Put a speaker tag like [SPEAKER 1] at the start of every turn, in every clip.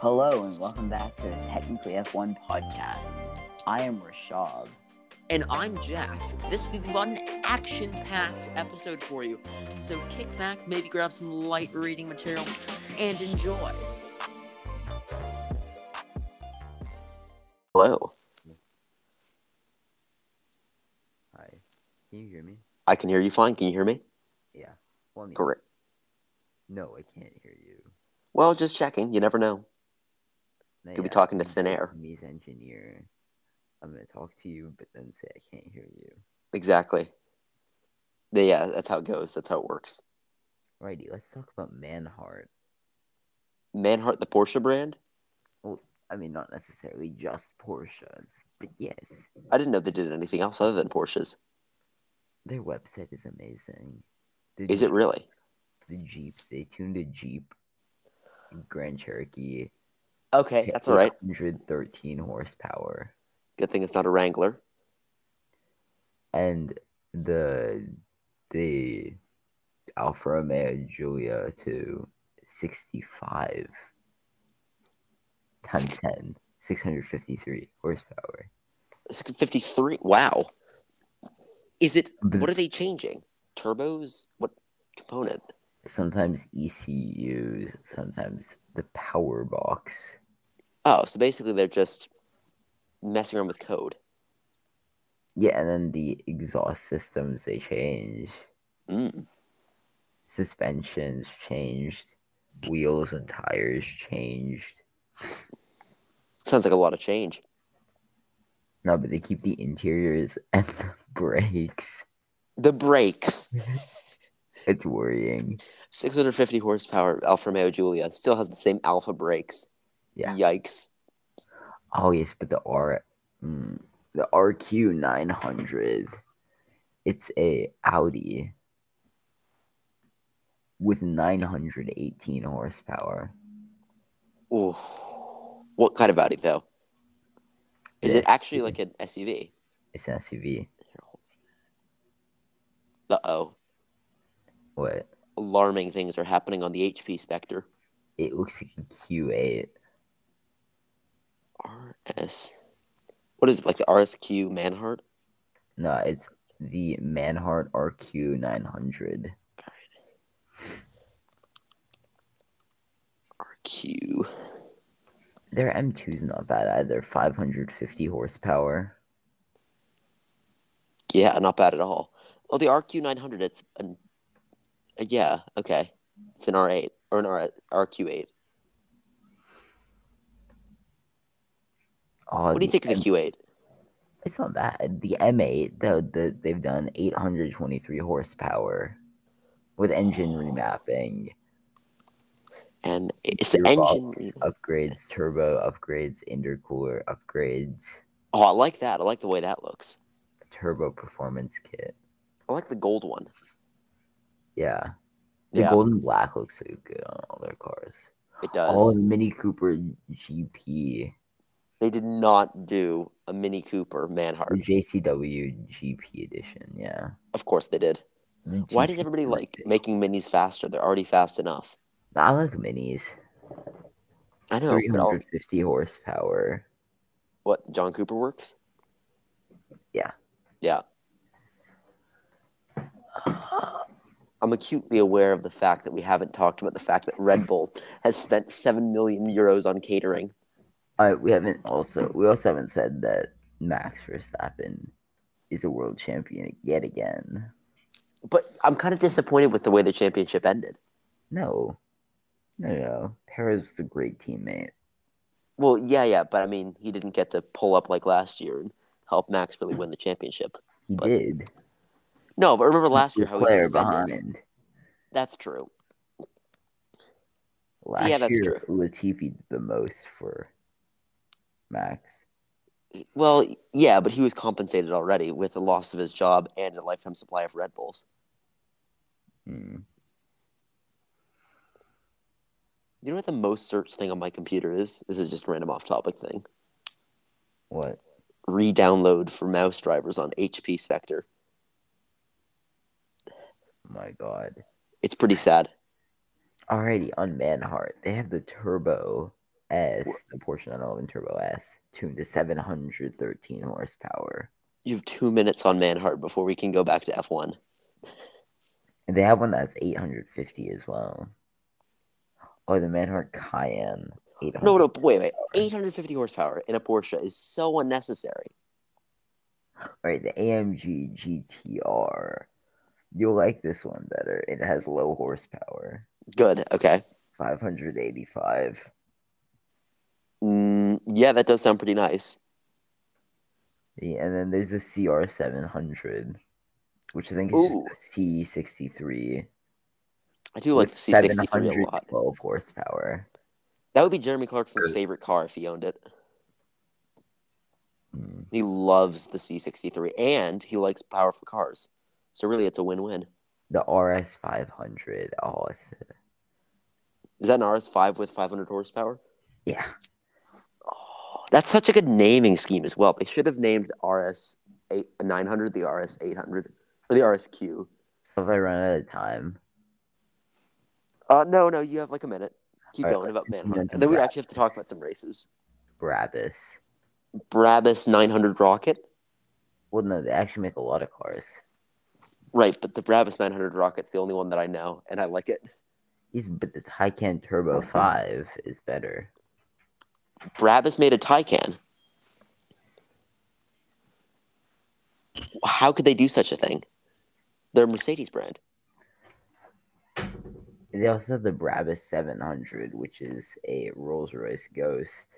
[SPEAKER 1] Hello and welcome back to the Technically F1 podcast. I am Rashab.
[SPEAKER 2] And I'm Jack. This week we've got an action packed episode for you. So kick back, maybe grab some light reading material, and enjoy. Hello.
[SPEAKER 1] Hi. Can you hear me?
[SPEAKER 2] I can hear you fine. Can you hear me?
[SPEAKER 1] Yeah. Well, I mean,
[SPEAKER 2] Great.
[SPEAKER 1] No, I can't hear you.
[SPEAKER 2] Well, just checking. You never know.
[SPEAKER 1] Now
[SPEAKER 2] Could be
[SPEAKER 1] you're
[SPEAKER 2] talking to
[SPEAKER 1] asking
[SPEAKER 2] thin
[SPEAKER 1] for
[SPEAKER 2] air.
[SPEAKER 1] Me's engineer. I'm gonna talk to you, but then say I can't hear you.
[SPEAKER 2] Exactly. Yeah, that's how it goes. That's how it works.
[SPEAKER 1] Alrighty, let's talk about Manhart.
[SPEAKER 2] Manhart, the Porsche brand.
[SPEAKER 1] I mean, not necessarily just Porsches, but yes,
[SPEAKER 2] I didn't know they did anything else other than Porsches.
[SPEAKER 1] their website is amazing. The
[SPEAKER 2] Is it really?
[SPEAKER 1] the Jeeps? They tuned a Jeep, Grand Cherokee.
[SPEAKER 2] Okay, that's all right.
[SPEAKER 1] 113 horsepower.
[SPEAKER 2] Good thing it's not a Wrangler.
[SPEAKER 1] And the the Alfa Romeo Giulia to 65 times 10, 653 horsepower.
[SPEAKER 2] It's 53. Wow. Is it?
[SPEAKER 1] The-
[SPEAKER 2] What are they changing? Turbos? What component?
[SPEAKER 1] Sometimes ECUs, sometimes the power box.
[SPEAKER 2] Oh, so basically they're just messing around with code.
[SPEAKER 1] Yeah, and then the exhaust systems they change.
[SPEAKER 2] Mm.
[SPEAKER 1] suspensions changed, wheels and tires changed.
[SPEAKER 2] Sounds like a lot of change.
[SPEAKER 1] No, but they keep the interiors and the brakes.
[SPEAKER 2] The brakes.
[SPEAKER 1] It's worrying.
[SPEAKER 2] 650 horsepower Alfa Romeo Giulia still has the same Alpha brakes.
[SPEAKER 1] Yeah.
[SPEAKER 2] Yikes.
[SPEAKER 1] Oh yes, but the R, mm, the RQ nine hundred, it's a Audi with nine hundred eighteen horsepower.
[SPEAKER 2] Ooh. What kind of Audi though? Is it
[SPEAKER 1] Yes.
[SPEAKER 2] actually like an SUV?
[SPEAKER 1] It's an SUV.
[SPEAKER 2] Uh oh.
[SPEAKER 1] What?
[SPEAKER 2] Alarming things are happening on the HP Spectre.
[SPEAKER 1] It looks like a Q eight.
[SPEAKER 2] RS. What is it like the RSQ Manhart?
[SPEAKER 1] No, it's the Manhart RQ nine hundred.
[SPEAKER 2] RQ.
[SPEAKER 1] Their M2's not bad either. 550 horsepower.
[SPEAKER 2] Yeah, not bad at all. Well, the RQ 900, it's an. uh, Yeah, okay. It's an R8 or an R, RQ8.
[SPEAKER 1] Oh,
[SPEAKER 2] What do you think of the Q8?
[SPEAKER 1] It's not bad. The M8, though, the, they've done 823 horsepower with engine remapping,
[SPEAKER 2] And it's the engine.
[SPEAKER 1] gearbox upgrades, turbo upgrades, intercooler upgrades,
[SPEAKER 2] Oh, I like that. I like the way that looks.
[SPEAKER 1] turbo performance kit.
[SPEAKER 2] I like the gold one.
[SPEAKER 1] Yeah. The
[SPEAKER 2] yeah,
[SPEAKER 1] golden black looks so good on all their cars.
[SPEAKER 2] it does.
[SPEAKER 1] Oh, the Mini Cooper GP,
[SPEAKER 2] They did not do a Mini Cooper
[SPEAKER 1] the
[SPEAKER 2] Manhart.
[SPEAKER 1] JCW GP edition. Yeah.
[SPEAKER 2] Of course they did.
[SPEAKER 1] The
[SPEAKER 2] Why
[SPEAKER 1] GP
[SPEAKER 2] does everybody
[SPEAKER 1] looks
[SPEAKER 2] like
[SPEAKER 1] good.
[SPEAKER 2] making minis faster? They're already fast enough.
[SPEAKER 1] I like minis.
[SPEAKER 2] I know. But all,
[SPEAKER 1] 350 horsepower.
[SPEAKER 2] what, John Cooper works?
[SPEAKER 1] Yeah.
[SPEAKER 2] Yeah. I'm acutely aware of the fact that we haven't talked about the fact that Red Bull has spent 7 million euros on catering.
[SPEAKER 1] Uh, we haven't also we also haven't said that Max Verstappen is a world champion yet again.
[SPEAKER 2] But I'm kind of disappointed with the way the championship ended.
[SPEAKER 1] No, no, no. no. Perez was a great teammate.
[SPEAKER 2] Well, yeah, yeah, but I mean, he didn't get to pull up like last year and help Max really win the championship.
[SPEAKER 1] He
[SPEAKER 2] But
[SPEAKER 1] did.
[SPEAKER 2] No, but remember last year how he
[SPEAKER 1] player
[SPEAKER 2] defended.
[SPEAKER 1] behind.
[SPEAKER 2] That's true.
[SPEAKER 1] Last
[SPEAKER 2] that's
[SPEAKER 1] year, Latifi did the most for Max.
[SPEAKER 2] Well, yeah, but he was compensated already with the loss of his job and a lifetime supply of Red Bulls.
[SPEAKER 1] Mm.
[SPEAKER 2] You know what the most searched thing on my computer is? This is just a random off topic thing.
[SPEAKER 1] What?
[SPEAKER 2] Redownload for mouse drivers on HP Spectre.
[SPEAKER 1] My God.
[SPEAKER 2] It's pretty sad.
[SPEAKER 1] Alrighty, on Manhart, they have the turbo S, the Porsche 911 Turbo S, tuned to 713 horsepower.
[SPEAKER 2] You have two minutes on Manhart before we can go back to F1.
[SPEAKER 1] And they have one that's 850 as well. Oh, the Manhart Cayenne. 800.
[SPEAKER 2] No, no, wait, wait. 850 horsepower in a Porsche is so unnecessary.
[SPEAKER 1] Right, the AMG GTR. You'll like this one better. It has low horsepower,
[SPEAKER 2] Good. Okay.
[SPEAKER 1] 585.
[SPEAKER 2] Mm, yeah, that does sound pretty nice.
[SPEAKER 1] Yeah, and then there's the CR700, which I think is
[SPEAKER 2] Ooh.
[SPEAKER 1] just the C63.
[SPEAKER 2] I do like the C63 a lot.
[SPEAKER 1] 712 horsepower.
[SPEAKER 2] That would be Jeremy Clarkson's favorite car if he owned it.
[SPEAKER 1] Hmm.
[SPEAKER 2] He loves the C63 and he likes powerful cars. So really, it's a win-win.
[SPEAKER 1] The RS500. Oh, it's,
[SPEAKER 2] Is that an RS5 with 500 horsepower?
[SPEAKER 1] yeah.
[SPEAKER 2] Oh, that's such a good naming scheme as well. They should have named the RS 8, 900 the RS 800 or the RSQ.
[SPEAKER 1] So if I run out of time,
[SPEAKER 2] Uh, no, no, you have like a minute. Keep
[SPEAKER 1] All right,
[SPEAKER 2] going about Manhunt.
[SPEAKER 1] minutes
[SPEAKER 2] And then we
[SPEAKER 1] of
[SPEAKER 2] actually have to talk about some races.
[SPEAKER 1] Brabus.
[SPEAKER 2] Brabus 900 Rocket.
[SPEAKER 1] Well, no, they actually make a lot of cars.
[SPEAKER 2] Right, but the Brabus 900 Rocket's the only one that I know, and I like it.
[SPEAKER 1] He's, but the Taycan Turbo 5 is better.
[SPEAKER 2] Brabus made a Taycan. How could they do such a thing? They're a Mercedes brand.
[SPEAKER 1] They also have the Brabus 700, which is a Rolls Royce Ghost.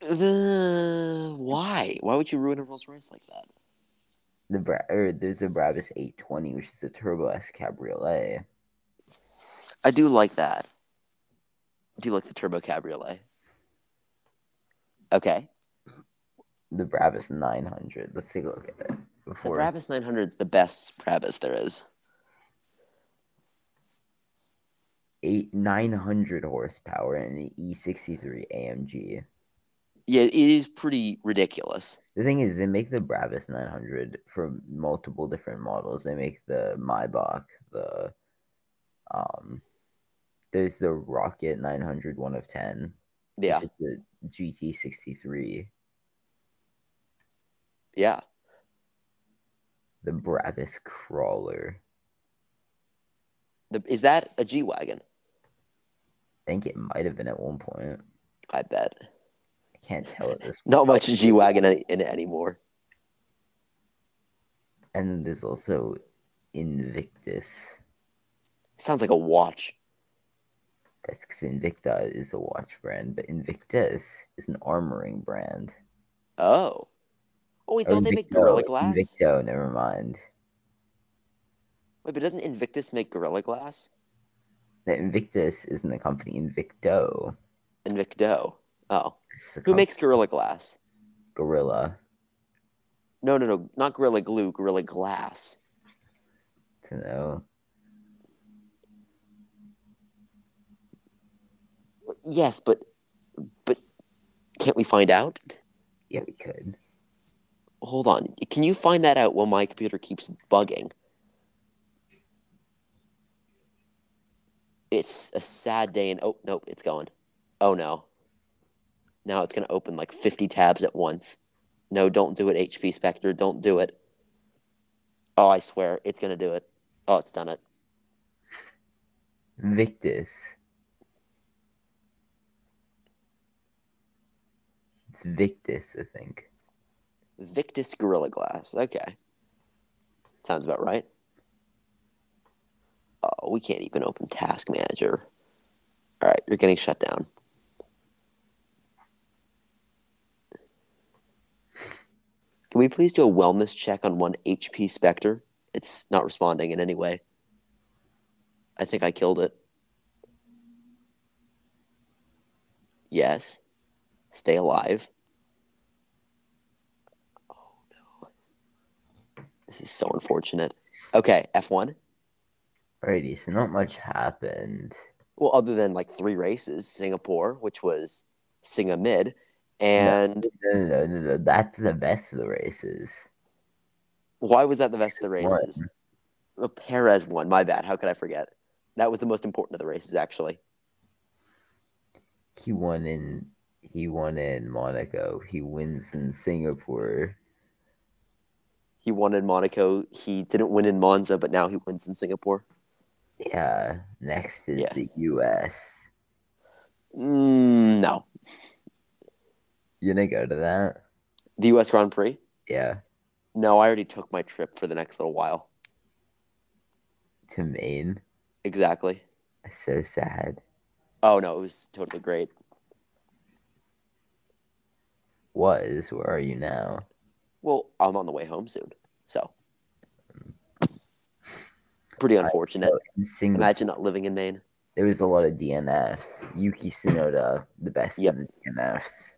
[SPEAKER 2] Uh, why? Why would you ruin a Rolls Royce like that?
[SPEAKER 1] The Bra- or there's a Brabus 820, which is a Turbo S Cabriolet.
[SPEAKER 2] I do like that. I do like the Turbo Cabriolet. Okay.
[SPEAKER 1] The Brabus 900. Let's take a look at it
[SPEAKER 2] The
[SPEAKER 1] before
[SPEAKER 2] Brabus 900 is the best Brabus there is.
[SPEAKER 1] eight 900 horsepower and an E E63 AMG.
[SPEAKER 2] Yeah, it is pretty ridiculous.
[SPEAKER 1] The thing is, they make the Brabus 900 for multiple different models. They make the Maybach, the um, there's the Rocket 900 one of 10. which
[SPEAKER 2] Yeah.
[SPEAKER 1] is The GT63,
[SPEAKER 2] Yeah.
[SPEAKER 1] the Brabus Crawler.
[SPEAKER 2] The, is that a G Wagon?
[SPEAKER 1] I think it might have been at one point.
[SPEAKER 2] I bet.
[SPEAKER 1] I can't tell at this point.
[SPEAKER 2] Not much G Wagon in in it anymore.
[SPEAKER 1] And then there's also Invictus.
[SPEAKER 2] Sounds like a watch.
[SPEAKER 1] That's because Invicta is a watch brand, but Invictus is an armoring brand.
[SPEAKER 2] Oh. Oh, wait,
[SPEAKER 1] Or
[SPEAKER 2] don't they make
[SPEAKER 1] Invicto-
[SPEAKER 2] Gorilla Glass?
[SPEAKER 1] Invicto, never mind.
[SPEAKER 2] Wait, but doesn't Invictus make Gorilla Glass?
[SPEAKER 1] The Invictus isn't the company. Invicto.
[SPEAKER 2] Invicto. Oh.
[SPEAKER 1] is the
[SPEAKER 2] Who
[SPEAKER 1] com-
[SPEAKER 2] makes Gorilla Glass?
[SPEAKER 1] Gorilla?
[SPEAKER 2] No, no, no. Not Gorilla Glue, Gorilla Glass.
[SPEAKER 1] To know.
[SPEAKER 2] Yes, but. But. Can't we find out?
[SPEAKER 1] Yeah, we could.
[SPEAKER 2] Hold on. Can you find that out while my computer keeps bugging? It's a sad day and oh nope, it's going. Oh no. Now it's gonna open like fifty tabs at once. No, don't do it, HP Spectre. Don't do it. Oh, I swear, it's gonna do it. Oh, it's done it.
[SPEAKER 1] Victus. It's Victus, I think.
[SPEAKER 2] Victus Gorilla Glass. Okay. Sounds about right. Oh, we can't even open Task Manager. All right, you're getting shut down. Can we please do a wellness check on one HP Spectre? It's not responding in any way. I think I killed it. Yes. Stay alive. This is so unfortunate. Okay, F1.
[SPEAKER 1] Alrighty, so not much happened.
[SPEAKER 2] Well, other than like three races, Singapore, which was Singa Mid, and
[SPEAKER 1] No, no, no, no, no. That's the best of the races.
[SPEAKER 2] why was that the best of the races? Well, Perez won. My bad. How could I forget? That was the most important of the races, actually.
[SPEAKER 1] he won in he won in Monaco. He wins in Singapore.
[SPEAKER 2] He won in Monaco. He didn't win in Monza, but now he wins in Singapore.
[SPEAKER 1] Yeah. Next is
[SPEAKER 2] Yeah.
[SPEAKER 1] the U.S.
[SPEAKER 2] Mm, no,
[SPEAKER 1] You gonna go to that?
[SPEAKER 2] the U.S. Grand Prix.
[SPEAKER 1] Yeah.
[SPEAKER 2] No, I already took my trip for the next little while.
[SPEAKER 1] To Maine.
[SPEAKER 2] Exactly.
[SPEAKER 1] So sad.
[SPEAKER 2] Oh no, it was totally great.
[SPEAKER 1] Was where are you now?
[SPEAKER 2] Well, I'm on the way home soon, so pretty unfortunate.
[SPEAKER 1] So in Singapore,
[SPEAKER 2] Imagine not living in Maine.
[SPEAKER 1] there was a lot of DNFs. Yuki Tsunoda, the best
[SPEAKER 2] Yep.
[SPEAKER 1] of the DNFs.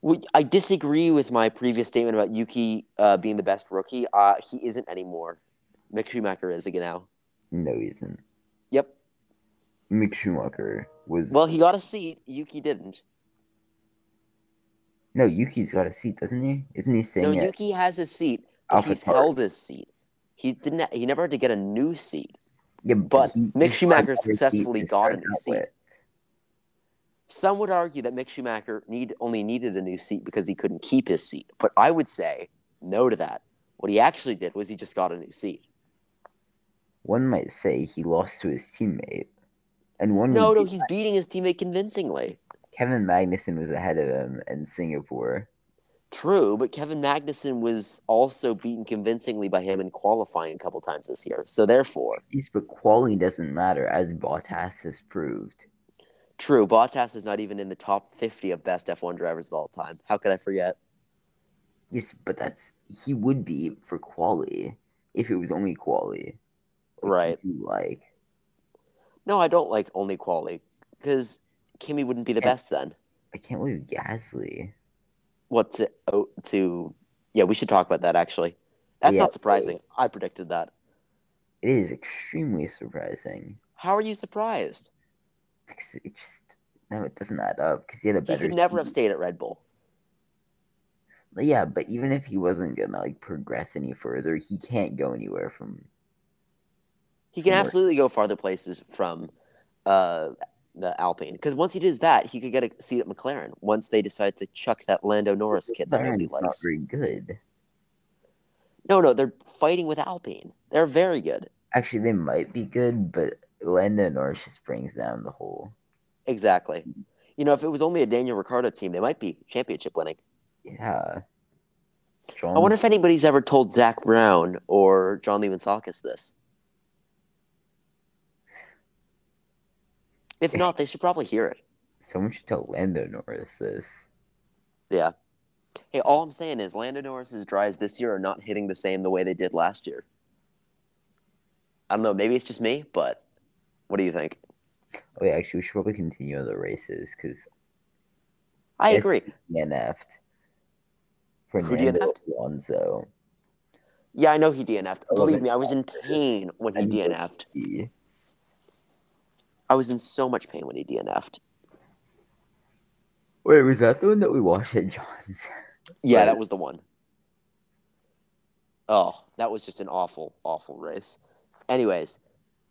[SPEAKER 2] Well, I disagree with my previous statement about Yuki uh, being the best rookie. Uh, he isn't anymore. Mick Schumacher is again now.
[SPEAKER 1] No, he isn't.
[SPEAKER 2] Yep.
[SPEAKER 1] Mick Schumacher was
[SPEAKER 2] Well, he got a seat. Yuki didn't.
[SPEAKER 1] no. Yuki's got a seat, doesn't he? Isn't he staying
[SPEAKER 2] No,
[SPEAKER 1] at
[SPEAKER 2] Yuki has his seat. but
[SPEAKER 1] Alpha
[SPEAKER 2] he's
[SPEAKER 1] Park?
[SPEAKER 2] held his seat. He didn't. He never had to get a new seat.
[SPEAKER 1] yeah,
[SPEAKER 2] but
[SPEAKER 1] he-
[SPEAKER 2] Mick
[SPEAKER 1] he
[SPEAKER 2] Schumacher
[SPEAKER 1] got a seat
[SPEAKER 2] successfully
[SPEAKER 1] to
[SPEAKER 2] got a
[SPEAKER 1] start
[SPEAKER 2] new
[SPEAKER 1] out
[SPEAKER 2] seat.
[SPEAKER 1] with.
[SPEAKER 2] Some would argue that Mick Schumacher need only needed a new seat because he couldn't keep his seat. But I would say no to that. What he actually did was he just got a new seat.
[SPEAKER 1] One might say he lost to his teammate, and one
[SPEAKER 2] No,
[SPEAKER 1] would
[SPEAKER 2] no,
[SPEAKER 1] say
[SPEAKER 2] he's beating his teammate convincingly.
[SPEAKER 1] Kevin Magnussen was ahead of him in Singapore.
[SPEAKER 2] True, but Kevin Magnuson was also beaten convincingly by him in qualifying a couple times this year. So therefore,
[SPEAKER 1] He's but quality doesn't matter, as Bottas has proved.
[SPEAKER 2] true, Bottas is not even in the top 50 of best F1 drivers of all time. How could I forget?
[SPEAKER 1] Yes, but that's he would be for quality if it was only quality.
[SPEAKER 2] Right.
[SPEAKER 1] you Like
[SPEAKER 2] No, I don't like only quality because Kimi wouldn't be the
[SPEAKER 1] Yeah.
[SPEAKER 2] best then.
[SPEAKER 1] I can't believe Gasly.
[SPEAKER 2] What's it oh, to? Yeah, we should talk about that actually. That's
[SPEAKER 1] Yeah.
[SPEAKER 2] not surprising. I predicted that.
[SPEAKER 1] It is extremely surprising.
[SPEAKER 2] How are you surprised?
[SPEAKER 1] Because it just no, it doesn't add up. Because he had a
[SPEAKER 2] He
[SPEAKER 1] better.
[SPEAKER 2] could never have
[SPEAKER 1] team.
[SPEAKER 2] stayed at Red Bull.
[SPEAKER 1] But yeah, but even if he wasn't gonna like progress any further, he can't go anywhere from.
[SPEAKER 2] He can
[SPEAKER 1] Sure.
[SPEAKER 2] absolutely go farther places from uh, the Alpine because once he does that, he could get a seat at McLaren. Once they decide to chuck that Lando Norris kid that nobody
[SPEAKER 1] McLaren's not
[SPEAKER 2] likes.
[SPEAKER 1] very good.
[SPEAKER 2] No, no, they're fighting with Alpine. They're very good.
[SPEAKER 1] Actually, they might be good, but Lando Norris just brings down the whole.
[SPEAKER 2] Exactly. You know, if it was only a Daniel Ricciardo team, they might be championship winning.
[SPEAKER 1] Yeah. John,
[SPEAKER 2] I wonder if anybody's ever told Zach Brown or John Lewandowski this. If not, they should probably hear it.
[SPEAKER 1] someone should tell Lando Norris this.
[SPEAKER 2] Yeah. Hey, all I'm saying is Lando Norris's drives this year are not hitting the same the way they did last year. I don't know. Maybe it's just me, but what do you think?
[SPEAKER 1] Oh, yeah, actually, we should probably continue on the races because
[SPEAKER 2] I
[SPEAKER 1] Yes.
[SPEAKER 2] agree.
[SPEAKER 1] DNF'd.
[SPEAKER 2] Who
[SPEAKER 1] Fernando
[SPEAKER 2] DNF'd?
[SPEAKER 1] Alonso.
[SPEAKER 2] Yeah, I know he DNF'd.
[SPEAKER 1] I love
[SPEAKER 2] Believe
[SPEAKER 1] it.
[SPEAKER 2] me, I was in pain when he
[SPEAKER 1] And-
[SPEAKER 2] DNF'd.
[SPEAKER 1] He-
[SPEAKER 2] I was in so much pain when he DNF'd.
[SPEAKER 1] Wait, was that the one that we watched at John's?
[SPEAKER 2] Yeah,
[SPEAKER 1] Right.
[SPEAKER 2] that was the one. Oh, that was just an awful, awful race. Anyways,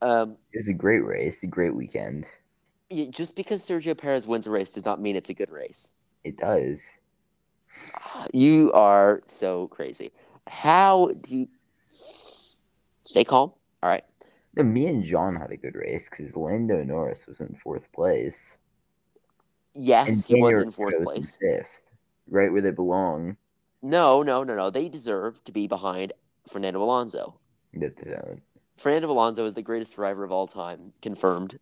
[SPEAKER 2] um,
[SPEAKER 1] It was a great race, a great weekend.
[SPEAKER 2] y- just because Sergio Perez wins a race does not mean it's a good race.
[SPEAKER 1] It does.
[SPEAKER 2] You are so crazy. How do you stay calm? All right.
[SPEAKER 1] No, me and John had a good race because Lando Norris was in fourth place.
[SPEAKER 2] Yes,
[SPEAKER 1] and
[SPEAKER 2] he was
[SPEAKER 1] Daniel
[SPEAKER 2] in fourth
[SPEAKER 1] Ricciardo was in
[SPEAKER 2] place.
[SPEAKER 1] Fifth, right where they belong.
[SPEAKER 2] No, no, no, no. They deserve to be behind Fernando Alonso.
[SPEAKER 1] That they don't.
[SPEAKER 2] Fernando Alonso is the greatest driver of all time, confirmed.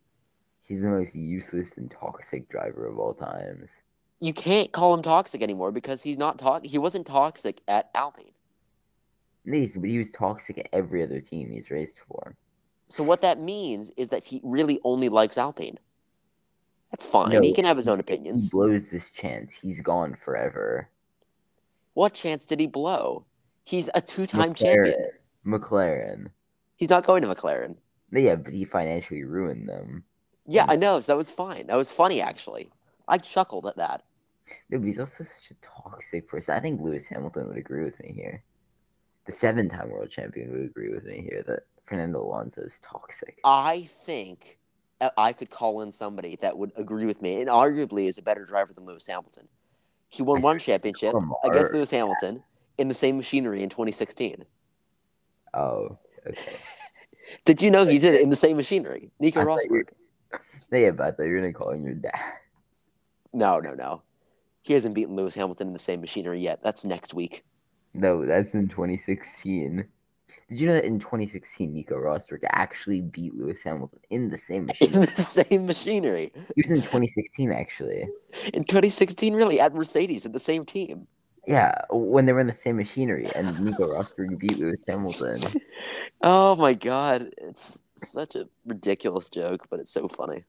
[SPEAKER 1] He's the most useless and toxic driver of all times.
[SPEAKER 2] You can't call him toxic anymore because he's not to- he wasn't toxic at Alpine.
[SPEAKER 1] Nice, but he was toxic at every other team he's raced for.
[SPEAKER 2] So what that means is that he really only likes Alpine. That's fine.
[SPEAKER 1] No,
[SPEAKER 2] he can have his own
[SPEAKER 1] He
[SPEAKER 2] opinions.
[SPEAKER 1] blows this chance. He's gone forever.
[SPEAKER 2] What chance did he blow? He's a two-time champion.
[SPEAKER 1] McLaren.
[SPEAKER 2] He's not going to McLaren.
[SPEAKER 1] Yeah, but he financially ruined them.
[SPEAKER 2] Yeah,
[SPEAKER 1] Mm.
[SPEAKER 2] I know. So that was fine. That was funny, actually. I chuckled at that.
[SPEAKER 1] No, but he's also such a toxic person. I think Lewis Hamilton would agree with me here. The seven
[SPEAKER 2] Uh,
[SPEAKER 1] time world champion would agree with me here that Fernando Alonso is toxic.
[SPEAKER 2] I think I- I could call in somebody that would agree with me and arguably is a better driver than Lewis Hamilton. He won
[SPEAKER 1] I
[SPEAKER 2] one championship
[SPEAKER 1] Lamar.
[SPEAKER 2] against Lewis Hamilton in the same machinery in 2016.
[SPEAKER 1] Oh, okay.
[SPEAKER 2] Did you know he did it in the same machinery? Nico
[SPEAKER 1] I thought you-
[SPEAKER 2] Rosberg.
[SPEAKER 1] Yeah, but I thought you were gonna call him your dad.
[SPEAKER 2] No, no, no. He hasn't beaten Lewis Hamilton in the same machinery yet. That's next week.
[SPEAKER 1] No, that's in 2016. Did you know that in 2016, Nico Rosberg actually beat Lewis Hamilton in the same
[SPEAKER 2] In
[SPEAKER 1] machine?
[SPEAKER 2] the same machinery.
[SPEAKER 1] he was in 2016, actually.
[SPEAKER 2] In 2016, really, at Mercedes, at the same team.
[SPEAKER 1] Yeah, when they were in the same machinery, and Nico Rosberg beat Lewis Hamilton.
[SPEAKER 2] Oh my God. It's such a ridiculous joke, but it's so funny.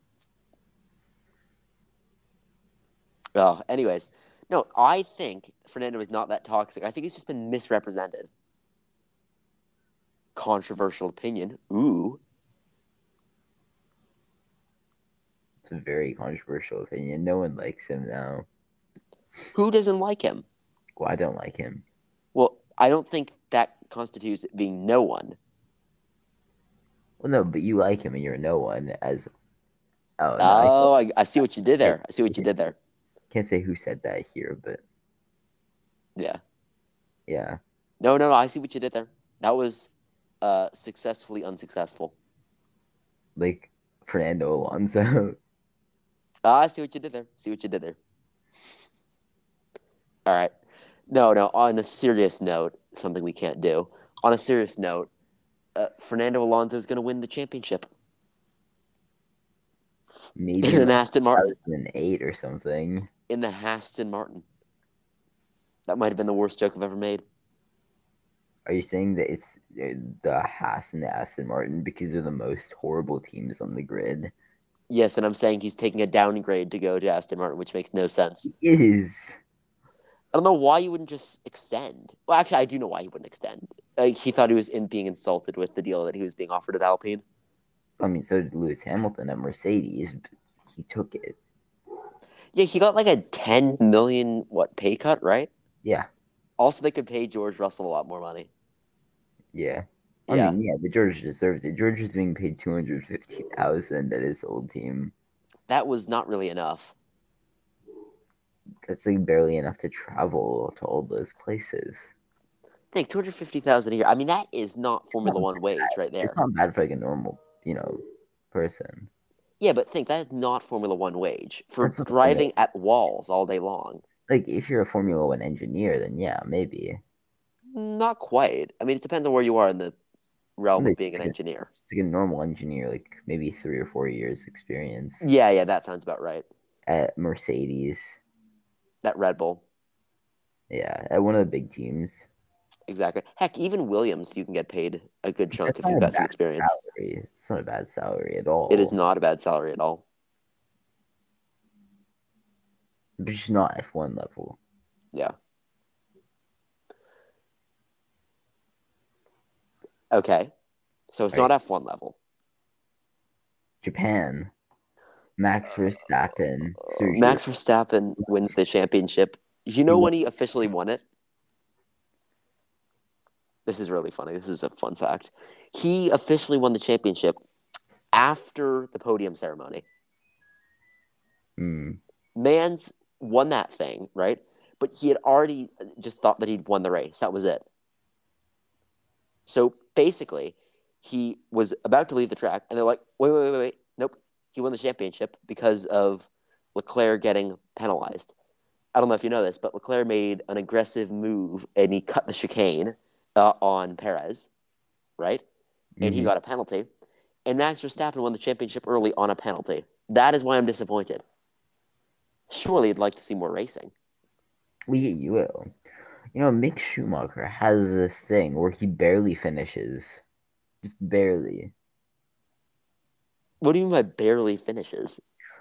[SPEAKER 2] Oh, anyways. No, I think Fernando is not that toxic. I think he's just been misrepresented. Controversial opinion. Ooh.
[SPEAKER 1] It's a very controversial opinion. No one likes him now.
[SPEAKER 2] Who doesn't like him?
[SPEAKER 1] Well, I don't like him.
[SPEAKER 2] Well, I don't think that constitutes it being no one.
[SPEAKER 1] Well, no, but you like him, and you're no one. As oh, no,
[SPEAKER 2] Oh, I, I see what you did there. I see what you did there.
[SPEAKER 1] I can't say who said that here, but
[SPEAKER 2] Yeah.
[SPEAKER 1] yeah,
[SPEAKER 2] No, no, no. I see what you did there. That was uh, successfully unsuccessful.
[SPEAKER 1] like Fernando Alonso.
[SPEAKER 2] Ah, I see what you did there. See what you did there. All right. No, no. On a serious note, something we can't do. On a serious note, uh, Fernando Alonso is going to win the championship
[SPEAKER 1] Maybe
[SPEAKER 2] in an Aston Martin.
[SPEAKER 1] 2008 or something.
[SPEAKER 2] In the Aston Martin. That might have been the worst joke I've ever made.
[SPEAKER 1] Are you saying that it's uh, the Haas and the Aston Martin because they're the most horrible teams on the grid?
[SPEAKER 2] Yes, and I'm saying he's taking a downgrade to go to Aston Martin, which makes no sense.
[SPEAKER 1] It is.
[SPEAKER 2] I don't know why you wouldn't just extend. Well, actually, I do know why he wouldn't extend. Like, he thought he was in being insulted with the deal that he was being offered at Alpine.
[SPEAKER 1] I mean, so did Lewis Hamilton at Mercedes. but He took it.
[SPEAKER 2] Yeah, he got like a ten million what pay cut, right?
[SPEAKER 1] Yeah,
[SPEAKER 2] Also, they could pay George Russell a lot more money.
[SPEAKER 1] yeah. I
[SPEAKER 2] yeah,
[SPEAKER 1] mean, yeah, but George deserved it. George was being paid two hundred fifty thousand at his old team.
[SPEAKER 2] that was not really enough.
[SPEAKER 1] That's like barely enough to travel to all those places.
[SPEAKER 2] Think two hundred fifty thousand a year. I mean, that is not Formula
[SPEAKER 1] not
[SPEAKER 2] One wage right there.
[SPEAKER 1] It's not bad for like a normal, you know, person.
[SPEAKER 2] Yeah, but think that is not Formula One wage for
[SPEAKER 1] That's not
[SPEAKER 2] driving at walls all day long.
[SPEAKER 1] Like if you're a Formula One engineer, then yeah, maybe
[SPEAKER 2] Not quite. I mean, it depends on where you are in the realm
[SPEAKER 1] Maybe
[SPEAKER 2] of being an
[SPEAKER 1] second.
[SPEAKER 2] engineer.
[SPEAKER 1] it's like a normal engineer, like maybe three or four years experience.
[SPEAKER 2] Yeah, yeah, that sounds about right.
[SPEAKER 1] at Mercedes.
[SPEAKER 2] That Red Bull.
[SPEAKER 1] Yeah, at one of the big teams.
[SPEAKER 2] Exactly. Heck, even Williams, you can get paid a good chunk
[SPEAKER 1] That's
[SPEAKER 2] if
[SPEAKER 1] not
[SPEAKER 2] you've
[SPEAKER 1] a
[SPEAKER 2] got some
[SPEAKER 1] bad
[SPEAKER 2] experience.
[SPEAKER 1] Salary. It's not a bad salary at all.
[SPEAKER 2] It is not a bad salary at all.
[SPEAKER 1] But it's not F one level.
[SPEAKER 2] Okay. So it's
[SPEAKER 1] Right.
[SPEAKER 2] not F1 level.
[SPEAKER 1] Japan. Max Verstappen. Sergio-
[SPEAKER 2] Uh, Max Verstappen wins the championship. You know
[SPEAKER 1] He
[SPEAKER 2] when he officially won it? This is really funny. This is a fun fact. He officially won the championship after the podium ceremony.
[SPEAKER 1] Mm,
[SPEAKER 2] Mans won that thing, right? But he had already just thought that he'd won the race. That was it. So basically, he was about to leave the track, and they're like, wait, wait, wait, wait. Nope. He won the championship because of Leclerc getting penalized. I don't know if you know this, but Leclerc made an aggressive move and he cut the chicane uh, on Perez, right? And he
[SPEAKER 1] mhm.
[SPEAKER 2] got a penalty. And Max Verstappen won the championship early on a penalty. That is why I'm disappointed. Surely I'd like to see more racing.
[SPEAKER 1] we you will. You know, Mick Schumacher has this thing where he barely finishes. Just barely.
[SPEAKER 2] What do you mean by barely finishes?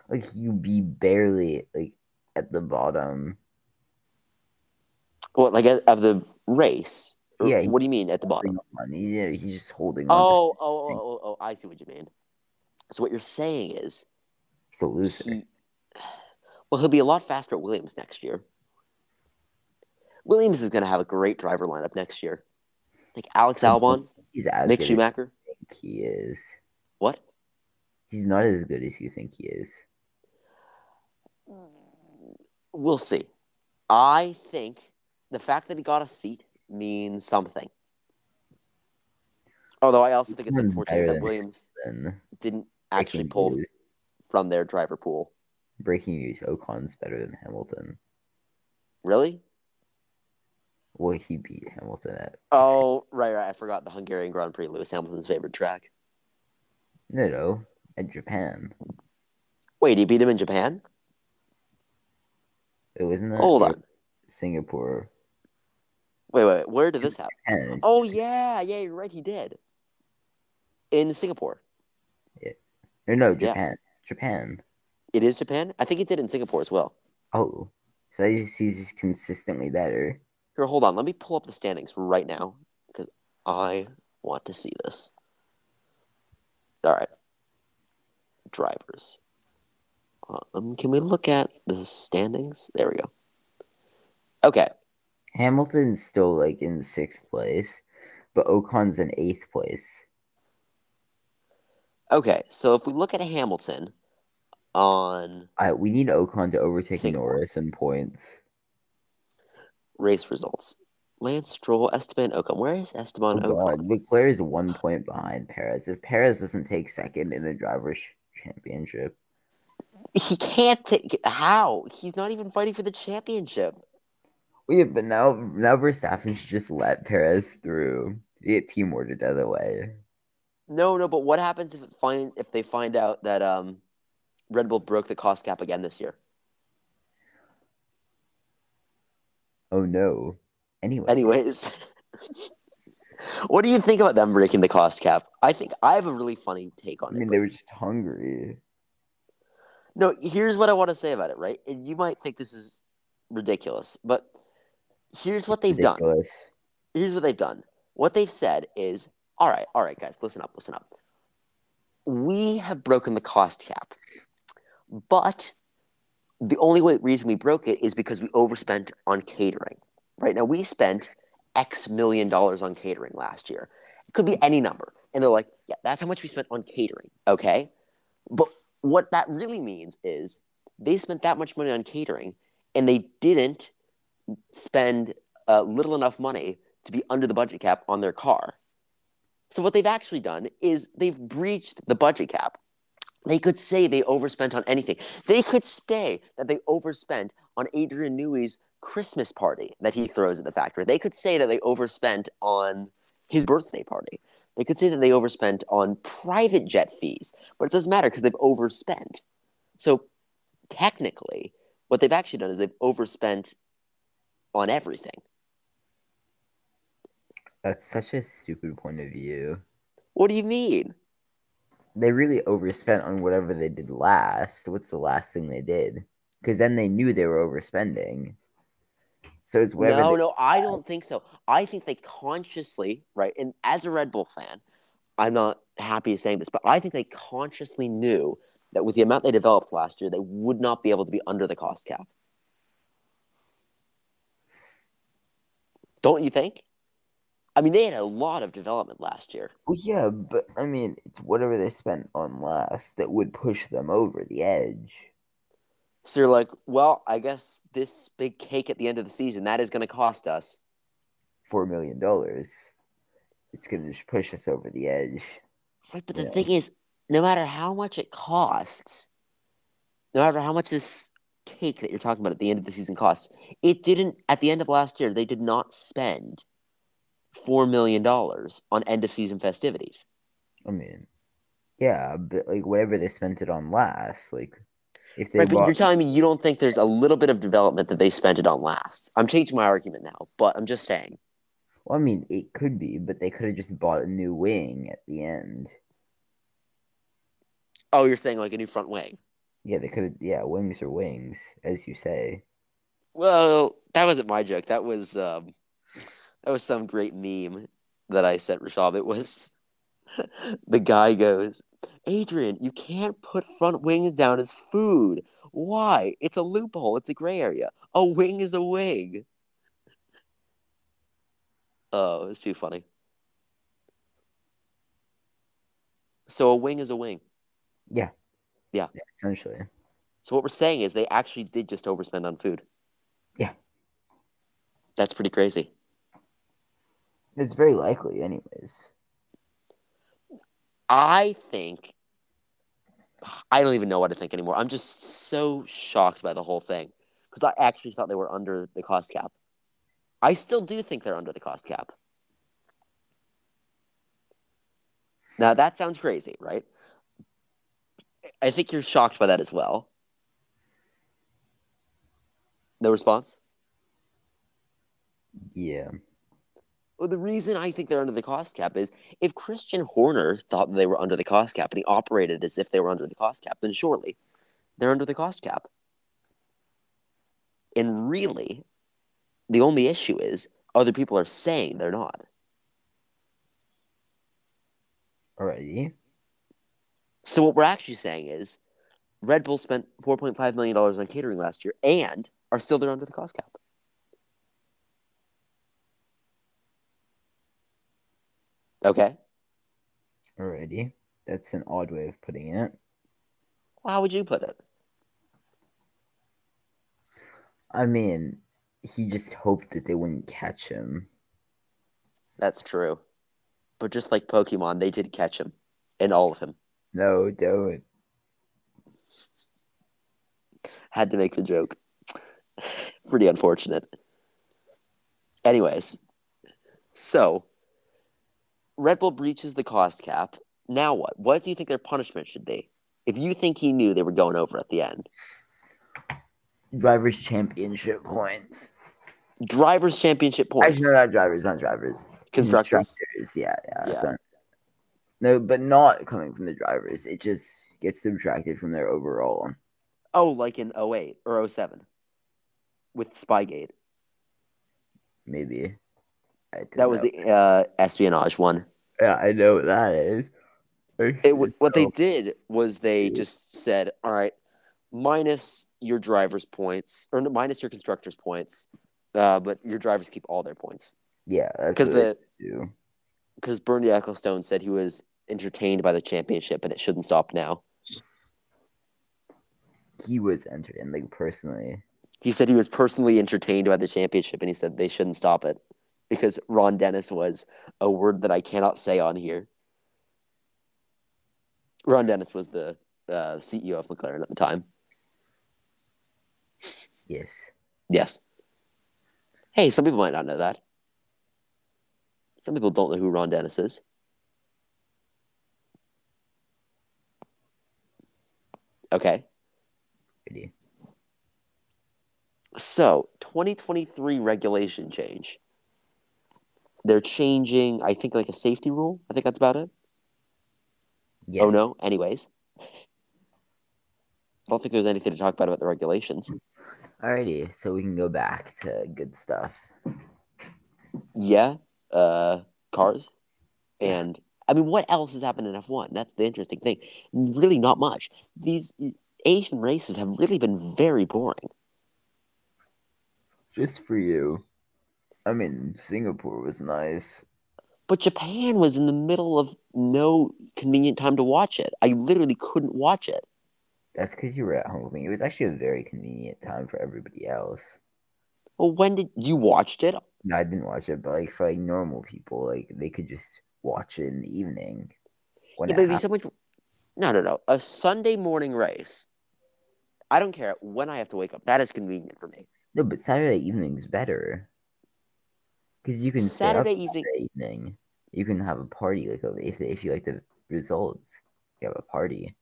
[SPEAKER 1] Like you be barely like at the bottom.
[SPEAKER 2] What, like of of the race? Or
[SPEAKER 1] Yeah, he-
[SPEAKER 2] What do you mean at the bottom?
[SPEAKER 1] Holding on. He- yeah, He's just holding on.
[SPEAKER 2] Oh, oh, oh, oh, oh, I see what you mean. So what you're saying is,
[SPEAKER 1] He's a loser.
[SPEAKER 2] he, well, he'll be a lot faster at Williams next year. Williams is going to have a great driver lineup next year. Like Alex Albon,
[SPEAKER 1] He's as
[SPEAKER 2] Mick
[SPEAKER 1] good as
[SPEAKER 2] Schumacher.
[SPEAKER 1] he is.
[SPEAKER 2] What?
[SPEAKER 1] He's not as good as you think he is.
[SPEAKER 2] We'll see. I think the fact that he got a seat means something. Although I also think it's
[SPEAKER 1] One's better
[SPEAKER 2] unfortunate that
[SPEAKER 1] than-
[SPEAKER 2] Williams
[SPEAKER 1] Then
[SPEAKER 2] didn't actually
[SPEAKER 1] breaking
[SPEAKER 2] pull
[SPEAKER 1] news,
[SPEAKER 2] from their driver pool.
[SPEAKER 1] breaking news: Ocon's better than Hamilton.
[SPEAKER 2] Really?
[SPEAKER 1] Well, he beat Hamilton at
[SPEAKER 2] Oh, right, right. I forgot the Hungarian Grand Prix, Lewis Hamilton's favorite track.
[SPEAKER 1] no, no, at Japan.
[SPEAKER 2] Wait, he beat him in Japan?
[SPEAKER 1] It wasn't that
[SPEAKER 2] Hold
[SPEAKER 1] or
[SPEAKER 2] on.
[SPEAKER 1] Singapore.
[SPEAKER 2] Wait, wait, wait. Where did this happen?
[SPEAKER 1] And
[SPEAKER 2] Oh, yeah. Yeah, you're right. He did. In Singapore.
[SPEAKER 1] no, no,
[SPEAKER 2] yeah.
[SPEAKER 1] Japan, It's Japan.
[SPEAKER 2] It is Japan? I think he did in Singapore as well.
[SPEAKER 1] Oh, so that just, he's just consistently better.
[SPEAKER 2] Here, hold on. Let me pull up the standings right now because I want to see this. All right. Drivers. Um, can we look at the standings? There we go. Okay.
[SPEAKER 1] Hamilton's still like in sixth place, but Ocon's in eighth place.
[SPEAKER 2] Okay. So if we look at Hamilton on
[SPEAKER 1] I we need Ocon to overtake
[SPEAKER 2] Singapore.
[SPEAKER 1] Norris in points.
[SPEAKER 2] race results, Lance Stroll, Esteban Ocon. Where is Esteban
[SPEAKER 1] Oh
[SPEAKER 2] Ocon?
[SPEAKER 1] God, Leclerc is one point behind Perez. If Perez doesn't take second in the drivers' championship,
[SPEAKER 2] He can't take. How? He's not even fighting for the championship.
[SPEAKER 1] yeah, but now now Verstappen should just let Perez through. Get team ordered the other way.
[SPEAKER 2] No, no, but what happens if it find if they find out that um, Red Bull broke the cost cap again this year?
[SPEAKER 1] Oh no. Anyway,
[SPEAKER 2] Anyways, what do you think about them breaking the cost cap? I think I have a really funny take
[SPEAKER 1] I
[SPEAKER 2] on it.
[SPEAKER 1] mean
[SPEAKER 2] but-
[SPEAKER 1] they were just hungry.
[SPEAKER 2] No, here's what I want to say about it, right? And you might think this is ridiculous, but here's what they've done.
[SPEAKER 1] Ridiculous.
[SPEAKER 2] here's what they've done. What they've said is, all right, all right, guys, listen up, listen up. We have broken the cost cap, but the only way, reason we broke it is because we overspent on catering. Right now, we spent X million dollars on catering last year. It could be any number. And they're like, yeah, that's how much we spent on catering. Okay. But what that really means is they spent that much money on catering and they didn't spend uh, little enough money to be under the budget cap on their car. So what they've actually done is they've breached the budget cap. They could say they overspent on anything. They could say that they overspent on Adrian Newey's Christmas party that he throws at the factory. They could say that they overspent on his birthday party. They could say that they overspent on private jet fees, but it doesn't matter because they've overspent. So technically, what they've actually done is they've overspent on everything.
[SPEAKER 1] That's such a stupid point of view.
[SPEAKER 2] What do you mean?
[SPEAKER 1] They really overspent on whatever they did last. What's the last thing they did? Because then they knew they were overspending. So it's whatever.
[SPEAKER 2] no,
[SPEAKER 1] they-
[SPEAKER 2] no, I don't think so. I think they consciously, right? And as a Red Bull fan, I'm not happy saying this, but I think they consciously knew that with the amount they developed last year, they would not be able to be under the cost cap. Don't you think? I mean, they had a lot of development last year.
[SPEAKER 1] Well, yeah, but I mean, it's whatever they spent on last that would push them over the edge.
[SPEAKER 2] So you're like, well, I guess this big cake at the end of the season, that is going to cost us.
[SPEAKER 1] Four million dollars. It's gonna just push us over the edge.
[SPEAKER 2] Right, but the
[SPEAKER 1] Yeah.
[SPEAKER 2] thing is, no matter how much it costs, no matter how much this cake that you're talking about at the end of the season costs, it didn't at the end of last year, they did not spend four million dollars on end of season festivities.
[SPEAKER 1] I mean, yeah, but like whatever they spent it on last, like if they
[SPEAKER 2] Right, but
[SPEAKER 1] bought-
[SPEAKER 2] you're telling me you don't think there's a little bit of development that they spent it on last. I'm changing my argument now, but I'm just saying.
[SPEAKER 1] Well, I mean, it could be, but they could have just bought a new wing at the end.
[SPEAKER 2] Oh, you're saying like a new front wing.
[SPEAKER 1] Yeah, they could have. Yeah, wings are wings, as you say.
[SPEAKER 2] Well, that wasn't my joke. That was um, that was some great meme that I sent Rashab. It was the guy goes, Adrian, you can't put front wings down as food. Why? It's a loophole. It's a gray area. A wing is a wing. Oh, it's too funny. So a wing is a wing.
[SPEAKER 1] Yeah.
[SPEAKER 2] Yeah.
[SPEAKER 1] Essentially.
[SPEAKER 2] So what we're saying is they actually did just overspend on food.
[SPEAKER 1] Yeah.
[SPEAKER 2] That's pretty crazy.
[SPEAKER 1] It's very likely, anyways.
[SPEAKER 2] I think I don't even know what to think anymore. I'm just so shocked by the whole thing because I actually thought they were under the cost cap. I still do think they're under the cost cap. Now that sounds crazy, right? I think you're shocked by that as well. No response?
[SPEAKER 1] Yeah.
[SPEAKER 2] Well, the reason I think they're under the cost cap is if Christian Horner thought they were under the cost cap and he operated as if they were under the cost cap, then surely they're under the cost cap. And really, the only issue is other people are saying they're not.
[SPEAKER 1] Alrighty.
[SPEAKER 2] So what we're actually saying is Red Bull spent $4.5 million on catering last year and are still there under the cost cap. Okay.
[SPEAKER 1] Alrighty. That's an odd way of putting it.
[SPEAKER 2] Well, how would you put it?
[SPEAKER 1] I mean, he just hoped that they wouldn't catch him.
[SPEAKER 2] That's true. But just like Pokemon, they did catch him and all of him.
[SPEAKER 1] No, don't.
[SPEAKER 2] Had to make the joke. Pretty unfortunate. Anyways, so Red Bull breaches the cost cap. Now what? What do you think their punishment should be? If you think he knew they were going over at the end,
[SPEAKER 1] Drivers' championship points.
[SPEAKER 2] drivers' championship points,
[SPEAKER 1] Actually, no, not drivers, not drivers.
[SPEAKER 2] constructors.
[SPEAKER 1] Yeah, yeah.
[SPEAKER 2] Yeah.
[SPEAKER 1] so- no, but not coming from the drivers. It just gets subtracted from their overall.
[SPEAKER 2] Oh, like in 08 or 07 with Spygate.
[SPEAKER 1] Maybe. I don't
[SPEAKER 2] That was
[SPEAKER 1] know.
[SPEAKER 2] the uh, espionage one.
[SPEAKER 1] Yeah, I know what that is.
[SPEAKER 2] It w- what they
[SPEAKER 1] Oh.
[SPEAKER 2] did was they
[SPEAKER 1] Mhm.
[SPEAKER 2] just said, "All right, minus your driver's points or no, minus your constructor's points, uh, but your drivers keep all their points."
[SPEAKER 1] Yeah, that's
[SPEAKER 2] Because
[SPEAKER 1] what they
[SPEAKER 2] the
[SPEAKER 1] do.
[SPEAKER 2] because Bernie Ecclestone said he was entertained by the championship and it shouldn't stop now.
[SPEAKER 1] He was entered in, like personally.
[SPEAKER 2] He said he was personally entertained by the championship and he said they shouldn't stop it because Ron Dennis was a word that I cannot say on here. Ron Dennis was the uh, CEO of McLaren at the time.
[SPEAKER 1] Yes.
[SPEAKER 2] Yes. Hey, some people might not know that. Some people don't know who Ron Dennis is. Okay.
[SPEAKER 1] Pretty.
[SPEAKER 2] So, 2023 regulation change. They're changing, I think, like a safety rule. I think that's about it.
[SPEAKER 1] Yes.
[SPEAKER 2] Oh, no. Anyways, I don't think there's anything to talk about about the regulations.
[SPEAKER 1] Alrighty, so we can go back to good stuff.
[SPEAKER 2] Yeah, uh, cars, and I mean, what else has happened in F one? That's the interesting thing. Really, not much. These e, Asian races have really been very boring.
[SPEAKER 1] Just for you. I mean, Singapore was nice.
[SPEAKER 2] But Japan was in the middle of no convenient time to watch it. I literally couldn't watch it.
[SPEAKER 1] That's because you were at home. It was actually a very convenient time for everybody else.
[SPEAKER 2] Well, when did you watched it?
[SPEAKER 1] No, I didn't watch it, but like for like normal people, like they could just watch it in the evening. When
[SPEAKER 2] Yeah,
[SPEAKER 1] it
[SPEAKER 2] but it'd be
[SPEAKER 1] hap-
[SPEAKER 2] so much. No, no, no. A Sunday morning race. I don't care when I have to wake up. That is convenient for me.
[SPEAKER 1] no, but Saturday evening's better. Because you can stay up
[SPEAKER 2] Saturday evening.
[SPEAKER 1] Saturday evening. You can have a party, like if if you like the results, you have a party.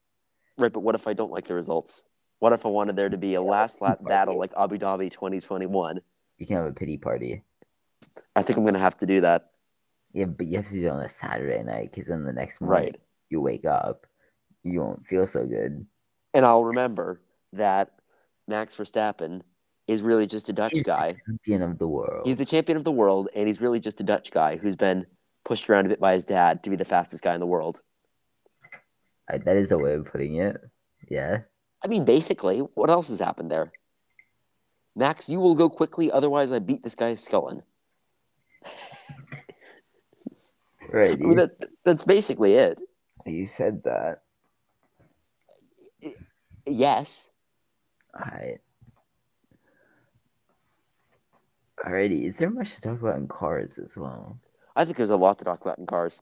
[SPEAKER 2] Right, but what if I don't like the results? What if I wanted there to be a last lap battle like Abu Dhabi 2021?
[SPEAKER 1] You can have a pity party.
[SPEAKER 2] I think I'm going to have to do that.
[SPEAKER 1] Yeah, but you have to do it on a Saturday night because then the next morning
[SPEAKER 2] Right.
[SPEAKER 1] you wake up, you won't feel so good.
[SPEAKER 2] And I'll remember that Max Verstappen is really just a Dutch
[SPEAKER 1] He's the
[SPEAKER 2] guy.
[SPEAKER 1] Champion of the world.
[SPEAKER 2] He's the champion of the world, and he's really just a Dutch guy who's been pushed around a bit by his dad to be the fastest guy in the world.
[SPEAKER 1] I- that is a way of putting it. Yeah.
[SPEAKER 2] I mean, basically, what else has happened there? Max, you will go quickly, otherwise, I beat this guy's skull in.
[SPEAKER 1] Right.
[SPEAKER 2] I mean, that, that's basically it.
[SPEAKER 1] you said that.
[SPEAKER 2] Yes.
[SPEAKER 1] Alright. Alrighty, is there much to talk about in cars as well?
[SPEAKER 2] I think there's a lot to talk about in cars.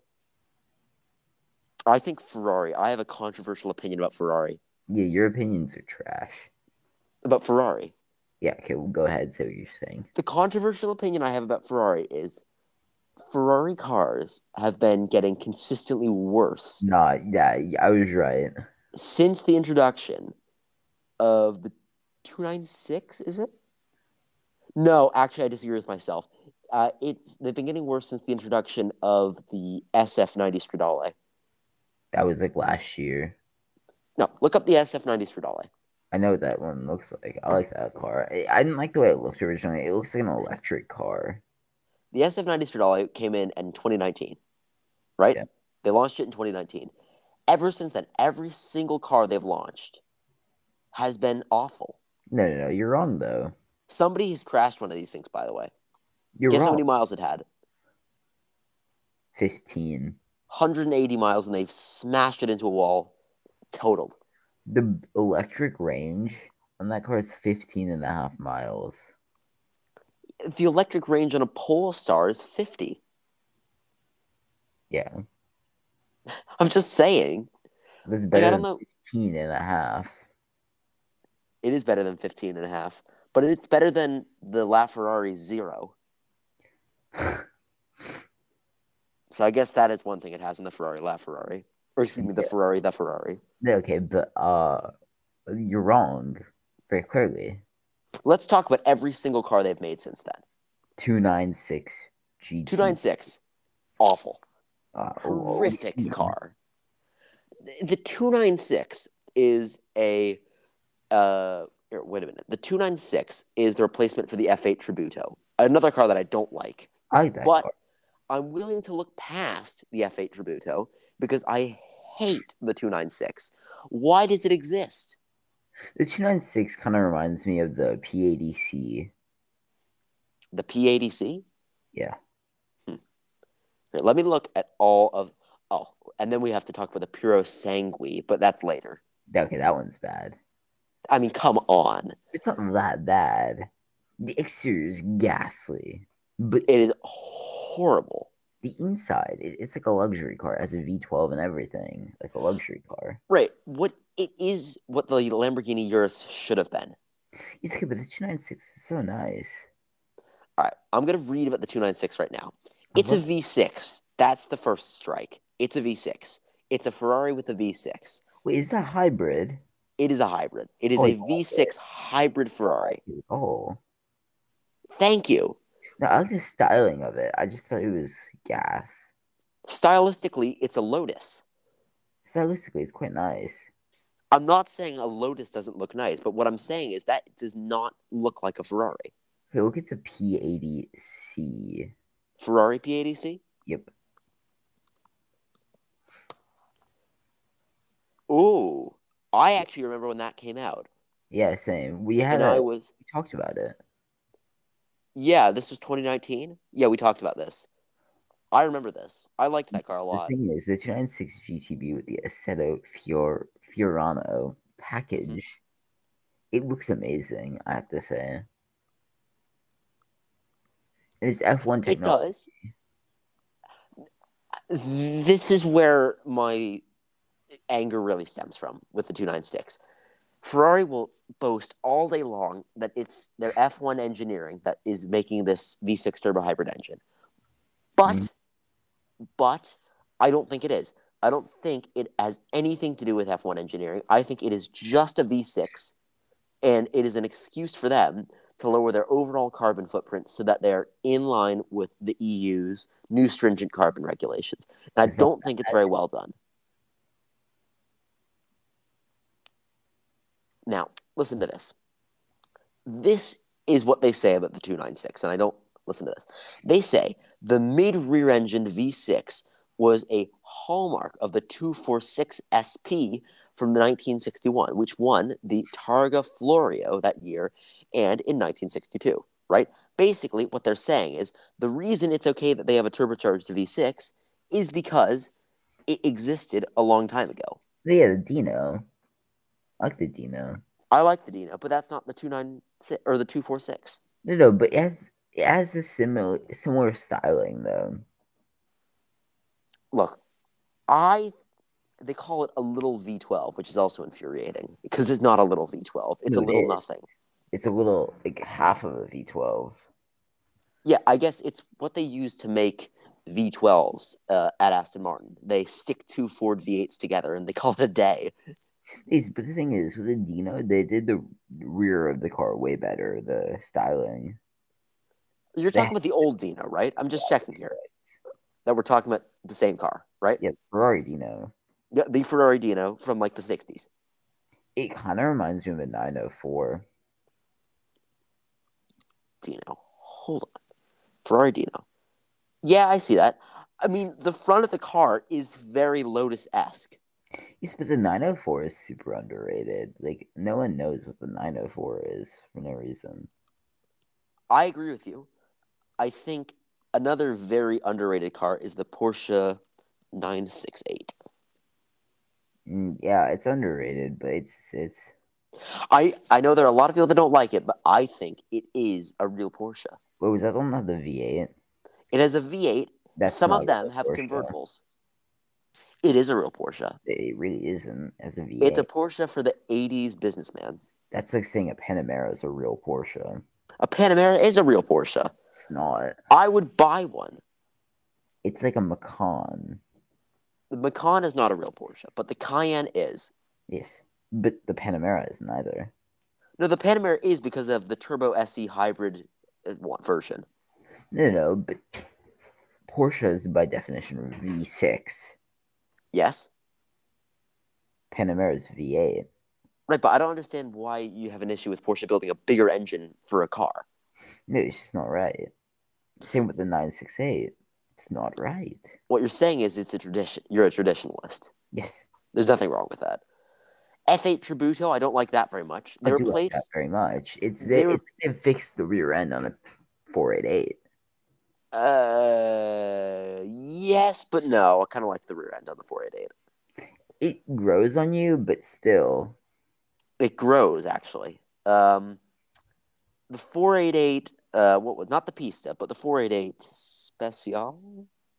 [SPEAKER 2] I think Ferrari. I have a controversial opinion about Ferrari.
[SPEAKER 1] Yeah, your opinions are trash.
[SPEAKER 2] About Ferrari.
[SPEAKER 1] Yeah, okay, well, go ahead, say what you're saying.
[SPEAKER 2] The controversial opinion I have about Ferrari is Ferrari cars have been getting consistently worse
[SPEAKER 1] Nah, yeah, yeah, I was right.
[SPEAKER 2] since the introduction of the 296, is it? No, actually, I disagree with myself. Uh, it's they've been getting worse since the introduction of the SF90 Stradale.
[SPEAKER 1] That was like last year.
[SPEAKER 2] No, look up the SF90 Stradale.
[SPEAKER 1] I know what that one looks like. I like that car. I, I didn't like the way it looked originally. It looks like an electric car.
[SPEAKER 2] The SF90 Stradale came in in 2019, right?
[SPEAKER 1] Yeah.
[SPEAKER 2] They launched it in 2019. Ever since then, every single car they've launched has been awful.
[SPEAKER 1] No, no, no, you're wrong though.
[SPEAKER 2] Somebody has crashed one of these things, by the way.
[SPEAKER 1] You're
[SPEAKER 2] Guess
[SPEAKER 1] wrong.
[SPEAKER 2] how many miles it had?
[SPEAKER 1] Fifteen.
[SPEAKER 2] 180 miles, and they've smashed it into a wall, totaled.
[SPEAKER 1] The electric range on that car is 15 and a half miles.
[SPEAKER 2] The electric range on a Polestar is 50.
[SPEAKER 1] Yeah,
[SPEAKER 2] I'm just saying,
[SPEAKER 1] that's
[SPEAKER 2] like, I
[SPEAKER 1] better
[SPEAKER 2] don't
[SPEAKER 1] than
[SPEAKER 2] know.
[SPEAKER 1] 15 and a half.
[SPEAKER 2] It is better than 15 and a half, but it's better than the LaFerrari Zero. so I guess that is one thing it has in the Ferrari LaFerrari. Or excuse me, the
[SPEAKER 1] Yeah.
[SPEAKER 2] Ferrari, the Ferrari.
[SPEAKER 1] No, Okay, but uh, you're wrong very clearly.
[SPEAKER 2] Let's talk about every single car they've made since then.
[SPEAKER 1] 296 GT.
[SPEAKER 2] 296, awful.
[SPEAKER 1] uh, oh,
[SPEAKER 2] horrific
[SPEAKER 1] yeah.
[SPEAKER 2] car. The- The 296 is a uh er, wait a minute. The 296 is the replacement for the F8 Tributo. Another car that I don't like.
[SPEAKER 1] I like that
[SPEAKER 2] But
[SPEAKER 1] car.
[SPEAKER 2] I'm willing to look past the F8 Tributo because I hate the 296. Why does it exist?
[SPEAKER 1] The 296 kind of reminds me of the P80C.
[SPEAKER 2] The P80C?
[SPEAKER 1] Yeah.
[SPEAKER 2] Hmm. Here, Let me look at all of oh, and then we have to talk about the Puro Sangui, but that's later.
[SPEAKER 1] Okay, that one's bad.
[SPEAKER 2] I mean, come on.
[SPEAKER 1] It's not that bad. The exterior is ghastly, but
[SPEAKER 2] It is horrible.
[SPEAKER 1] the inside it, it's like a luxury car as a v12 and everything like a luxury car
[SPEAKER 2] Right. What it is what the Lamborghini Urus should have been.
[SPEAKER 1] he's like but the 296 is so nice
[SPEAKER 2] All right. I'm going to read about the 296 right now.
[SPEAKER 1] I
[SPEAKER 2] It's a
[SPEAKER 1] love-
[SPEAKER 2] V6. That's the first strike. It's a V6. It's a Ferrari with a V6.
[SPEAKER 1] wait is that hybrid
[SPEAKER 2] It is a hybrid. It is
[SPEAKER 1] Oh,
[SPEAKER 2] a
[SPEAKER 1] yeah.
[SPEAKER 2] V6 hybrid Ferrari.
[SPEAKER 1] oh
[SPEAKER 2] Thank you.
[SPEAKER 1] no i like the styling of it i just thought it was gas
[SPEAKER 2] Stylistically, it's a Lotus.
[SPEAKER 1] stylistically it's quite nice
[SPEAKER 2] I'm not saying a Lotus doesn't look nice, but what I'm saying is that it does not look like a Ferrari.
[SPEAKER 1] okay look at the p80c
[SPEAKER 2] Ferrari P80C?
[SPEAKER 1] yep
[SPEAKER 2] Ooh. I actually remember when that came out.
[SPEAKER 1] yeah same we had
[SPEAKER 2] And
[SPEAKER 1] a,
[SPEAKER 2] I was
[SPEAKER 1] we talked about it
[SPEAKER 2] Yeah, this was 2019. Yeah, we talked about this. I remember this. I liked that car a
[SPEAKER 1] the
[SPEAKER 2] lot.
[SPEAKER 1] thing is the 296 gtb with the aceto Fior, fiorano
[SPEAKER 2] Mm-hmm.
[SPEAKER 1] package it looks amazing i have to say and it's f1
[SPEAKER 2] It
[SPEAKER 1] technology
[SPEAKER 2] does. This is where my anger really stems from with the 296. Ferrari will boast all day long that it's their F1 engineering that is making this V6 turbo hybrid engine. But
[SPEAKER 1] Mhm.
[SPEAKER 2] but I don't think it is. I don't think it has anything to do with F1 engineering. I think it is just a V6 and it is an excuse for them to lower their overall carbon footprint so that they're in line with the EU's new stringent carbon regulations. And I
[SPEAKER 1] It's not
[SPEAKER 2] don't think it's very well done. Now, listen to this. This is what they say about the 296, and I don't listen to this. They say the mid rear engined V6 was a hallmark of the 246 SP from 1961, which won the Targa Florio that year and in 1962, right? Basically, what they're saying is the reason it's okay that they have a turbocharged V6 is because it existed a long time ago.
[SPEAKER 1] yeah the dino I like the Dino.
[SPEAKER 2] I like the Dino, but that's not the two nine six or the two four six.
[SPEAKER 1] No, no, but it has it has a similar similar styling though.
[SPEAKER 2] Look, I they call it a little V twelve, which is also infuriating because it's not a little V twelve. It's a
[SPEAKER 1] No, it
[SPEAKER 2] little
[SPEAKER 1] is.
[SPEAKER 2] nothing.
[SPEAKER 1] It's a little like half of a V twelve.
[SPEAKER 2] Yeah, I guess it's what they use to make V12s uh, at Aston Martin. They stick two Ford V8s together and they call it a day.
[SPEAKER 1] These, but the thing is, with the Dino, they did the rear of the car way better. The styling.
[SPEAKER 2] You're talking about the old Dino, right? I'm just checking here that we're talking about the same car, right?
[SPEAKER 1] Yeah, Ferrari Dino.
[SPEAKER 2] Yeah, The Ferrari Dino from like the 60s.
[SPEAKER 1] It kind of reminds me of a 904.
[SPEAKER 2] Dino. Hold on. Ferrari Dino. Yeah, I see that. I mean, the front of the car is very Lotus esque.
[SPEAKER 1] Yes, but the 904 is super underrated. Like no one knows what the 904 is for no reason.
[SPEAKER 2] I agree with you. I think another very underrated car is the Porsche 968.
[SPEAKER 1] Mm, yeah, it's underrated, but it's it's
[SPEAKER 2] I I know there are a lot of people that don't like it, but I think it is a real Porsche.
[SPEAKER 1] what was that one? Not the V8.
[SPEAKER 2] It has a V8.
[SPEAKER 1] That's
[SPEAKER 2] Some of
[SPEAKER 1] not a
[SPEAKER 2] them have
[SPEAKER 1] Porsche.
[SPEAKER 2] convertibles. It is a real Porsche.
[SPEAKER 1] It really isn't as a V8.
[SPEAKER 2] It's a Porsche for the 80s businessman.
[SPEAKER 1] That's like saying a Panamera is a real Porsche.
[SPEAKER 2] A Panamera is a real Porsche.
[SPEAKER 1] It's not.
[SPEAKER 2] I would buy one.
[SPEAKER 1] It's like a Macan.
[SPEAKER 2] The Macan is not a real Porsche, but the Cayenne is.
[SPEAKER 1] Yes, but the Panamera isn't either.
[SPEAKER 2] No, the Panamera is because of the turbo SE hybrid uh, one- version.
[SPEAKER 1] No, no, but Porsche is by definition V6.
[SPEAKER 2] Yes.
[SPEAKER 1] Panamera is V8.
[SPEAKER 2] Right, but I don't understand why you have an issue with Porsche building a bigger engine for a car.
[SPEAKER 1] No, it's just not right. Same with the 968. It's not right.
[SPEAKER 2] What you're saying is it's a tradition. You're a traditionalist.
[SPEAKER 1] Yes,
[SPEAKER 2] There's nothing wrong with that. F8 Tributo, I don't like that very much. They
[SPEAKER 1] I do like
[SPEAKER 2] replaced.
[SPEAKER 1] that very much. It's
[SPEAKER 2] they
[SPEAKER 1] they,
[SPEAKER 2] were-
[SPEAKER 1] it's they fixed the rear end on a 488.
[SPEAKER 2] uh, yes, but no. I kind of like the rear end on the 488.
[SPEAKER 1] It grows on you, but still,
[SPEAKER 2] It grows actually. Um, the 488. Uh, what was not the Pista, but the 488 Special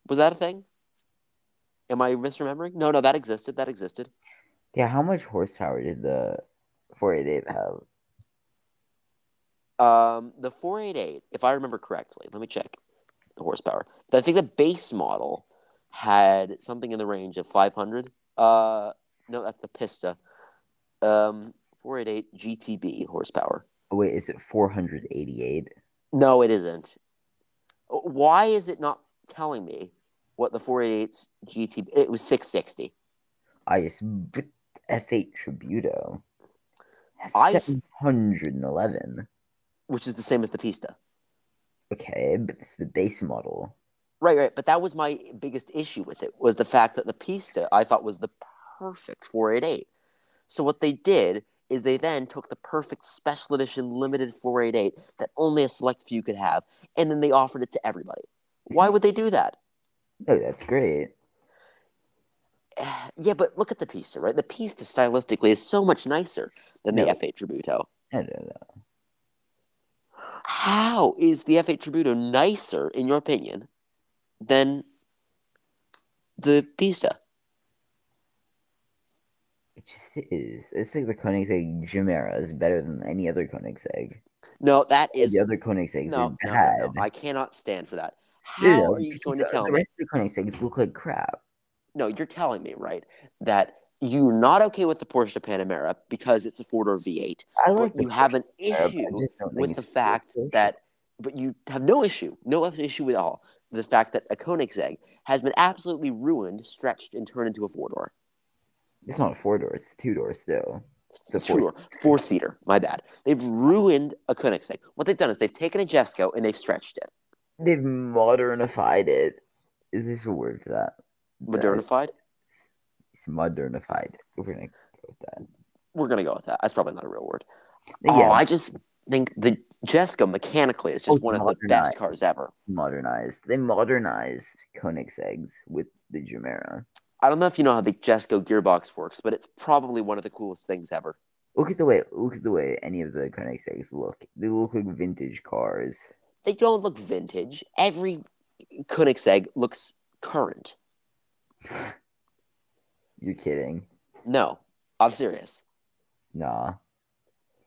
[SPEAKER 2] was that a thing? Am I misremembering? No, no, that existed. That existed.
[SPEAKER 1] yeah. How much horsepower did the 488 have?
[SPEAKER 2] Um, the 488, if I remember correctly, let me check the horsepower. I think the base model had something in the range of 500. Uh, no, that's the Pista. Um, 488 GTB horsepower.
[SPEAKER 1] Oh, wait, is it 488?
[SPEAKER 2] No, it isn't. Why is it not telling me what the 488's GTB? It was 660.
[SPEAKER 1] I just but F8 Tributo has
[SPEAKER 2] I-
[SPEAKER 1] 711.
[SPEAKER 2] Which is the same as the Pista.
[SPEAKER 1] Okay, but this is the base model.
[SPEAKER 2] Right, right. But that was my biggest issue with it was the fact that the Pista I thought was the perfect 488. So what they did is they then took the perfect special edition limited 488 that only a select few could have, and then they offered it to everybody. Why would they do that?
[SPEAKER 1] No, Oh, that's great.
[SPEAKER 2] Yeah, but look at the Pista, right? The Pista stylistically is so much nicer than the
[SPEAKER 1] No.
[SPEAKER 2] F8 Tributo.
[SPEAKER 1] I don't know.
[SPEAKER 2] How is the F8 Tributo nicer, in your opinion, than the Pista?
[SPEAKER 1] It just is. It's like the Koenigsegg Chimera is better than any other Koenigsegg.
[SPEAKER 2] No, that is
[SPEAKER 1] the other Koenigsegg's
[SPEAKER 2] no,
[SPEAKER 1] are
[SPEAKER 2] no,
[SPEAKER 1] bad.
[SPEAKER 2] no, no, I cannot stand for that. How
[SPEAKER 1] No, no,
[SPEAKER 2] are you
[SPEAKER 1] because
[SPEAKER 2] going to
[SPEAKER 1] the-
[SPEAKER 2] tell
[SPEAKER 1] the
[SPEAKER 2] me?
[SPEAKER 1] rest of the Koenigsegg's look like crap?
[SPEAKER 2] No, you're telling me, right, that you're not okay with the Porsche Panamera because it's a four door V8.
[SPEAKER 1] I
[SPEAKER 2] but
[SPEAKER 1] like the
[SPEAKER 2] you have an
[SPEAKER 1] Panamera, but I
[SPEAKER 2] issue
[SPEAKER 1] just don't think
[SPEAKER 2] with
[SPEAKER 1] it's
[SPEAKER 2] the
[SPEAKER 1] good
[SPEAKER 2] fact
[SPEAKER 1] Porsche.
[SPEAKER 2] that, but you have no issue, no issue at all, the fact that a Koenigsegg has been absolutely ruined, stretched, and turned into a four door.
[SPEAKER 1] it's not a four door; it's two door still. It's a
[SPEAKER 2] Two door, four seater, my bad. They've ruined a Koenigsegg. What they've done is they've taken a Jesco and they've stretched it.
[SPEAKER 1] They've modernified it. Is this a word for that? No,
[SPEAKER 2] Modernified?
[SPEAKER 1] It's modernified. We're gonna go with that.
[SPEAKER 2] We're going to go with that. That's probably not a real word.
[SPEAKER 1] yeah,
[SPEAKER 2] Oh, I just think the Jessica mechanically is
[SPEAKER 1] Oh,
[SPEAKER 2] just
[SPEAKER 1] it's
[SPEAKER 2] one of the
[SPEAKER 1] modernized.
[SPEAKER 2] best cars ever.
[SPEAKER 1] modernized. They modernized Koenigsegg's with the Jumera.
[SPEAKER 2] I don't know if you know how the Jesco gearbox works, but it's probably one of the coolest things ever.
[SPEAKER 1] Look at the way look at the way any of the Koenigseggs look. They look like vintage cars.
[SPEAKER 2] They don't look vintage. Every Koenigsegg looks current.
[SPEAKER 1] You're kidding?
[SPEAKER 2] No, I'm serious.
[SPEAKER 1] Nah.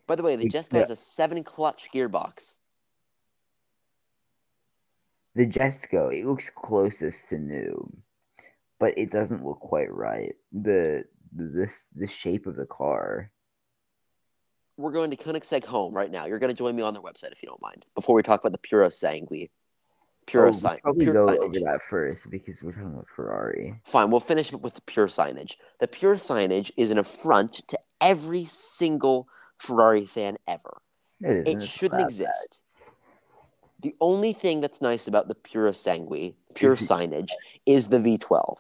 [SPEAKER 2] By the way, the
[SPEAKER 1] Like,
[SPEAKER 2] Jessica
[SPEAKER 1] yeah.
[SPEAKER 2] has a seven clutch gearbox.
[SPEAKER 1] The Jesco, it looks closest to new, but it doesn't look quite right. The this the shape of the car.
[SPEAKER 2] We're going to Koenigsegg home right now. You're going to join me on their website if you don't mind. Before we talk about the Puro Sangue. Puro
[SPEAKER 1] Oh, we
[SPEAKER 2] Sangue.
[SPEAKER 1] Probably go over that first because we're talking about Ferrari.
[SPEAKER 2] Fine, we'll finish with the pure signage. The pure signage is an affront to every single Ferrari fan ever.
[SPEAKER 1] No, It, isn't.
[SPEAKER 2] It
[SPEAKER 1] It's
[SPEAKER 2] shouldn't
[SPEAKER 1] flat.
[SPEAKER 2] exist. The only thing that's nice about the pure sangue, pure
[SPEAKER 1] Is it-
[SPEAKER 2] signage, is the V12.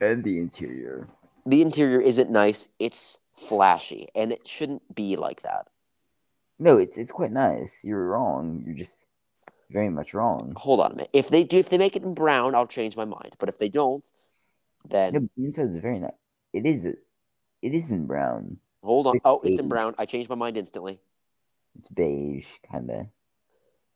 [SPEAKER 1] And the interior.
[SPEAKER 2] The interior isn't nice, it's flashy, and it shouldn't be like that.
[SPEAKER 1] No, it's it's quite nice. You're wrong. You're just very much wrong.
[SPEAKER 2] Hold on a minute. If they do if they make it in brown, I'll change my mind. But if they don't, then
[SPEAKER 1] No, but the inside's very nice. It is it is in brown.
[SPEAKER 2] hold on.
[SPEAKER 1] it's
[SPEAKER 2] Oh, it's in
[SPEAKER 1] beige.
[SPEAKER 2] brown. I changed my mind instantly.
[SPEAKER 1] It's beige, kinda.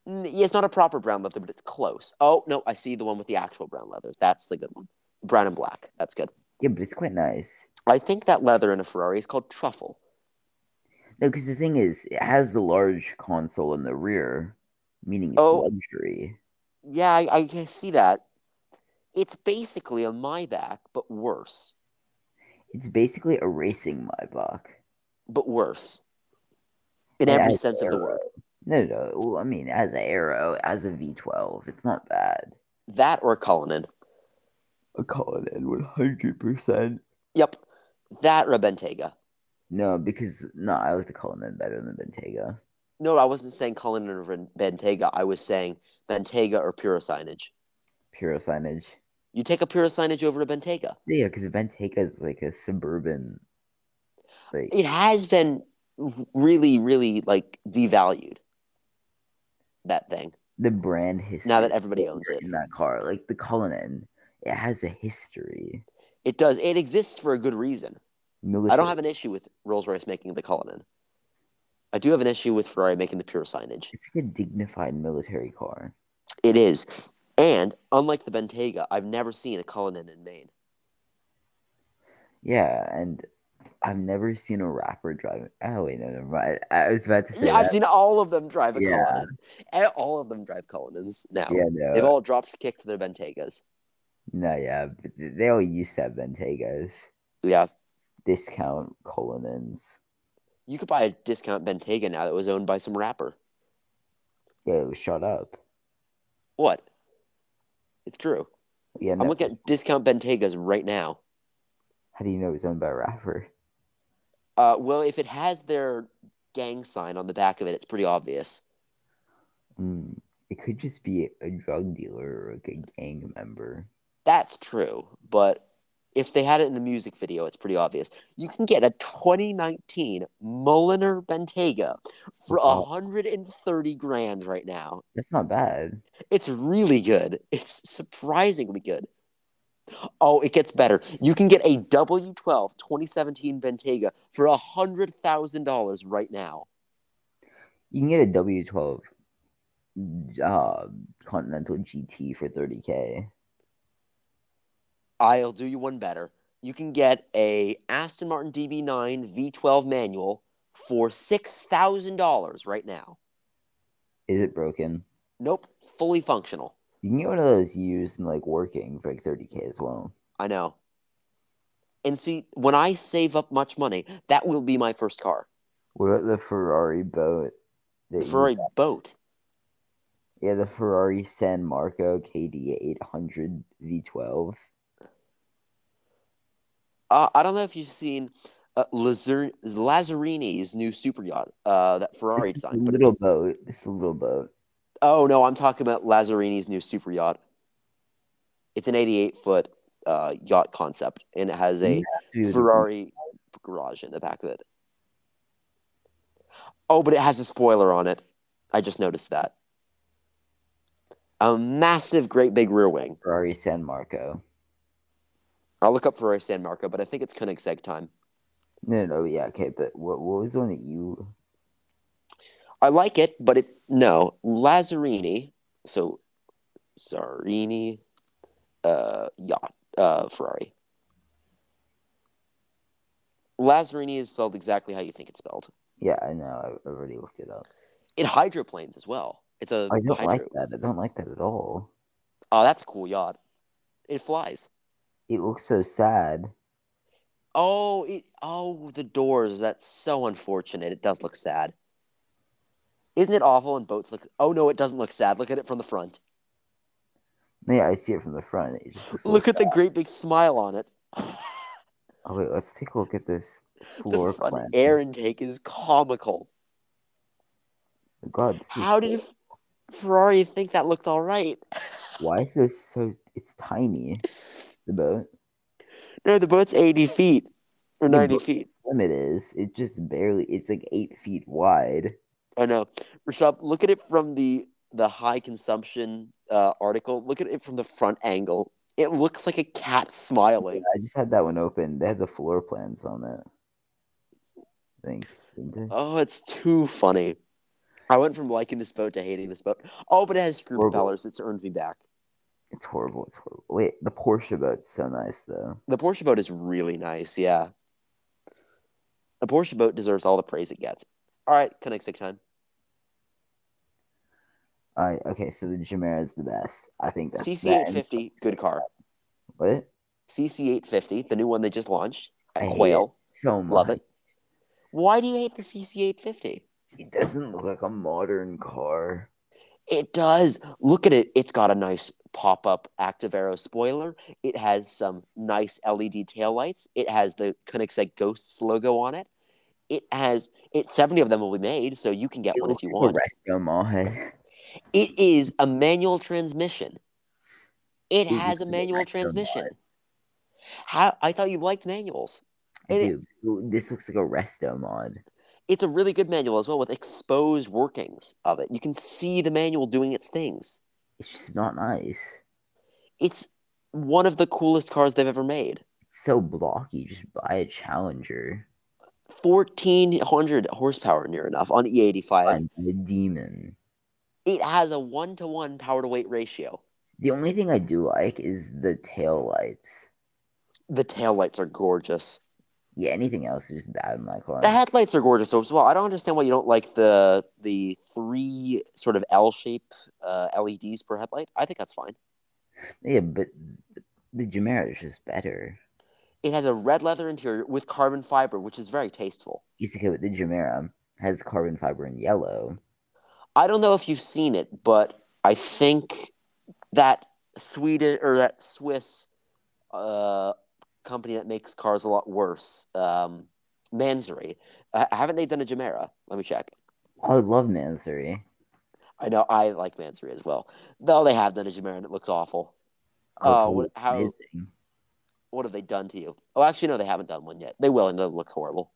[SPEAKER 2] N- Yeah, it's not a proper brown leather, but it's close. Oh no, I see the one with the actual brown leather. That's the good one. Brown and black. That's good.
[SPEAKER 1] Yeah, but it's quite nice.
[SPEAKER 2] I think that leather in a Ferrari is called truffle.
[SPEAKER 1] No, because the thing is, it has the large console in the rear, meaning it's
[SPEAKER 2] Oh.
[SPEAKER 1] luxury.
[SPEAKER 2] Yeah, I, I can see that. It's basically a Maybach, but worse.
[SPEAKER 1] It's basically a racing Maybach.
[SPEAKER 2] But worse. In
[SPEAKER 1] It
[SPEAKER 2] every
[SPEAKER 1] has
[SPEAKER 2] sense of the word.
[SPEAKER 1] No, no. Well, I mean, as an aero, as a V12, it's not bad.
[SPEAKER 2] That or Cullinan.
[SPEAKER 1] A Cullinan, one hundred percent.
[SPEAKER 2] Yep. That or a Bentayga.
[SPEAKER 1] No, because no, I like the Cullinan better than the Bentayga.
[SPEAKER 2] No, I wasn't saying Cullinan or Ben- Bentayga. I was saying Bentayga or Puro signage.
[SPEAKER 1] Pure signage.
[SPEAKER 2] You take a Puro signage over a Bentayga.
[SPEAKER 1] Yeah, because Bentayga is like a suburban. Like,
[SPEAKER 2] it has been really, really like devalued. That thing.
[SPEAKER 1] the brand history.
[SPEAKER 2] Now that everybody owns it,
[SPEAKER 1] in that car, like the Cullinan, it has a history.
[SPEAKER 2] it does. It exists for a good reason. I
[SPEAKER 1] Military-
[SPEAKER 2] don't have an issue with Rolls Royce making the Cullinan. I do have an issue with Ferrari making the pure signage.
[SPEAKER 1] It's like a dignified military car.
[SPEAKER 2] It is, and unlike the Bentayga, I've never seen a Cullinan in Maine.
[SPEAKER 1] Yeah, and I've never seen a rapper driving. Oh wait, no, never mind. I I was about to say.
[SPEAKER 2] Yeah, I've
[SPEAKER 1] that.
[SPEAKER 2] seen all of them drive a
[SPEAKER 1] Yeah.
[SPEAKER 2] Cullinan. And All of them drive Cullinans now.
[SPEAKER 1] Yeah, no,
[SPEAKER 2] They've all dropped kick to their Bentaygas.
[SPEAKER 1] no, yeah. But th- they all used to have Bentegas.
[SPEAKER 2] Yeah,
[SPEAKER 1] Discount Cullinans.
[SPEAKER 2] you could buy a discount Bentayga now that was owned by some rapper.
[SPEAKER 1] Yeah, shut up.
[SPEAKER 2] What? It's true.
[SPEAKER 1] Yeah, no.
[SPEAKER 2] I'm looking at discount Bentegas right now.
[SPEAKER 1] How do you know it was owned by a rapper?
[SPEAKER 2] Uh, well, if it has their gang sign on the back of it, it's pretty obvious.
[SPEAKER 1] Mm, it could just be a drug dealer or like a gang member.
[SPEAKER 2] That's true, but if they had it in a music video, it's pretty obvious. You can get a 2019 Mulliner Bentayga for
[SPEAKER 1] Wow.
[SPEAKER 2] 130 grand right now.
[SPEAKER 1] That's not bad.
[SPEAKER 2] It's really good. It's surprisingly good. Oh, it gets better. You can get a W12 2017 Bentayga for $100,000 right now.
[SPEAKER 1] You can get a W twelve uh Continental GT for thirty K.
[SPEAKER 2] I'll do you one better. You can get a Aston Martin DB9 V12 manual for $6,000 right now.
[SPEAKER 1] Is it broken?
[SPEAKER 2] Nope, fully functional.
[SPEAKER 1] You can get one of those used and like working for like thirty K as well.
[SPEAKER 2] I know. And see, when I save up much money, that will be my first car.
[SPEAKER 1] What about the Ferrari boat? that
[SPEAKER 2] The
[SPEAKER 1] you-
[SPEAKER 2] Ferrari boat.
[SPEAKER 1] yeah, the Ferrari San Marco KD eight hundred V twelve.
[SPEAKER 2] Uh, I don't know if you've seen uh, Lazar- Lazarini's new super yacht uh, that Ferrari
[SPEAKER 1] This is a
[SPEAKER 2] designed. But it's-
[SPEAKER 1] little boat. This is a little boat.
[SPEAKER 2] oh, no, I'm talking about Lazarini's new super yacht. It's an 88 foot uh, yacht concept, and it has
[SPEAKER 1] Mm-hmm.
[SPEAKER 2] a. Ferrari garage in the back of it. Oh, but it has a spoiler on it. I just noticed that. A massive, great big rear wing.
[SPEAKER 1] Ferrari San Marco.
[SPEAKER 2] I'll look up Ferrari San Marco, but I think it's Koenigsegg time.
[SPEAKER 1] No, no, yeah, okay, but what what was the one that you?
[SPEAKER 2] I like it, but it no Lazzarini. So Zarini, uh, yacht, uh, Ferrari. Lazzarini is spelled exactly how you think it's spelled.
[SPEAKER 1] Yeah, I know. I already looked it up.
[SPEAKER 2] It hydroplanes as well. It's a
[SPEAKER 1] I don't
[SPEAKER 2] hydro.
[SPEAKER 1] like that. I don't like that at all.
[SPEAKER 2] Oh, that's a cool yacht. It flies.
[SPEAKER 1] It looks so sad.
[SPEAKER 2] Oh, it, oh, the doors. That's so unfortunate. It does look sad. Isn't it awful? And boats look. Oh no, it doesn't look sad. Look at it from the front.
[SPEAKER 1] Yeah, I see it from the front. It just looks so
[SPEAKER 2] Look at the
[SPEAKER 1] sad.
[SPEAKER 2] great big smile on it.
[SPEAKER 1] Oh wait, let's take a look at this floor
[SPEAKER 2] the front
[SPEAKER 1] plan.
[SPEAKER 2] air intake is comical.
[SPEAKER 1] God, this is
[SPEAKER 2] How did
[SPEAKER 1] so-
[SPEAKER 2] F- Ferrari think that looked all right?
[SPEAKER 1] Why is this so? It's tiny. The boat.
[SPEAKER 2] No, the boat's eighty feet or
[SPEAKER 1] Yeah,
[SPEAKER 2] ninety
[SPEAKER 1] but-
[SPEAKER 2] feet.
[SPEAKER 1] Slim it is. It just barely. It's like eight feet wide.
[SPEAKER 2] I know. Rashab, look at it from the the high consumption uh, article. Look at it from the front angle. It looks like a cat smiling.
[SPEAKER 1] I just had that one open. They had the floor plans on it. I think. didn't they?
[SPEAKER 2] Oh, it's too funny. I went from liking this boat to hating this boat. Oh, but it has screw
[SPEAKER 1] Horrible.
[SPEAKER 2] propellers. It's earned me back.
[SPEAKER 1] It's horrible. It's horrible. Wait, the Porsche boat's so nice though.
[SPEAKER 2] The Porsche boat is really nice. Yeah. The Porsche boat deserves all the praise it gets. All right, connect sick time.
[SPEAKER 1] I okay. So the Jamera is the best. I think that's that and-
[SPEAKER 2] CC850, good car.
[SPEAKER 1] What?
[SPEAKER 2] CC850, the new one they just launched
[SPEAKER 1] I
[SPEAKER 2] at
[SPEAKER 1] hate it
[SPEAKER 2] Quail.
[SPEAKER 1] So much.
[SPEAKER 2] Love it. Why do you hate the CC850?
[SPEAKER 1] It doesn't look like a modern car.
[SPEAKER 2] It does. Look at it. It's got a nice pop up active arrow spoiler. It has some nice E LED taillights. It has the Koenigsegg Ghosts logo on it. It has it. 70 of them will be made, so you can get
[SPEAKER 1] It
[SPEAKER 2] one if
[SPEAKER 1] looks
[SPEAKER 2] you
[SPEAKER 1] like
[SPEAKER 2] want.
[SPEAKER 1] a resto mod.
[SPEAKER 2] It is a manual transmission. It
[SPEAKER 1] Dude,
[SPEAKER 2] has
[SPEAKER 1] this
[SPEAKER 2] a
[SPEAKER 1] is a
[SPEAKER 2] manual
[SPEAKER 1] retro
[SPEAKER 2] transmission. How I thought you liked manuals.
[SPEAKER 1] I
[SPEAKER 2] And it-
[SPEAKER 1] do. Ooh, This looks like a resto mod.
[SPEAKER 2] It's a really good manual as well with exposed workings of it. You can see the manual doing its things.
[SPEAKER 1] It's just not nice.
[SPEAKER 2] It's one of the coolest cars they've ever made.
[SPEAKER 1] It's so blocky. Just buy a Challenger.
[SPEAKER 2] fourteen hundred horsepower near enough on E eighty five.
[SPEAKER 1] Buy a Demon.
[SPEAKER 2] It has a one to one power to weight ratio.
[SPEAKER 1] The only thing I do like is the tail lights.
[SPEAKER 2] The taillights are gorgeous.
[SPEAKER 1] Yeah, anything else is just bad in my car.
[SPEAKER 2] The headlights are gorgeous as well. I don't understand why you don't like the the three sort of L shape uh, LEDs per headlight. I think that's fine.
[SPEAKER 1] yeah, but the Jamera is just better.
[SPEAKER 2] It has a red leather interior with carbon fiber, which is very tasteful.
[SPEAKER 1] He's okay, but the Jamera has carbon fiber in yellow.
[SPEAKER 2] I don't know if you've seen it, but I think that Swedish or that Swiss uh, company that makes cars a lot worse, um, Mansory, uh, haven't they done a Gemera? Let me check.
[SPEAKER 1] I love Mansory.
[SPEAKER 2] I know I like Mansory as well. Though they have done a Gemera and it looks awful. Oh, what- how-
[SPEAKER 1] amazing.
[SPEAKER 2] What have they done to you? Oh, actually, no, they haven't done one yet. They will, and it'll look horrible.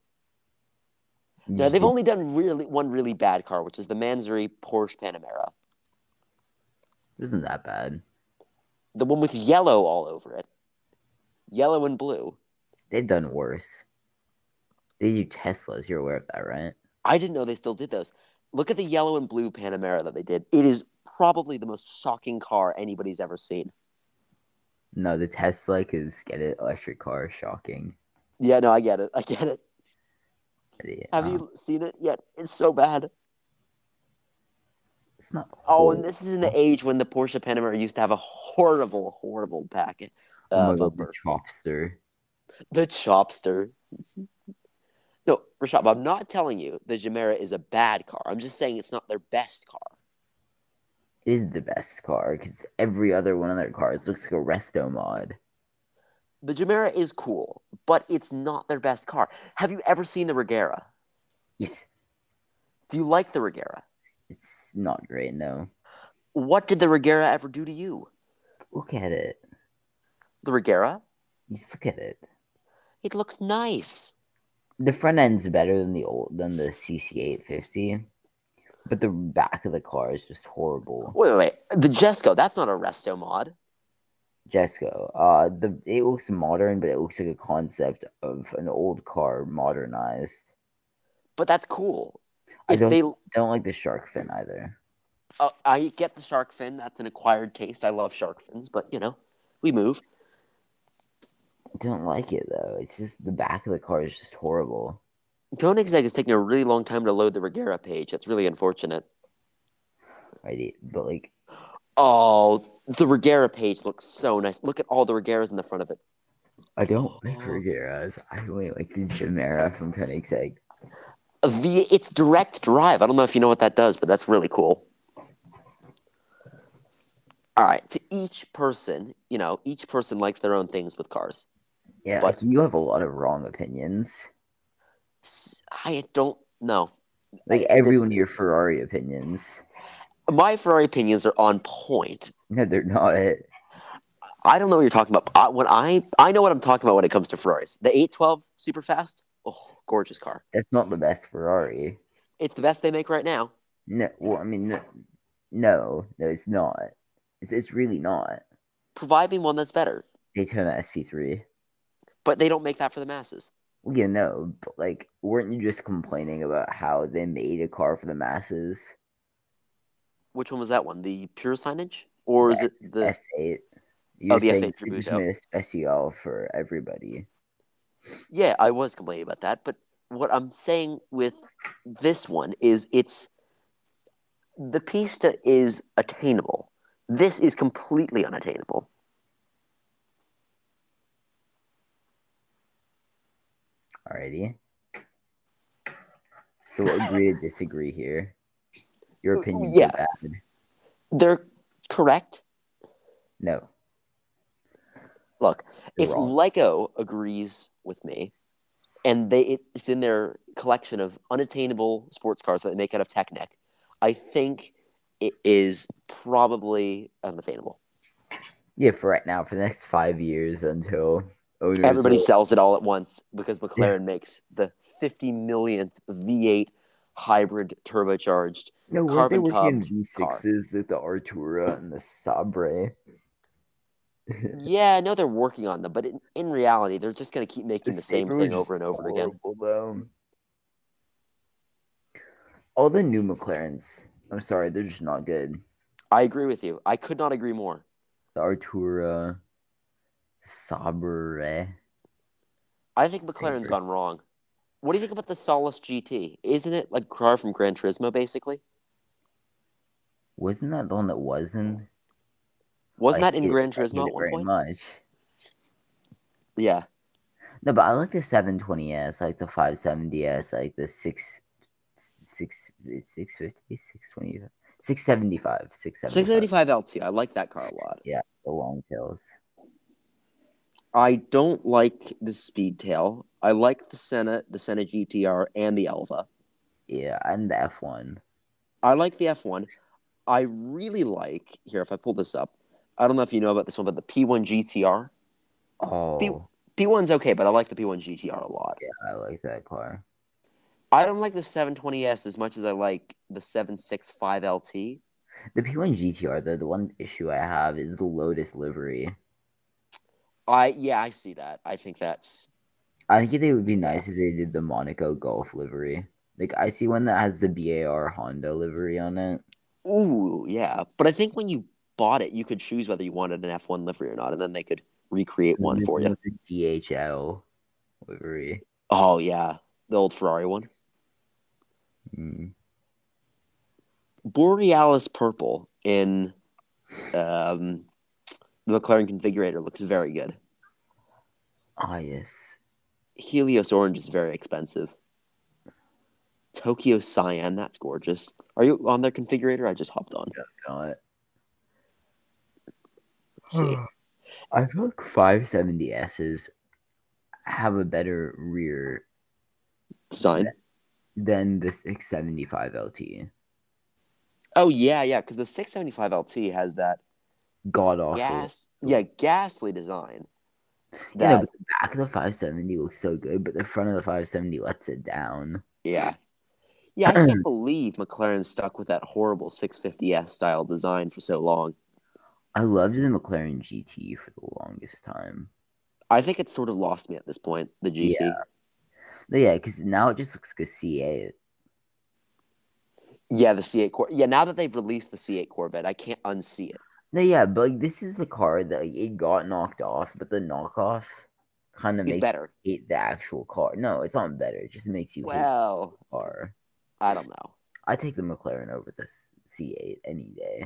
[SPEAKER 2] No,
[SPEAKER 1] Just
[SPEAKER 2] they've
[SPEAKER 1] the-
[SPEAKER 2] only done really one really bad car, which is the Mansory Porsche Panamera,
[SPEAKER 1] it wasn't that bad.
[SPEAKER 2] the one with yellow all over it, yellow and blue.
[SPEAKER 1] They've done worse. They do Teslas. You're aware of that, right?
[SPEAKER 2] I didn't know they still did those. Look at the yellow and blue Panamera that they did. It is probably the most shocking car anybody's ever seen.
[SPEAKER 1] No, the Tesla is get it electric car shocking.
[SPEAKER 2] Yeah, no, I get it. I get it.
[SPEAKER 1] Yeah,
[SPEAKER 2] Have you seen it yet? It's so bad.
[SPEAKER 1] uh, It's not.
[SPEAKER 2] Oh,
[SPEAKER 1] horrible.
[SPEAKER 2] and this is an age when the Porsche Panamera used to have a horrible, horrible packet.
[SPEAKER 1] Oh my
[SPEAKER 2] Uh,
[SPEAKER 1] God, the
[SPEAKER 2] bumper.
[SPEAKER 1] chopster.
[SPEAKER 2] The chopster. No, Rashab, I'm not telling you the Gemera is a bad car. I'm just saying it's not their best car.
[SPEAKER 1] It is the best car because every other one of their cars looks like a resto mod.
[SPEAKER 2] The Gemera is cool, but it's not their best car. Have you ever seen the Regera?
[SPEAKER 1] Yes,
[SPEAKER 2] Do you like the Regera?
[SPEAKER 1] it's not great. No,
[SPEAKER 2] What did the Regera ever do to you?
[SPEAKER 1] look at it.
[SPEAKER 2] The Regera?
[SPEAKER 1] Just look at it.
[SPEAKER 2] It looks nice.
[SPEAKER 1] The front end's better than the old than the CC850, but the back of the car is just horrible.
[SPEAKER 2] Wait, wait, wait. The Jesco, that's not a resto mod.
[SPEAKER 1] Jesco. Uh, the it looks modern, but it looks like a concept of an old car modernized.
[SPEAKER 2] But that's cool.
[SPEAKER 1] I
[SPEAKER 2] If they
[SPEAKER 1] Don't like the shark fin either.
[SPEAKER 2] Uh, I get the shark fin. That's an acquired taste. I love shark fins, but you know, we move.
[SPEAKER 1] Don't like it though. It's just the back of the car is just horrible.
[SPEAKER 2] Koenigsegg is taking a really long time to load the Regera page. That's really unfortunate.
[SPEAKER 1] Right, but like
[SPEAKER 2] Oh, the Regera page looks so nice. Look at all the Regeras in the front of it.
[SPEAKER 1] I don't like Regeras. I really like the Chimera from Koenigsegg.
[SPEAKER 2] A V. It's direct drive. I don't know if you know what that does, but that's really cool. All right, to each person, you know, each person likes their own things with cars.
[SPEAKER 1] Yeah,
[SPEAKER 2] But-
[SPEAKER 1] like, you have a lot of wrong opinions.
[SPEAKER 2] S- I don't know.
[SPEAKER 1] Like
[SPEAKER 2] I
[SPEAKER 1] everyone,
[SPEAKER 2] disagree.
[SPEAKER 1] your Ferrari opinions.
[SPEAKER 2] My Ferrari opinions are on point.
[SPEAKER 1] No, they're not.
[SPEAKER 2] I don't know what you're talking about. I, when I I know what I'm talking about when it comes to Ferraris. The 812 super fast. Oh, gorgeous car.
[SPEAKER 1] That's not the best Ferrari.
[SPEAKER 2] It's the best they make right now.
[SPEAKER 1] No, well, I mean, no, no, no, it's not. It's, it's really not.
[SPEAKER 2] Provide me one that's better.
[SPEAKER 1] Daytona SP3.
[SPEAKER 2] But they don't make that for the masses.
[SPEAKER 1] Well, you know, but like, weren't you just complaining about how they made a car for the masses?
[SPEAKER 2] Which one was that one? The pure signage? Or is it the Oh,
[SPEAKER 1] F8. You're
[SPEAKER 2] the
[SPEAKER 1] saying
[SPEAKER 2] F8
[SPEAKER 1] they just
[SPEAKER 2] Tributo.
[SPEAKER 1] made a special for everybody.
[SPEAKER 2] Yeah, I was complaining about that, but what I'm saying with this one is it's the Pista is attainable. This is completely unattainable.
[SPEAKER 1] Alrighty. So we'll agree to disagree here. Your
[SPEAKER 2] Uh,
[SPEAKER 1] opinion
[SPEAKER 2] yeah.
[SPEAKER 1] yeah. bad.
[SPEAKER 2] They're correct.
[SPEAKER 1] No.
[SPEAKER 2] Look,
[SPEAKER 1] You're
[SPEAKER 2] if
[SPEAKER 1] wrong.
[SPEAKER 2] Lego agrees with me, and they it's in their collection of unattainable sports cars that they make out of Technic, I think it is probably unattainable.
[SPEAKER 1] Yeah, for right now, for the next five years until owners
[SPEAKER 2] Everybody
[SPEAKER 1] will-
[SPEAKER 2] sells it all at once because McLaren makes the 50 millionth V8 hybrid turbocharged.
[SPEAKER 1] no, weren't they
[SPEAKER 2] carbon
[SPEAKER 1] working in
[SPEAKER 2] topped
[SPEAKER 1] V6s with the Artura and the Sabre.
[SPEAKER 2] Yeah, I know they're working on them, but in, in reality, they're just going to keep making the, same
[SPEAKER 1] Sabre was
[SPEAKER 2] thing
[SPEAKER 1] just
[SPEAKER 2] over and over again.
[SPEAKER 1] horrible, Though. All the new McLarens, I'm sorry, they're just not good.
[SPEAKER 2] I agree with you. I could not agree more.
[SPEAKER 1] The Artura, Sabre.
[SPEAKER 2] I think McLaren's
[SPEAKER 1] agree.
[SPEAKER 2] gone wrong. What do you think about the Solace GT? Isn't it like a car from Gran Turismo, basically?
[SPEAKER 1] Wasn't that the one that wasn't?
[SPEAKER 2] Wasn't
[SPEAKER 1] I
[SPEAKER 2] that in
[SPEAKER 1] hate-
[SPEAKER 2] Gran
[SPEAKER 1] I hate
[SPEAKER 2] Turismo
[SPEAKER 1] it
[SPEAKER 2] at one
[SPEAKER 1] very
[SPEAKER 2] point?
[SPEAKER 1] much.
[SPEAKER 2] Yeah.
[SPEAKER 1] No, but I like the 720S, I like the 570S, I like the 6 six- 650, 620, 675, 675,
[SPEAKER 2] 675 LT. I like that car a lot.
[SPEAKER 1] the long tails.
[SPEAKER 2] I don't like the Speed Tail. I like the Senna, the Senna GTR, and the Elva.
[SPEAKER 1] Yeah, and the F1.
[SPEAKER 2] I like the F1. I really like, here, if I pull this up, I don't know if you know about this one, but the P1 GTR.
[SPEAKER 1] Oh,
[SPEAKER 2] P1's okay, but I like the P1 GTR a lot.
[SPEAKER 1] I like that car.
[SPEAKER 2] I don't like the 720S as much as I like the 765 LT.
[SPEAKER 1] The P1 GTR, though, the one issue I have is the Lotus livery.
[SPEAKER 2] I yeah, I see that. I think that's
[SPEAKER 1] I think it would be nice if they did the Monaco Golf livery. Like, I see one that has the BAR Honda livery on it.
[SPEAKER 2] ooh yeah. But I think when you bought it, you could choose whether you wanted an F one livery or not, and then they could recreate one for you.
[SPEAKER 1] The DHL livery.
[SPEAKER 2] Oh yeah, the old Ferrari one,
[SPEAKER 1] Mm.
[SPEAKER 2] Borealis purple in um, the McLaren configurator looks very good.
[SPEAKER 1] Ah, yes.
[SPEAKER 2] Helios orange is very expensive. Tokyo cyan, that's gorgeous. Are you on their configurator? I just hopped on.
[SPEAKER 1] Got it.
[SPEAKER 2] Let's
[SPEAKER 1] Hmm.
[SPEAKER 2] see.
[SPEAKER 1] I feel like 570S's have a better rear
[SPEAKER 2] Design.
[SPEAKER 1] than the 675 LT.
[SPEAKER 2] Oh yeah, yeah, because the 675 LT has that
[SPEAKER 1] God awful.
[SPEAKER 2] gas yeah ghastly design
[SPEAKER 1] Yeah, no,
[SPEAKER 2] that
[SPEAKER 1] but the back of the 570 looks so good, but the front of the 570 lets it down.
[SPEAKER 2] yeah yeah i can't believe mclaren stuck with that horrible 650s style design for so long
[SPEAKER 1] I loved the McLaren GT for the longest time.
[SPEAKER 2] I think it's sort of lost me at this point. The GC.
[SPEAKER 1] Yeah. But yeah, because now it just looks like a C8.
[SPEAKER 2] Yeah, the C8 Corvette. Yeah, now that they've released the C8 Corvette, I can't unsee it.
[SPEAKER 1] No, yeah, but like, this is the car that like, it got knocked off, but the knockoff kind of
[SPEAKER 2] It's
[SPEAKER 1] makes
[SPEAKER 2] better.
[SPEAKER 1] you hate the actual car. No, it's not better. It just makes you hate
[SPEAKER 2] Well,
[SPEAKER 1] the car.
[SPEAKER 2] I don't know.
[SPEAKER 1] I take the McLaren over the s- C8 any day.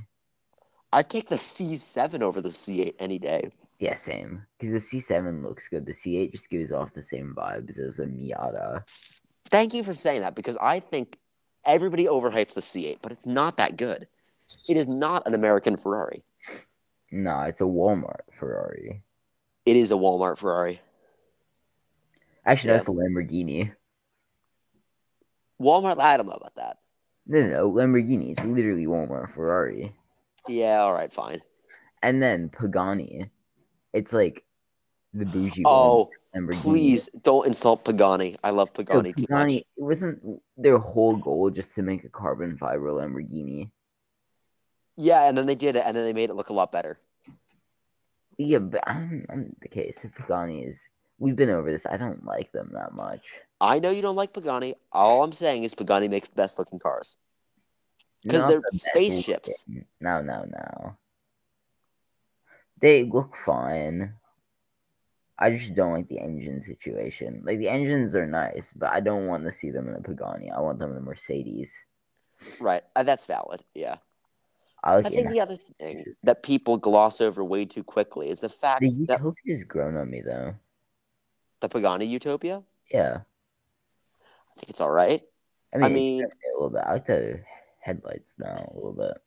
[SPEAKER 2] I'd take the C7 over the C8 any day.
[SPEAKER 1] Yeah, same. Because the C7 looks good. The C8 just gives off the same vibes as a Miata.
[SPEAKER 2] Thank you for saying that because I think everybody overhypes the C8, but it's not that good. It is not an American Ferrari.
[SPEAKER 1] Nah, it's a Walmart Ferrari.
[SPEAKER 2] It is a Walmart Ferrari.
[SPEAKER 1] Actually,
[SPEAKER 2] Yeah.
[SPEAKER 1] that's a Lamborghini.
[SPEAKER 2] Walmart, I don't know about that.
[SPEAKER 1] No, no, no, Lamborghini. It's literally Walmart Ferrari.
[SPEAKER 2] Yeah, all right, fine.
[SPEAKER 1] And then Pagani. It's like the bougie
[SPEAKER 2] Oh,
[SPEAKER 1] one, Lamborghini.
[SPEAKER 2] please don't insult Pagani. I love
[SPEAKER 1] No,
[SPEAKER 2] Pagani too
[SPEAKER 1] Pagani,
[SPEAKER 2] much.
[SPEAKER 1] it wasn't their whole goal just to make a carbon fiber Lamborghini.
[SPEAKER 2] Yeah, and then they did it, and then they made it look a lot better.
[SPEAKER 1] Yeah, but I'm, I'm the case. of Pagani is, we've been over this. I don't like them that much.
[SPEAKER 2] I know you don't like Pagani. All I'm saying is Pagani makes the best looking cars. 'Cause
[SPEAKER 1] Not
[SPEAKER 2] they're
[SPEAKER 1] the best
[SPEAKER 2] spaceships.
[SPEAKER 1] looking. No, no, no. They look fine. I just don't like the engine situation. Like the engines are nice, but I don't want to see them in a Pagani. I want them in a Mercedes.
[SPEAKER 2] Right. Uh, that's valid. Yeah.
[SPEAKER 1] I like
[SPEAKER 2] I think
[SPEAKER 1] in-
[SPEAKER 2] the other thing that people gloss over way too quickly is the fact
[SPEAKER 1] the
[SPEAKER 2] that
[SPEAKER 1] Utopia's grown on me though.
[SPEAKER 2] the Pagani Utopia,
[SPEAKER 1] Yeah,
[SPEAKER 2] I think it's all right.
[SPEAKER 1] I mean, it's
[SPEAKER 2] mean-
[SPEAKER 1] grown on me a little bit. I like the headlights now a little bit.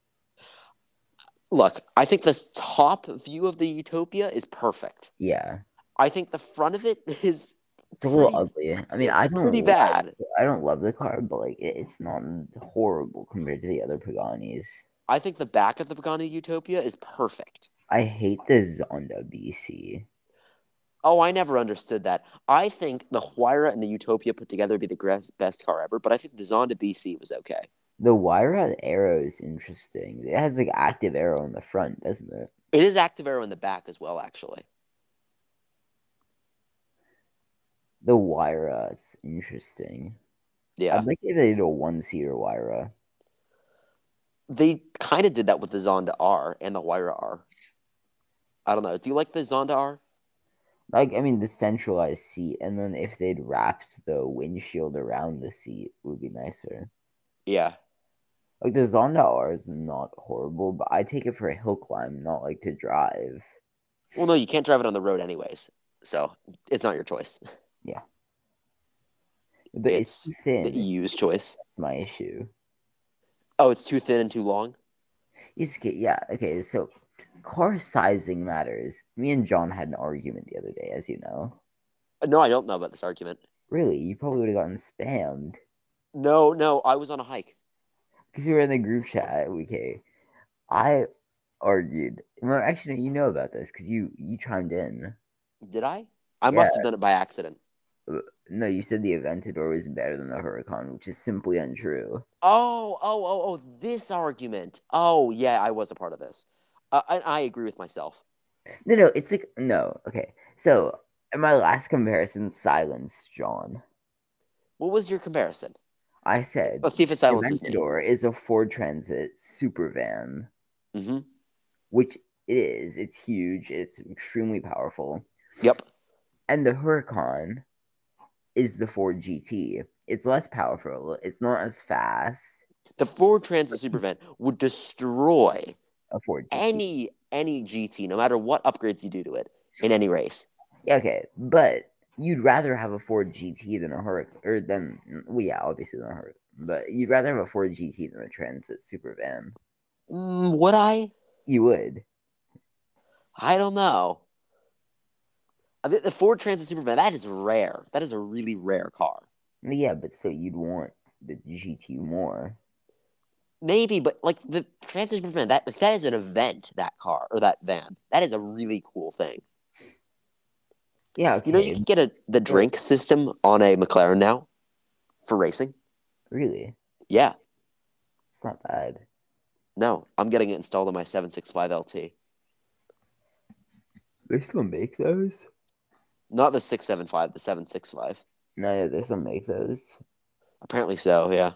[SPEAKER 2] Look, I think this top view of the Utopia is perfect.
[SPEAKER 1] Yeah,
[SPEAKER 2] I think the front of it is
[SPEAKER 1] it's a little
[SPEAKER 2] Pretty-
[SPEAKER 1] ugly. I mean,
[SPEAKER 2] it's
[SPEAKER 1] I don't
[SPEAKER 2] pretty
[SPEAKER 1] love-
[SPEAKER 2] bad.
[SPEAKER 1] I don't love the car, but like it- it's not horrible compared to the other Paganis.
[SPEAKER 2] I think the back of the Pagani Utopia is perfect.
[SPEAKER 1] I hate the Zonda BC.
[SPEAKER 2] Oh, I never understood that. I think the Huayra and the Utopia put together would be the gres- best car ever, but I think the Zonda BC was okay.
[SPEAKER 1] The wire out arrow is interesting. It has like active arrow in the front, doesn't it?
[SPEAKER 2] It is active arrow in the back as well, actually.
[SPEAKER 1] The Wyra is interesting.
[SPEAKER 2] Yeah.
[SPEAKER 1] I'd like it if they did a one seater Wyra.
[SPEAKER 2] they kind of did that with the Zonda R and the Huayra R. I don't know. Do you like the Zonda R?
[SPEAKER 1] Like, I mean, the centralized seat, and then if they'd wrapped the windshield around the seat, would be nicer.
[SPEAKER 2] Yeah.
[SPEAKER 1] Like, the Zonda R is not horrible, but I take it for a hill climb, not like to drive.
[SPEAKER 2] Well, no, you can't drive it on the road anyways, so it's not your choice.
[SPEAKER 1] But it's,
[SPEAKER 2] It's
[SPEAKER 1] too thin.
[SPEAKER 2] The e EU's choice.
[SPEAKER 1] That's my issue.
[SPEAKER 2] Oh, it's too thin and too long.
[SPEAKER 1] It's okay. Yeah. Okay. So car sizing matters. Me and John had an argument the other day, as you know.
[SPEAKER 2] No, I don't know about this argument.
[SPEAKER 1] Really, you probably would have gotten spammed
[SPEAKER 2] No, no, I was on a hike.
[SPEAKER 1] because we were in the group chat. Okay. I argued. Well, actually, you know about this because you you chimed in.
[SPEAKER 2] Did I? I must have done it by accident.
[SPEAKER 1] No, you said the Aventador was better than the Huracan, which is simply untrue.
[SPEAKER 2] Oh, oh, oh, oh, this argument. Oh, yeah, I was a part of this. Uh, I, I agree with myself.
[SPEAKER 1] No, no, it's like no. Okay. So in my last comparison, silence, John.
[SPEAKER 2] What was your comparison?
[SPEAKER 1] I said
[SPEAKER 2] Let's see if it
[SPEAKER 1] the
[SPEAKER 2] silences me.
[SPEAKER 1] Aventador is a Ford Transit super van.
[SPEAKER 2] hmm
[SPEAKER 1] which it is. It's huge. It's extremely powerful.
[SPEAKER 2] Yep.
[SPEAKER 1] And the Huracan is the Ford GT. It's less powerful. It's not as fast.
[SPEAKER 2] The Ford Transit Supervan would destroy
[SPEAKER 1] A Ford GT.
[SPEAKER 2] any any GT, no matter what upgrades you do to it in any race.
[SPEAKER 1] Yeah, okay, but you'd rather have a Ford GT than a Huracan, or than well, yeah, obviously than a Huracan. But you'd rather have a Ford GT than a Transit Supervan.
[SPEAKER 2] Mm, would I?
[SPEAKER 1] You would.
[SPEAKER 2] I don't know. I mean, the Ford Transit Supervan that is rare. That is a really rare car.
[SPEAKER 1] Yeah, but still, you'd want the GT more.
[SPEAKER 2] Maybe, but like the Transit Supervan that like, that is an event. That car or that van that is a really cool thing.
[SPEAKER 1] Yeah, okay.
[SPEAKER 2] You know, you can get a the drink system on a McLaren now for racing.
[SPEAKER 1] really,
[SPEAKER 2] Yeah,
[SPEAKER 1] it's not bad.
[SPEAKER 2] no, I'm getting it installed on my 765 LT.
[SPEAKER 1] They still make those?
[SPEAKER 2] Not the six seven five, the seven six five.
[SPEAKER 1] No, no, they still make those.
[SPEAKER 2] Apparently so. Yeah.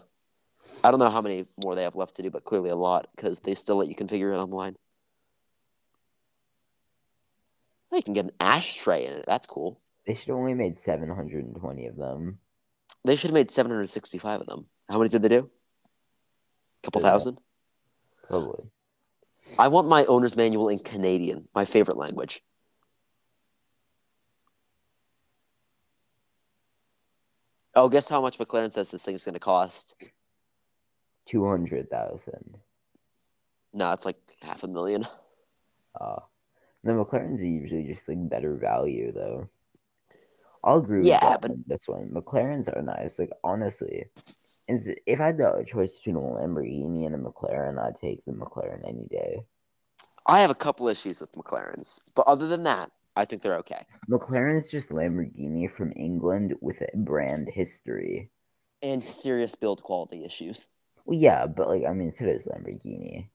[SPEAKER 2] I don't know how many more they have left to do, but clearly a lot because they still let you configure it online. Oh, you can get an ashtray in it. That's cool.
[SPEAKER 1] They should have only made 720 of them.
[SPEAKER 2] They should have made 765 of them. How many did they do? A couple
[SPEAKER 1] Yeah.
[SPEAKER 2] thousand?
[SPEAKER 1] Probably.
[SPEAKER 2] I want my owner's manual in Canadian, my favorite language. Oh, guess how much McLaren says this thing is going to cost?
[SPEAKER 1] 200,000.
[SPEAKER 2] No, it's like half a million.
[SPEAKER 1] Uh, the McLaren's are usually just like better value, though. I'll agree
[SPEAKER 2] Yeah,
[SPEAKER 1] with that
[SPEAKER 2] but-
[SPEAKER 1] on this one. McLarens are nice. Like, honestly, is if I had the choice between a Lamborghini and a McLaren, I'd take the McLaren any day.
[SPEAKER 2] I have a couple issues with McLarens, but other than that, I think they're okay.
[SPEAKER 1] McLaren is just Lamborghini from England with a brand history.
[SPEAKER 2] And serious build quality issues.
[SPEAKER 1] Well, yeah, but like, I mean, so does Lamborghini.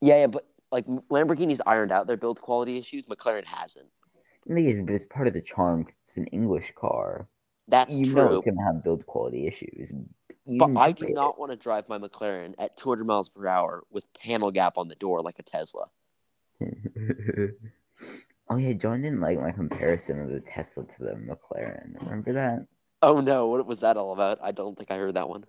[SPEAKER 2] Yeah, yeah, but like Lamborghini's ironed out their build quality issues. McLaren hasn't.
[SPEAKER 1] I think it's, but it's part of the charm 'cause it's an English car.
[SPEAKER 2] That's
[SPEAKER 1] you know
[SPEAKER 2] true.
[SPEAKER 1] it's gonna have build quality issues. You
[SPEAKER 2] But I
[SPEAKER 1] know
[SPEAKER 2] do
[SPEAKER 1] it.
[SPEAKER 2] not want to drive my McLaren at 200 miles per hour with panel gap on the door like a Tesla.
[SPEAKER 1] oh yeah, John didn't like my comparison of the Tesla to the McLaren. Remember that?
[SPEAKER 2] Oh no, what was that all about? I don't think I heard that one.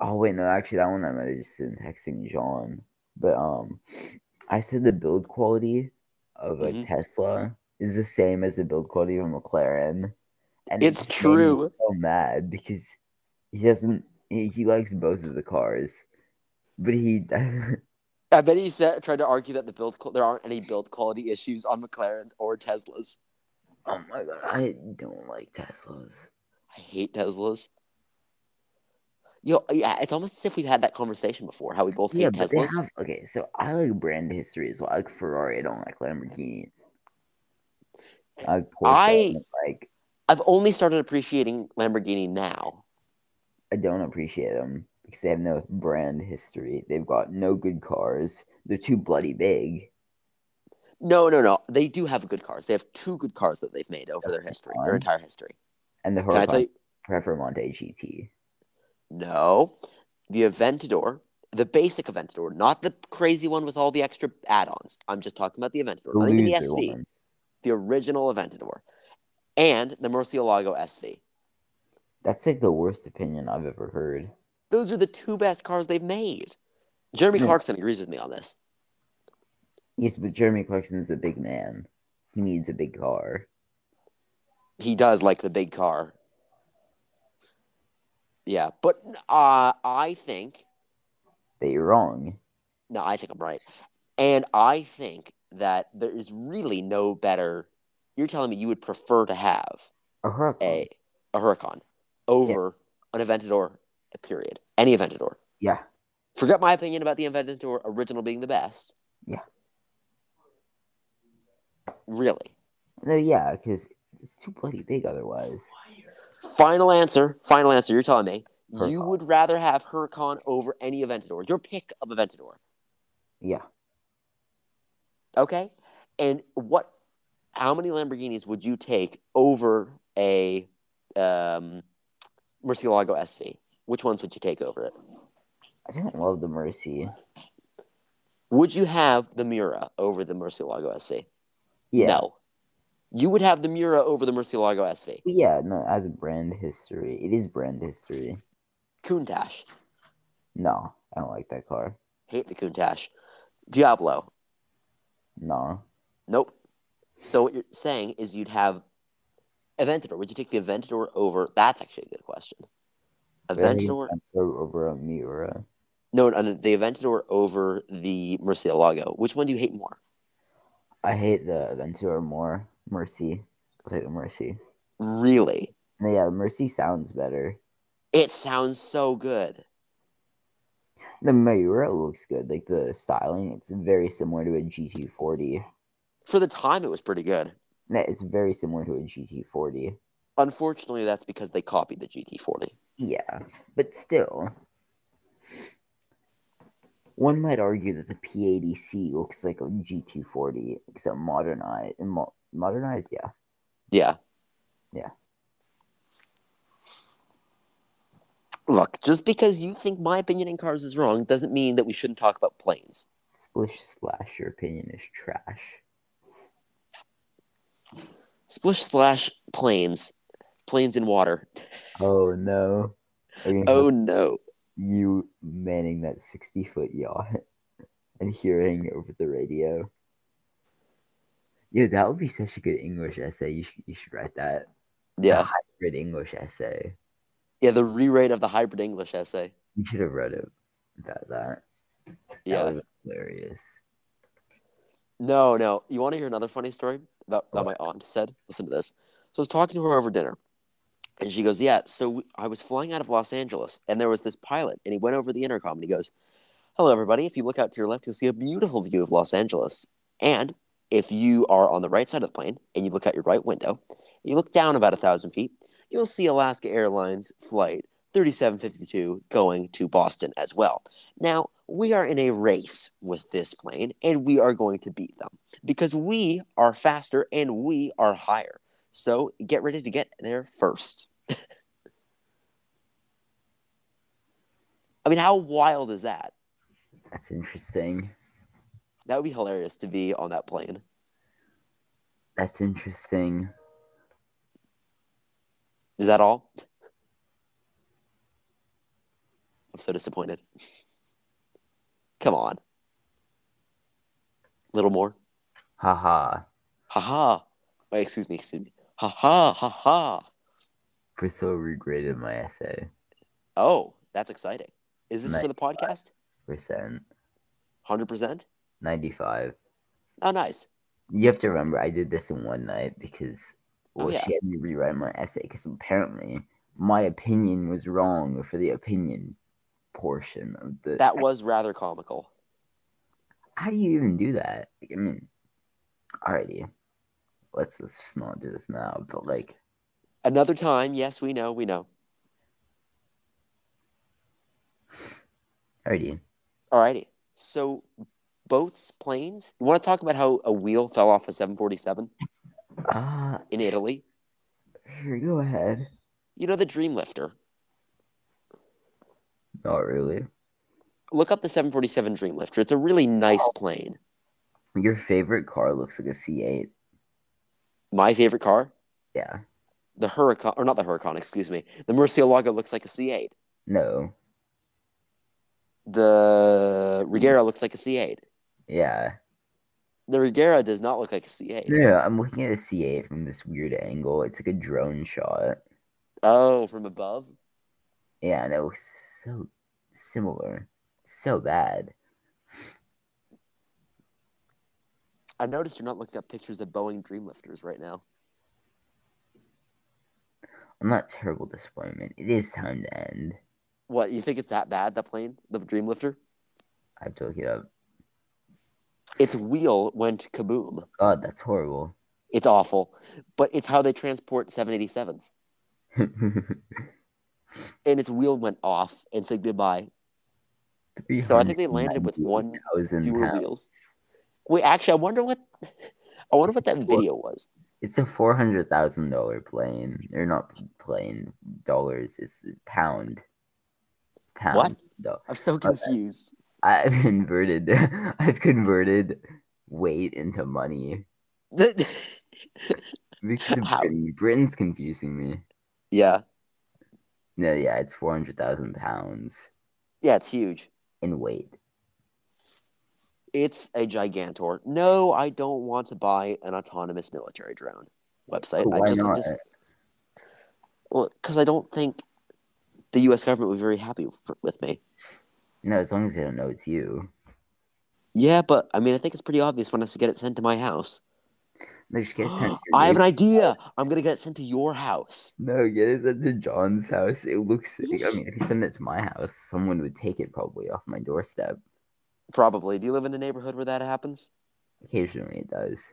[SPEAKER 1] Oh wait, no, actually that one I might have just been texting John. But um I said the build quality of a
[SPEAKER 2] Mhm.
[SPEAKER 1] Tesla is the same as the build quality of a McLaren. And
[SPEAKER 2] It's
[SPEAKER 1] it just made him
[SPEAKER 2] true.
[SPEAKER 1] So mad because he doesn't he, he likes both of the cars. But he oh
[SPEAKER 2] I bet he said, tried to argue that the build qual- there aren't any build quality issues on McLarens or Teslas.
[SPEAKER 1] Oh my god, I don't like Teslas.
[SPEAKER 2] I hate Teslas. Yo, yeah, it's almost as if we've had that conversation before. How we both hate
[SPEAKER 1] Yeah, but they
[SPEAKER 2] Teslas.
[SPEAKER 1] have okay. So I like brand history as well. I like Ferrari. I don't like Lamborghini. I like Porsche.
[SPEAKER 2] I-
[SPEAKER 1] don't like.
[SPEAKER 2] I've only started appreciating Lamborghini now.
[SPEAKER 1] I don't appreciate them because they have no brand history. They've got no good cars. They're too bloody big.
[SPEAKER 2] No, no, no. They do have good cars. They have two good cars that they've made over their history, their
[SPEAKER 1] Um,
[SPEAKER 2] entire history.
[SPEAKER 1] And the
[SPEAKER 2] Can I tell
[SPEAKER 1] Huracan
[SPEAKER 2] you?
[SPEAKER 1] Prefermonte GT.
[SPEAKER 2] No, the Aventador, the basic Aventador, not the crazy one with all the extra add-ons. I'm just talking about the Aventador,
[SPEAKER 1] The
[SPEAKER 2] not even the
[SPEAKER 1] loser
[SPEAKER 2] SV,
[SPEAKER 1] one.
[SPEAKER 2] the original Aventador, and the Murcielago SV.
[SPEAKER 1] That's like the worst opinion I've ever heard.
[SPEAKER 2] Those are the two best cars they've made. Jeremy
[SPEAKER 1] Yeah.
[SPEAKER 2] Clarkson agrees with me on this.
[SPEAKER 1] Yes, but Jeremy Clarkson's a big man. He needs a big car.
[SPEAKER 2] He does like the big car. Yeah, but uh, I think
[SPEAKER 1] That you're wrong.
[SPEAKER 2] No, I think I'm right. And I think that there is really no better. You're telling me you would prefer to have
[SPEAKER 1] A Huracan.
[SPEAKER 2] a
[SPEAKER 1] Uh-huh.
[SPEAKER 2] a Huracan over an Aventador, period. Any Aventador.
[SPEAKER 1] Yeah.
[SPEAKER 2] Forget my opinion about the Aventador original being the best.
[SPEAKER 1] Yeah.
[SPEAKER 2] Really.
[SPEAKER 1] No, yeah, because it's too bloody big otherwise.
[SPEAKER 2] Final answer. Final answer. You're telling me you
[SPEAKER 1] Huracan.
[SPEAKER 2] would rather have Huracan over any Aventador. Your pick of Aventador.
[SPEAKER 1] Yeah.
[SPEAKER 2] Okay. And what? How many Lamborghinis would you take over a um, Murcielago SV? Which ones would you take over it?
[SPEAKER 1] I don't love the Mercy.
[SPEAKER 2] Would you have the Mura over the Murcielago SV?
[SPEAKER 1] Yeah.
[SPEAKER 2] No. You would have the Mura over the Murcielago SV.
[SPEAKER 1] But yeah, no, as a brand history. It is brand history.
[SPEAKER 2] Countach.
[SPEAKER 1] No, I don't like that car.
[SPEAKER 2] Hate the Countach. Diablo.
[SPEAKER 1] No.
[SPEAKER 2] Nope. So what you're saying is you'd have Aventador. Would you take the Aventador over? That's actually a good question.
[SPEAKER 1] Really,
[SPEAKER 2] Aventador
[SPEAKER 1] I'd go over a Miura.
[SPEAKER 2] No, no, no, the Aventador over the Murcielago. Which one do you hate more?
[SPEAKER 1] I hate the Ventura more. Mercy. I'll take the Mercy.
[SPEAKER 2] Really?
[SPEAKER 1] No, yeah, Mercy sounds better.
[SPEAKER 2] It sounds so good.
[SPEAKER 1] The Miura looks good. Like the styling, it's very similar to a GT40.
[SPEAKER 2] For the time, it was pretty good.
[SPEAKER 1] No, It's very similar to a GT40.
[SPEAKER 2] Unfortunately, that's because they copied the GT40.
[SPEAKER 1] Yeah, but still, one might argue that the P80C looks like a GT40, except modernized, mo- modernized, yeah.
[SPEAKER 2] Yeah.
[SPEAKER 1] Yeah.
[SPEAKER 2] Look, just because you think my opinion in cars is wrong doesn't mean that we shouldn't talk about planes.
[SPEAKER 1] Splish splash, your opinion is trash.
[SPEAKER 2] Splish splash planes. Planes in water.
[SPEAKER 1] Oh no. Are you gonna
[SPEAKER 2] Oh no.
[SPEAKER 1] you manning that 60 foot yacht and hearing over the radio. Yeah, that would be such a good English essay. You should, you should write that.
[SPEAKER 2] Yeah.
[SPEAKER 1] Good English essay.
[SPEAKER 2] Yeah, the rewrite of the hybrid English essay.
[SPEAKER 1] You should have read it about that.
[SPEAKER 2] Yeah.
[SPEAKER 1] That was hilarious.
[SPEAKER 2] No, no. You want to hear another funny story that,
[SPEAKER 1] What?
[SPEAKER 2] that my aunt said? Listen to this. So I was talking to her over dinner, and she goes, Yeah, so we- I was flying out of Los Angeles, and there was this pilot, and he went over the intercom and he goes, Hello, everybody. If you look out to your left, you'll see a beautiful view of Los Angeles. And if you are on the right side of the plane and you look out your right window, you look down about a thousand feet, you'll see Alaska Airlines flight 3752 going to Boston as well. Now, we are in a race with this plane, and we are going to beat them because we are faster and we are higher. So get ready to get there first. I mean, how wild is that?
[SPEAKER 1] That's interesting.
[SPEAKER 2] That would be hilarious to be on that plane.
[SPEAKER 1] That's interesting.
[SPEAKER 2] Is that all? I'm so disappointed. Come on. Little more.
[SPEAKER 1] Haha.
[SPEAKER 2] Ha ha. Wait, excuse me, excuse me. Ha ha ha ha.
[SPEAKER 1] Priscilla regraded my essay.
[SPEAKER 2] Oh, that's exciting. Is this
[SPEAKER 1] Nice.
[SPEAKER 2] for the podcast?
[SPEAKER 1] Percent.
[SPEAKER 2] 100%?
[SPEAKER 1] 95.
[SPEAKER 2] Oh, nice.
[SPEAKER 1] You have to remember, I did this in one night because
[SPEAKER 2] Oh,
[SPEAKER 1] well,
[SPEAKER 2] yeah.
[SPEAKER 1] she had me rewrite my essay because apparently my opinion was wrong for the opinion portion of the.
[SPEAKER 2] That was rather comical.
[SPEAKER 1] How do you even do that? Like, I mean, alrighty, let's let's just not do this now. But like,
[SPEAKER 2] Another time, yes, we know, we know.
[SPEAKER 1] alrighty,
[SPEAKER 2] Alrighty. So, boats, planes. You want to talk about how a wheel fell off a 747
[SPEAKER 1] ah,
[SPEAKER 2] in Italy?
[SPEAKER 1] sure, go ahead.
[SPEAKER 2] You know the Dreamlifter.
[SPEAKER 1] Not really.
[SPEAKER 2] Look up the 747 Dreamlifter. It's a really nice plane.
[SPEAKER 1] Your favorite car looks like a C eight.
[SPEAKER 2] My favorite car,
[SPEAKER 1] Yeah.
[SPEAKER 2] the Huracan, or not the Huracan, excuse me. The Murcielago looks like a C8.
[SPEAKER 1] No.
[SPEAKER 2] The Regera looks like a C8.
[SPEAKER 1] Yeah.
[SPEAKER 2] The Regera does not look like a C8.
[SPEAKER 1] No, no, I'm looking at a C eight from this weird angle. It's like a drone shot.
[SPEAKER 2] Oh, from above?
[SPEAKER 1] Yeah, and it looks so similar. So bad.
[SPEAKER 2] I noticed you're not looking up pictures of Boeing Dreamlifters right now.
[SPEAKER 1] I'm not terrible disappointment. It is time to end.
[SPEAKER 2] What, you think it's that bad, that plane? The Dreamlifter?
[SPEAKER 1] I have to look it up.
[SPEAKER 2] Its wheel went kaboom.
[SPEAKER 1] God, that's horrible.
[SPEAKER 2] It's awful, but it's how they transport 787s.
[SPEAKER 1] Three
[SPEAKER 2] And its wheel went off and said goodbye. So I
[SPEAKER 1] hundred
[SPEAKER 2] think they landed with one
[SPEAKER 1] thousand
[SPEAKER 2] fewer
[SPEAKER 1] pounds.
[SPEAKER 2] wheels. Wait, actually, I wonder what. I wonder what that video was.
[SPEAKER 1] It's a four hundred thousand dollar plane. Or not plane dollars. It's pound. Pound. do-
[SPEAKER 2] I'm so confused.
[SPEAKER 1] I've inverted. I've converted weight into money because of
[SPEAKER 2] How?
[SPEAKER 1] Britain. Britain's confusing me.
[SPEAKER 2] yeah,
[SPEAKER 1] No, yeah, it's four hundred thousand pounds
[SPEAKER 2] yeah, it's huge.
[SPEAKER 1] in weight.
[SPEAKER 2] It's a gigantor. No, I don't want to buy an autonomous military drone website.
[SPEAKER 1] Why
[SPEAKER 2] I just,
[SPEAKER 1] not?
[SPEAKER 2] I just well, because I don't think the U.S. government would be very happy f with me.
[SPEAKER 1] No, as long as they don't know it's you.
[SPEAKER 2] Yeah, but I mean, I think it's pretty obvious when I get it sent to my house.
[SPEAKER 1] No, just get it sent to your
[SPEAKER 2] I have an
[SPEAKER 1] neighbor.
[SPEAKER 2] idea. I'm gonna get it sent to your house.
[SPEAKER 1] No, get it sent to John's house. It looks sick. I mean, if you send it to my house, someone would take it probably off my doorstep.
[SPEAKER 2] Probably. Do you live in a neighborhood where that happens?
[SPEAKER 1] Occasionally it does.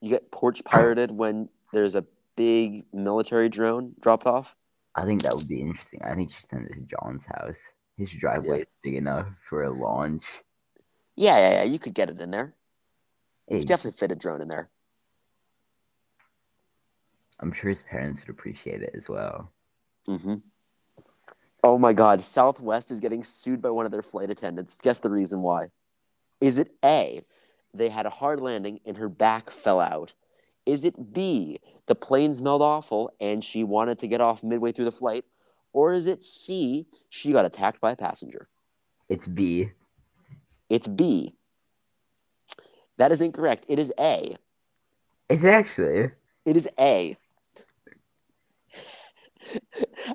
[SPEAKER 2] You get porch pirated when there's a big military drone dropped off.
[SPEAKER 1] I think that would be interesting. I think you should send it to John's house. His driveway is big enough for a launch.
[SPEAKER 2] Yeah, yeah, yeah. You could get it in there. You
[SPEAKER 1] Hey,
[SPEAKER 2] could definitely fit a drone in there.
[SPEAKER 1] I'm sure his parents would appreciate it as well.
[SPEAKER 2] Mm-hmm. Oh my God, Southwest is getting sued by one of their flight attendants. Guess the reason why. Is it A, they had a hard landing and her back fell out? Is it B, the plane smelled awful and she wanted to get off midway through the flight? Or is it C, she got attacked by a passenger?
[SPEAKER 1] It's B.
[SPEAKER 2] It's B. That is incorrect. It is A.
[SPEAKER 1] It's actually
[SPEAKER 2] It is A.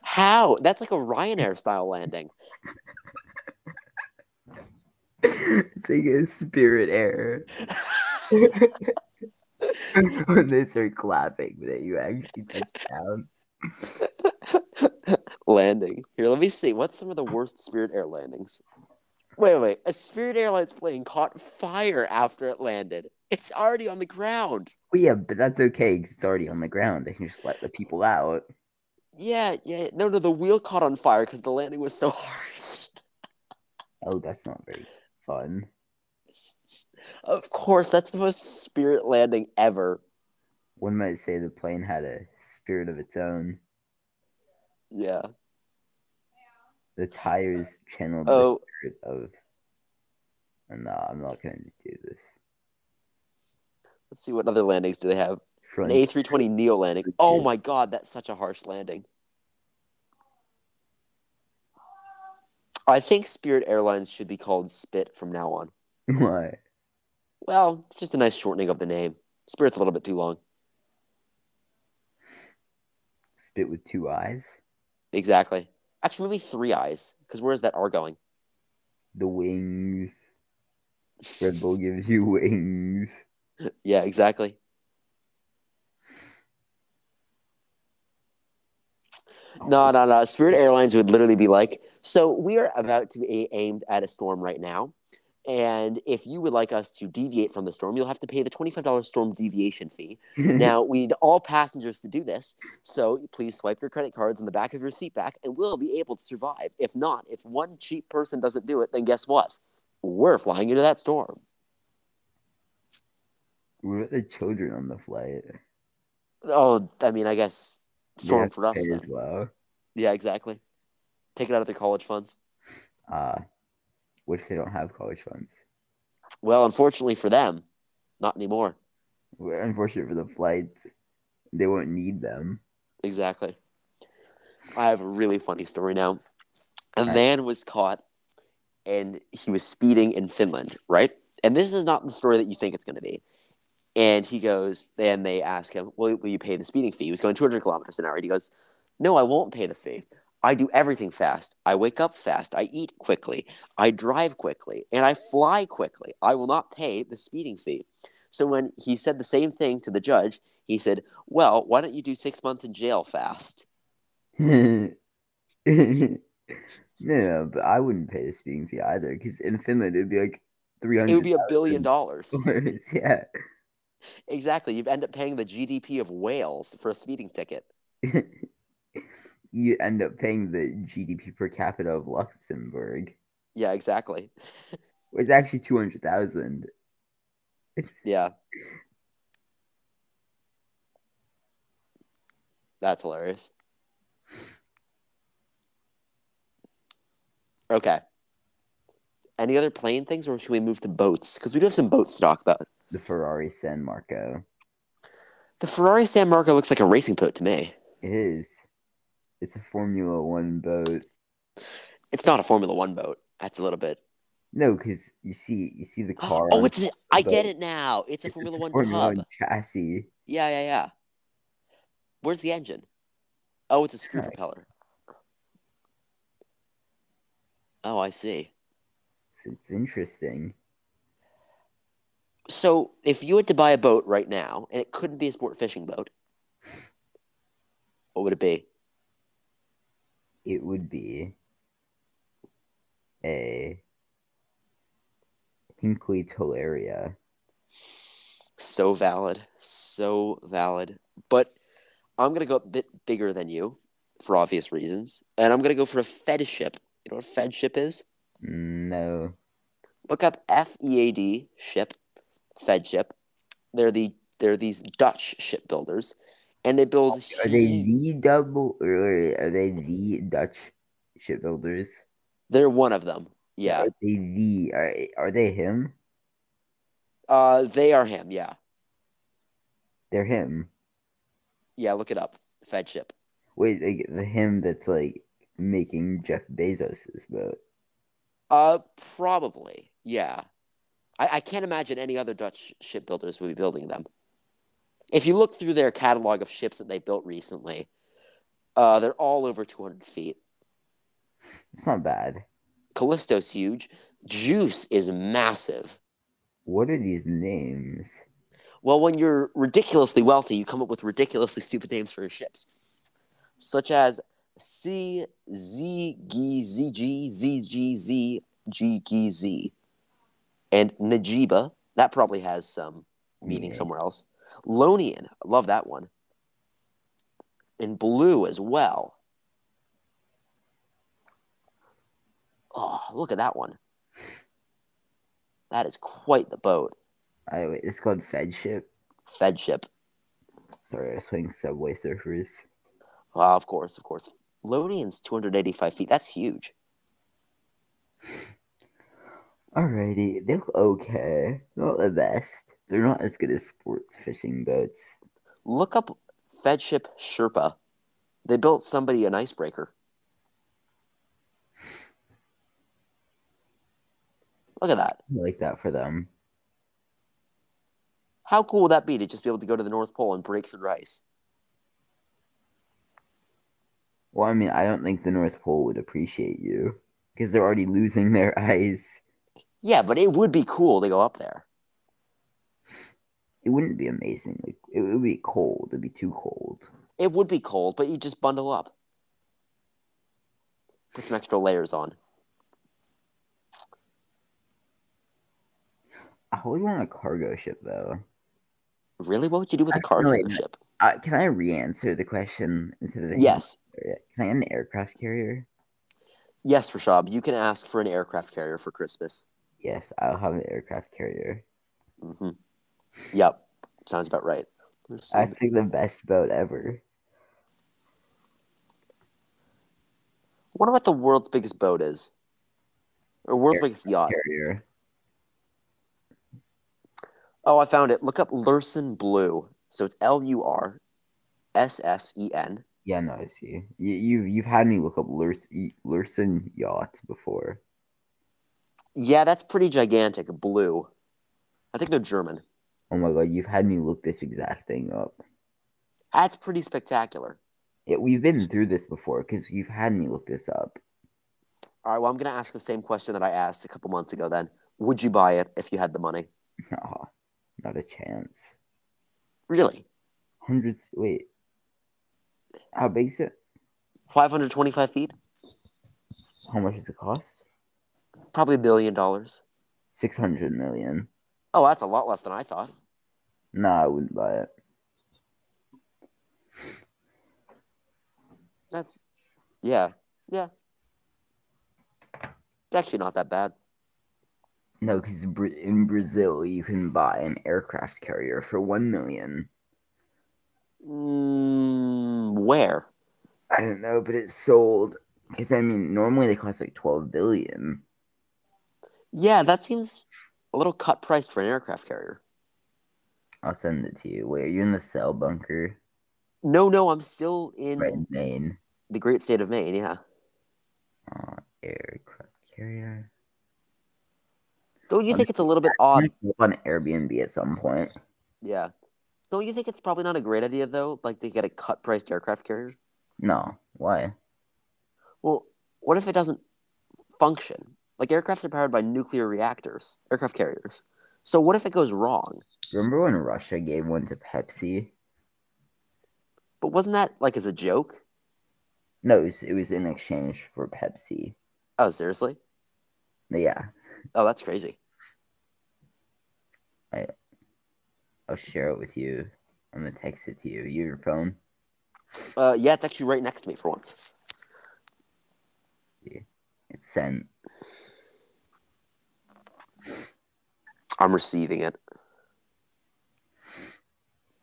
[SPEAKER 2] How? That's like a Ryanair style landing.
[SPEAKER 1] it's like a spirit error. when they start clapping that you actually touched down.
[SPEAKER 2] landing. Here, let me see. What's some of the worst Spirit Air landings? Wait, wait. A Spirit Airlines plane caught fire after it landed. It's already on the ground.
[SPEAKER 1] Well, yeah, but that's okay because it's already on the ground. They can just let the people out.
[SPEAKER 2] Yeah, yeah. No, no. The wheel caught on fire because the landing was so hard.
[SPEAKER 1] Oh, that's not very fun.
[SPEAKER 2] of course, that's the most Spirit landing ever.
[SPEAKER 1] One might say the plane had a spirit of its own.
[SPEAKER 2] Yeah.
[SPEAKER 1] The tires channeled
[SPEAKER 2] Oh,
[SPEAKER 1] the spirit of. No, I'm not going to do this.
[SPEAKER 2] let's see what other landings do they have. An
[SPEAKER 1] Front
[SPEAKER 2] A320 Neo landing. Oh
[SPEAKER 1] Yeah.
[SPEAKER 2] my god, that's such a harsh landing. I think Spirit Airlines should be called Spit from now on.
[SPEAKER 1] Why?
[SPEAKER 2] Well, it's just a nice shortening of the name. Spirit's a little bit too long.
[SPEAKER 1] Spit with two eyes.
[SPEAKER 2] Exactly. Actually, maybe three eyes, because where is that R going?
[SPEAKER 1] The wings. Red Bull gives you wings.
[SPEAKER 2] Yeah, exactly. No, no, no. Spirit Airlines would literally be like, so we are about to be aimed at a storm right now. And if you would like us to deviate from the storm, you'll have to pay the $25 storm deviation fee.
[SPEAKER 1] Mm-hmm.
[SPEAKER 2] Now, we need all passengers to do this. So please swipe your credit cards in the back of your seat back and we'll be able to survive. If not, if one cheap person doesn't do it, then guess what? We're flying into that storm.
[SPEAKER 1] What about the children on the flight?
[SPEAKER 2] Oh, I mean, I guess
[SPEAKER 1] They
[SPEAKER 2] storm
[SPEAKER 1] have
[SPEAKER 2] for
[SPEAKER 1] to
[SPEAKER 2] us.
[SPEAKER 1] pay
[SPEAKER 2] Then.
[SPEAKER 1] as well.
[SPEAKER 2] Yeah, exactly. Take it out of their college funds.
[SPEAKER 1] Uh, what if they don't have college funds?
[SPEAKER 2] Well, unfortunately for them, not anymore.
[SPEAKER 1] We're unfortunate for the flights. They won't need them.
[SPEAKER 2] Exactly. I have a really funny story now. A
[SPEAKER 1] Okay.
[SPEAKER 2] man was caught and he was speeding in Finland, right? And this is not the story that you think it's going to be. And he goes, and they ask him, will, will you pay the speeding fee? He was going 200 kilometers an hour. And he goes, No, I won't pay the fee. I do everything fast. I wake up fast. I eat quickly. I drive quickly. And I fly quickly. I will not pay the speeding fee. So when he said the same thing to the judge, he said, Well, why don't you do six months in jail fast?
[SPEAKER 1] no, no, but I wouldn't pay the speeding fee either because in Finland it'd be like three
[SPEAKER 2] It would
[SPEAKER 1] hundred
[SPEAKER 2] be a billion dollars.
[SPEAKER 1] dollars. Yeah,
[SPEAKER 2] Exactly. You'd end up paying the GDP of Wales for a speeding ticket.
[SPEAKER 1] you end up paying the GDP per capita of Luxembourg.
[SPEAKER 2] Yeah, exactly.
[SPEAKER 1] It's actually two hundred thousand.
[SPEAKER 2] Yeah. That's hilarious. Okay. Any other plane things, or should we move to boats? Because we do have some boats to talk about.
[SPEAKER 1] The Ferrari San Marco.
[SPEAKER 2] The Ferrari San Marco looks like a racing boat to me.
[SPEAKER 1] It is. It's a Formula One boat.
[SPEAKER 2] It's not a Formula One boat. That's a little bit.
[SPEAKER 1] No, because you see, you see the car.
[SPEAKER 2] Oh,
[SPEAKER 1] on-
[SPEAKER 2] it's. I
[SPEAKER 1] boat.
[SPEAKER 2] get it now. It's a Formula One
[SPEAKER 1] Formula
[SPEAKER 2] tub.
[SPEAKER 1] One chassis.
[SPEAKER 2] Yeah, yeah, yeah. Where's the engine? Oh, it's a screw
[SPEAKER 1] Right.
[SPEAKER 2] propeller. Oh, I see.
[SPEAKER 1] It's, it's interesting.
[SPEAKER 2] So, if you had to buy a boat right now, and it couldn't be a sport fishing boat, what would it be?
[SPEAKER 1] It would be a Hinkley Tolaria.
[SPEAKER 2] So valid. So valid. But I'm going to go a bit bigger than you for obvious reasons. And I'm going to go for a Fed ship. You know what a Fed ship is?
[SPEAKER 1] No,
[SPEAKER 2] look up F E A D ship, Fed ship. They're the they're these Dutch shipbuilders, and they build a
[SPEAKER 1] Are they
[SPEAKER 2] huge-
[SPEAKER 1] the double? Or are they the Dutch shipbuilders?
[SPEAKER 2] they're one of them. Yeah.
[SPEAKER 1] Are they the? Are, are they him?
[SPEAKER 2] Uh, they are him. Yeah.
[SPEAKER 1] They're him.
[SPEAKER 2] Yeah. Look it up. Fed ship.
[SPEAKER 1] Wait, like the him that's like making Jeff Bezos's boat.
[SPEAKER 2] Uh, probably. Yeah. I, I can't imagine any other Dutch shipbuilders would be building them. If you look through their catalog of ships that they built recently, uh, they're all over 200 feet.
[SPEAKER 1] It's not bad.
[SPEAKER 2] Callisto's huge. Juice is massive.
[SPEAKER 1] What are these names?
[SPEAKER 2] Well, when you're ridiculously wealthy, you come up with ridiculously stupid names for your ships, such as C Z G Z G Z G Z G G Z, and Najiba. That probably has some meaning
[SPEAKER 1] Yeah.
[SPEAKER 2] somewhere else. Lonian, love that one. And blue as well. Oh, look at that one. That is quite the boat.
[SPEAKER 1] I wait. It's called Fed Ship.
[SPEAKER 2] Fed ship.
[SPEAKER 1] Sorry, I was playing Subway Surfers.
[SPEAKER 2] Well, Ah, of course, of course. Lodian's 285 feet. That's huge.
[SPEAKER 1] Alrighty, they look okay. Not the best. They're not as good as sports fishing boats.
[SPEAKER 2] Look up Fedship Sherpa. They built somebody an icebreaker. Look at that.
[SPEAKER 1] I like that for them.
[SPEAKER 2] How cool would that be to just be able to go to the North Pole and break through ice?
[SPEAKER 1] Well, I mean, I don't think the North Pole would appreciate you because they're already losing their eyes.
[SPEAKER 2] Yeah, but it would be cool to go up there.
[SPEAKER 1] It wouldn't be amazing. Like it would be cold. It'd be too cold.
[SPEAKER 2] It would be cold, but you just bundle up. Put some extra layers on.
[SPEAKER 1] I would want a cargo ship though.
[SPEAKER 2] Really? What would you do with a
[SPEAKER 1] That's
[SPEAKER 2] cargo
[SPEAKER 1] really-
[SPEAKER 2] ship?
[SPEAKER 1] Uh, can I re-answer the question instead of the
[SPEAKER 2] Yes.
[SPEAKER 1] carrier? Can I get an aircraft carrier?
[SPEAKER 2] Yes, Rashab, you can ask for an aircraft carrier for Christmas.
[SPEAKER 1] Yes, I'll have an aircraft carrier.
[SPEAKER 2] hmm Yep, sounds about right.
[SPEAKER 1] I think the best boat ever.
[SPEAKER 2] What about the world's biggest boat is, or world's biggest yacht?
[SPEAKER 1] Carrier.
[SPEAKER 2] Oh, I found it. Look up Lursen Blue. So it's L U R S S E N.
[SPEAKER 1] Yeah, no, I see. You, you've you've had me look up Lurs- y- Lursen yachts before.
[SPEAKER 2] Yeah, that's pretty gigantic. Blue. I think they're German.
[SPEAKER 1] Oh my god, you've had me look this exact thing up.
[SPEAKER 2] That's pretty spectacular.
[SPEAKER 1] It, we've been through this before because you've had me look this up.
[SPEAKER 2] All right. Well, I'm gonna ask the same question that I asked a couple months ago. Then, would you buy it if you had the money?
[SPEAKER 1] Aw, not a chance.
[SPEAKER 2] Really?
[SPEAKER 1] Hundreds. Wait, how big is it?
[SPEAKER 2] Five hundred twenty-five feet?
[SPEAKER 1] How much does it cost?
[SPEAKER 2] Probably a billion dollars.
[SPEAKER 1] Six hundred million.
[SPEAKER 2] Oh, that's a lot less than I thought.
[SPEAKER 1] No, I wouldn't buy it.
[SPEAKER 2] That's yeah, yeah. It's actually not that bad.
[SPEAKER 1] No, because Bra- in Brazil you can buy an aircraft carrier for one million.
[SPEAKER 2] Mm, where?
[SPEAKER 1] I don't know, but it sold. Because I mean, normally they cost like twelve billion.
[SPEAKER 2] Yeah, that seems a little cut priced for an aircraft carrier.
[SPEAKER 1] I'll send it to you. Wait, are you in the cell bunker?
[SPEAKER 2] No, no, I'm still in
[SPEAKER 1] Right in Maine.
[SPEAKER 2] the great state of Maine. Yeah,
[SPEAKER 1] Uh, aircraft carrier.
[SPEAKER 2] don't you
[SPEAKER 1] I'm-
[SPEAKER 2] think it's a little bit
[SPEAKER 1] I'm
[SPEAKER 2] odd?
[SPEAKER 1] gonna look on Airbnb at some point.
[SPEAKER 2] Yeah, don't you think it's probably not a great idea though, like to get a cut priced aircraft carrier?
[SPEAKER 1] No, why?
[SPEAKER 2] Well, what if it doesn't function? Like aircrafts are powered by nuclear reactors, aircraft carriers. So what if it goes wrong?
[SPEAKER 1] Remember when Russia gave one to Pepsi?
[SPEAKER 2] But wasn't that like as a joke?
[SPEAKER 1] No, it was, it was in exchange for Pepsi.
[SPEAKER 2] Oh, seriously?
[SPEAKER 1] Yeah,
[SPEAKER 2] Oh, that's crazy.
[SPEAKER 1] I'll share it with you. I'm gonna text it to you. You have your phone.
[SPEAKER 2] Uh, yeah, it's actually right next to me for once.
[SPEAKER 1] It's sent.
[SPEAKER 2] I'm receiving it.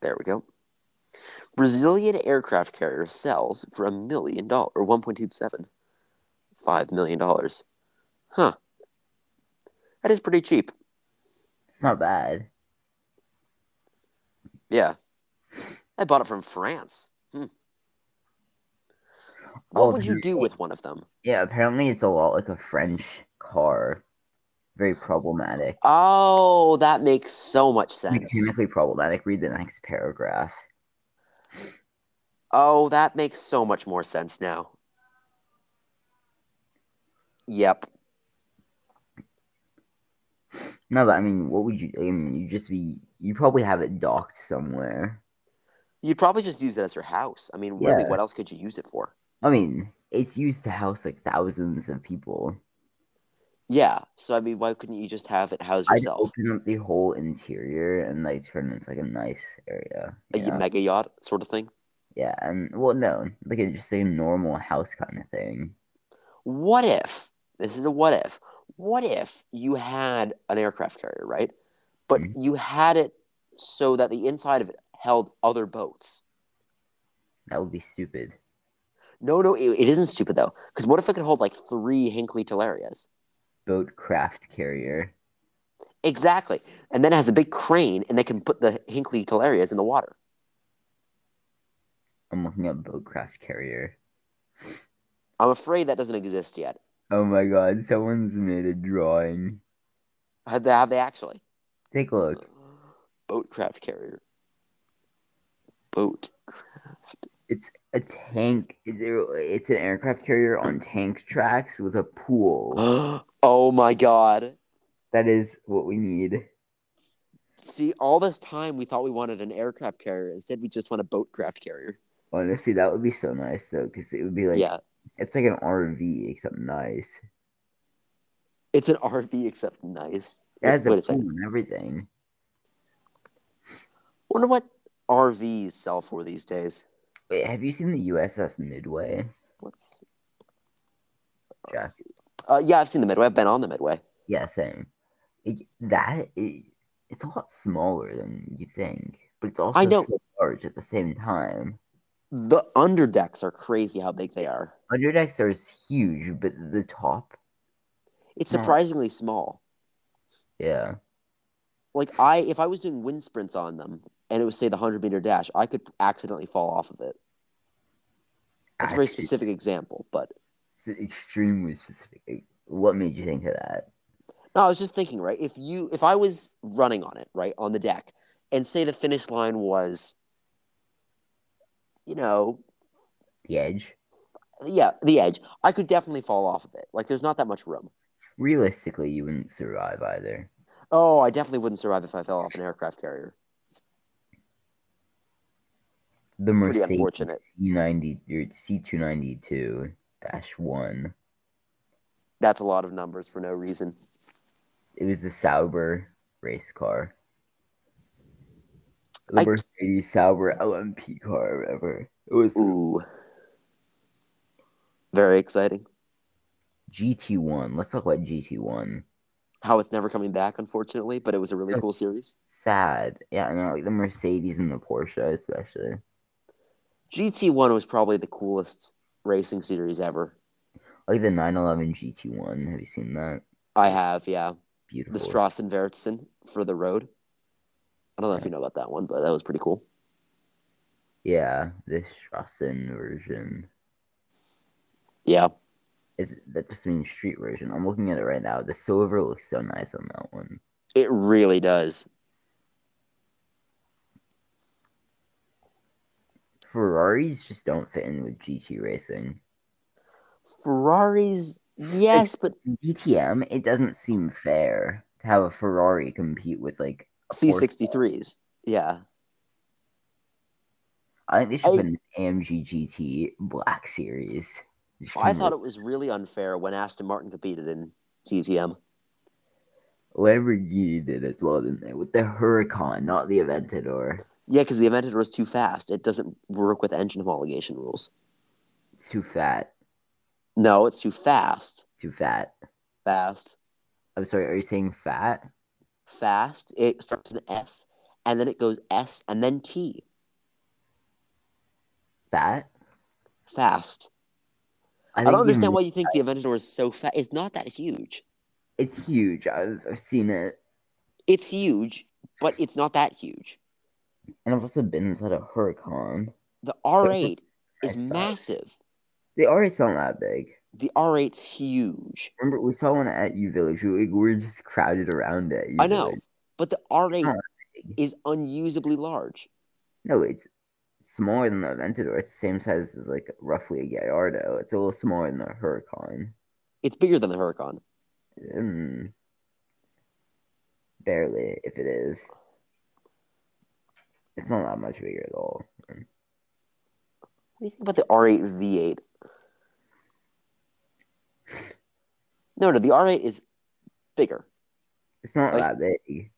[SPEAKER 2] There we go. Brazilian aircraft carrier sells for a million dollars or one point two seven five million dollars. Huh. That is pretty cheap.
[SPEAKER 1] It's not bad.
[SPEAKER 2] Yeah. I bought it from France. Hmm. What
[SPEAKER 1] Oh,
[SPEAKER 2] would you
[SPEAKER 1] dude.
[SPEAKER 2] do with one of them?
[SPEAKER 1] Yeah, apparently it's a lot like a French car. Very problematic.
[SPEAKER 2] Oh, that makes so much
[SPEAKER 1] Like,
[SPEAKER 2] sense.
[SPEAKER 1] Chemically problematic. Read the next paragraph.
[SPEAKER 2] Oh, that makes so much more sense now. Yep.
[SPEAKER 1] No, but I mean, what would you? I mean, you just be. You probably have it docked somewhere.
[SPEAKER 2] You'd probably just use it as your house. I mean, really,
[SPEAKER 1] Yeah.
[SPEAKER 2] what else could you use it for?
[SPEAKER 1] I mean, it's used to house like thousands of people.
[SPEAKER 2] Yeah. So I mean, why couldn't you just have it house
[SPEAKER 1] I'd
[SPEAKER 2] yourself?
[SPEAKER 1] open up the whole interior and like turn it into like a nice area.
[SPEAKER 2] A
[SPEAKER 1] you
[SPEAKER 2] y-
[SPEAKER 1] know?
[SPEAKER 2] mega yacht sort of thing.
[SPEAKER 1] Yeah, and well, no, like a, just a normal house kind of thing.
[SPEAKER 2] What if this is a what if? What if you had an aircraft carrier, right? But
[SPEAKER 1] Mhm.
[SPEAKER 2] you had it so that the inside of it held other boats.
[SPEAKER 1] That would be stupid.
[SPEAKER 2] No, no, it, it isn't stupid though. Because what if it could hold like three Hinkley Tellerias?
[SPEAKER 1] Boat craft carrier.
[SPEAKER 2] Exactly. And then it has a big crane and they can put the Hinkley Tellerias in the water.
[SPEAKER 1] I'm looking up boat craft carrier.
[SPEAKER 2] I'm afraid that doesn't exist yet.
[SPEAKER 1] Oh my god, someone's made a drawing.
[SPEAKER 2] Have they, have they actually?
[SPEAKER 1] Take a look.
[SPEAKER 2] Boat craft carrier. Boat.
[SPEAKER 1] It's a tank. it- It's an aircraft carrier on tank tracks with a pool.
[SPEAKER 2] oh my god.
[SPEAKER 1] That is what we need.
[SPEAKER 2] See, all this time we thought we wanted an aircraft carrier. Instead, we just want a boat craft carrier.
[SPEAKER 1] Honestly, that would be so nice though, because it would be like
[SPEAKER 2] yeah.
[SPEAKER 1] it's like an RV except nice.
[SPEAKER 2] It's an RV, except nice.
[SPEAKER 1] It has a
[SPEAKER 2] Wait a
[SPEAKER 1] pool
[SPEAKER 2] second.
[SPEAKER 1] and everything.
[SPEAKER 2] wonder what RVs sell for these days.
[SPEAKER 1] Wait, have you seen the USS Midway?
[SPEAKER 2] What's.
[SPEAKER 1] Jack?
[SPEAKER 2] Uh, yeah, I've seen the Midway. I've been on the Midway.
[SPEAKER 1] Yeah, same. It, that it, it's a lot smaller than you think, but it's also
[SPEAKER 2] know.
[SPEAKER 1] so large at the same time.
[SPEAKER 2] The underdecks are crazy how big they are.
[SPEAKER 1] Underdecks are huge, but the top,
[SPEAKER 2] It's
[SPEAKER 1] Yeah.
[SPEAKER 2] surprisingly small.
[SPEAKER 1] yeah,
[SPEAKER 2] Like I, if I was doing wind sprints on them, and it was say the hundred meter dash, I could accidentally fall off of it. That's a very
[SPEAKER 1] Actually,
[SPEAKER 2] specific example, but
[SPEAKER 1] It's extremely specific. Like, What made you think of that?
[SPEAKER 2] no, I was just thinking, right? If you, if I was running on it, right, on the deck, and say the finish line was, you know,
[SPEAKER 1] The edge.
[SPEAKER 2] yeah, the edge, I could definitely fall off of it. Like there's not that much room.
[SPEAKER 1] Realistically, you wouldn't survive either.
[SPEAKER 2] Oh, I definitely wouldn't survive if I fell off an aircraft carrier.
[SPEAKER 1] The
[SPEAKER 2] Pretty
[SPEAKER 1] Mercedes
[SPEAKER 2] unfortunate.
[SPEAKER 1] C ninety or C two ninety two dash one.
[SPEAKER 2] That's a lot of numbers for no reason.
[SPEAKER 1] It was the Sauber race car.
[SPEAKER 2] I-
[SPEAKER 1] The Mercedes Sauber LMP car, or whatever. It was
[SPEAKER 2] Ooh, very exciting.
[SPEAKER 1] GT1. Let's talk about GT1.
[SPEAKER 2] how it's never coming back, unfortunately, but it was a really
[SPEAKER 1] So
[SPEAKER 2] cool series.
[SPEAKER 1] Sad. Yeah, I know. Like the Mercedes and the Porsche, especially.
[SPEAKER 2] GT1 was probably the coolest racing series ever.
[SPEAKER 1] Like the 911 GT1. Have you seen that?
[SPEAKER 2] I have, yeah.
[SPEAKER 1] Beautiful.
[SPEAKER 2] The Strassenwärtsen for the road. I don't know if you know about that one, but that was pretty cool.
[SPEAKER 1] Yeah, the Strassen version.
[SPEAKER 2] Yeah.
[SPEAKER 1] Is that just means street version? I'm looking at it right now. The silver looks so nice on that one.
[SPEAKER 2] It really does.
[SPEAKER 1] Ferraris just don't fit in with GT racing.
[SPEAKER 2] Ferraris, yes, but
[SPEAKER 1] DTM, it doesn't seem fair to have a Ferrari compete with like
[SPEAKER 2] C63s. Yeah.
[SPEAKER 1] I think they should
[SPEAKER 2] I-
[SPEAKER 1] put an AMG GT Black Series. Just
[SPEAKER 2] I
[SPEAKER 1] convert-
[SPEAKER 2] thought it was really unfair when Aston Martin competed in TTM.
[SPEAKER 1] Lamborghini did as well, didn't they? With the Huracan, not the Aventador.
[SPEAKER 2] Yeah, because the Aventador was too fast. It doesn't work with engine homologation rules.
[SPEAKER 1] It's too fat.
[SPEAKER 2] No, it's too fast.
[SPEAKER 1] Too fat.
[SPEAKER 2] Fast.
[SPEAKER 1] I'm sorry. Are you saying fat?
[SPEAKER 2] fast. It starts with an F, and then it goes S, and then T.
[SPEAKER 1] Fat?
[SPEAKER 2] Fast. I,
[SPEAKER 1] think
[SPEAKER 2] don't
[SPEAKER 1] you
[SPEAKER 2] understand why
[SPEAKER 1] mean-
[SPEAKER 2] you think the Aventador is so fat. It's not that huge.
[SPEAKER 1] It's huge. I've, I've seen it.
[SPEAKER 2] It's huge, but it's not that huge.
[SPEAKER 1] And I've also been inside a Huracan.
[SPEAKER 2] The R8
[SPEAKER 1] I
[SPEAKER 2] is
[SPEAKER 1] saw it.
[SPEAKER 2] massive.
[SPEAKER 1] They already sound that big.
[SPEAKER 2] The R8's huge,
[SPEAKER 1] Remember, we saw one at U Village. We like, were just crowded around it.
[SPEAKER 2] I know. but the R8
[SPEAKER 1] not
[SPEAKER 2] is unusably large.
[SPEAKER 1] No, it's smaller than the Aventador. It's the same size as like roughly a Gallardo. It's a little smaller than the Huracan.
[SPEAKER 2] It's bigger than the Huracan.
[SPEAKER 1] Mm. Barely, if it is. It's not that much bigger at all.
[SPEAKER 2] What do you think about the R8 V8? No, no, the R8 is bigger.
[SPEAKER 1] It's not
[SPEAKER 2] Like-
[SPEAKER 1] that big.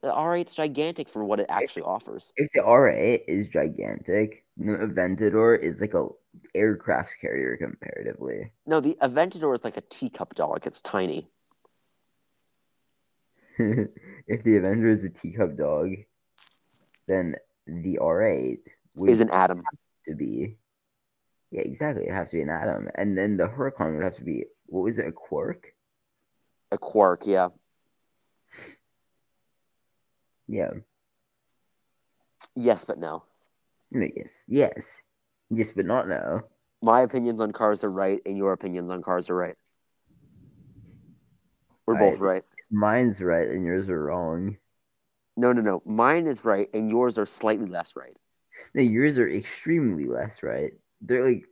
[SPEAKER 2] The R8's gigantic for what it actually offers.
[SPEAKER 1] If the R8 is gigantic, the Aventador is like a aircraft carrier comparatively.
[SPEAKER 2] No, the Aventador is like a teacup dog. It's tiny.
[SPEAKER 1] if the Avenger is a teacup dog, then the R8 would
[SPEAKER 2] Is an atom.
[SPEAKER 1] to be. Yeah, exactly. It'd have to be an atom. And then the Huracan would have to be, what was it, a quark?
[SPEAKER 2] A quark, yeah.
[SPEAKER 1] Yeah.
[SPEAKER 2] Yes, but no.
[SPEAKER 1] No, yes. Yes. Yes, but not no.
[SPEAKER 2] My opinions on cars are right, and your opinions on cars are right. We're both
[SPEAKER 1] Alright.
[SPEAKER 2] right.
[SPEAKER 1] Mine's right and yours are wrong.
[SPEAKER 2] No, no, no. Mine is right, and yours are slightly less right.
[SPEAKER 1] No, yours are extremely less right. They're like,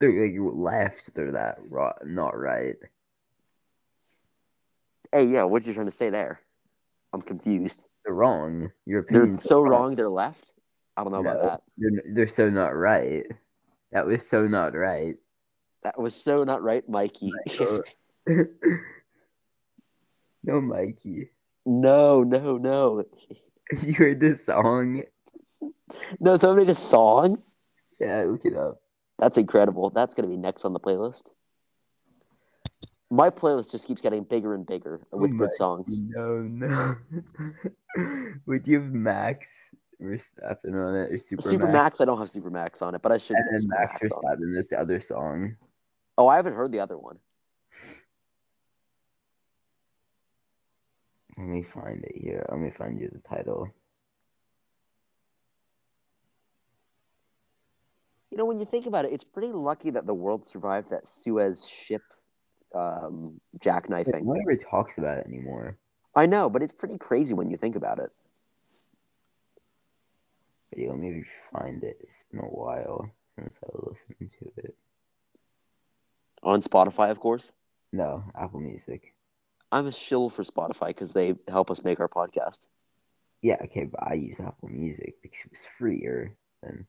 [SPEAKER 1] they're like left. They're that ro- not right.
[SPEAKER 2] Hey, yeah, what are you trying to say there? I'm confused.
[SPEAKER 1] They're wrong. Your opinions.
[SPEAKER 2] They're
[SPEAKER 1] are
[SPEAKER 2] so wrong, they're left? I don't know
[SPEAKER 1] No.
[SPEAKER 2] about that.
[SPEAKER 1] They're, they're so not right. That was so not right.
[SPEAKER 2] That was so not right, Mikey.
[SPEAKER 1] Michael. no, Mikey.
[SPEAKER 2] no, no, no.
[SPEAKER 1] You heard this song?
[SPEAKER 2] No, somebody just song?
[SPEAKER 1] Yeah, look it up.
[SPEAKER 2] That's incredible. That's going to be next on the playlist. My playlist just keeps getting bigger and bigger with
[SPEAKER 1] my
[SPEAKER 2] good songs.
[SPEAKER 1] No, no. Would you have Max Verstappen on it or Super,
[SPEAKER 2] Super
[SPEAKER 1] Max?
[SPEAKER 2] Max, I don't have Super Max on it, but I should
[SPEAKER 1] And
[SPEAKER 2] get
[SPEAKER 1] then
[SPEAKER 2] Super
[SPEAKER 1] Max
[SPEAKER 2] Max on it.
[SPEAKER 1] Verstappen, this other song.
[SPEAKER 2] Oh, I haven't heard the other one.
[SPEAKER 1] Let me find it here. Let me find you the title.
[SPEAKER 2] You know, when you think about it, it's pretty lucky that the world survived that Suez ship um, jackknifing.
[SPEAKER 1] Nobody ever talks about it anymore.
[SPEAKER 2] I know, but it's pretty crazy when you think about it.
[SPEAKER 1] But let me find it. It's been a while since I listened to it.
[SPEAKER 2] On Spotify, of course.
[SPEAKER 1] No, Apple Music.
[SPEAKER 2] I'm a shill for Spotify because they help us make our podcast.
[SPEAKER 1] Yeah, okay, but I used Apple Music because it was freer than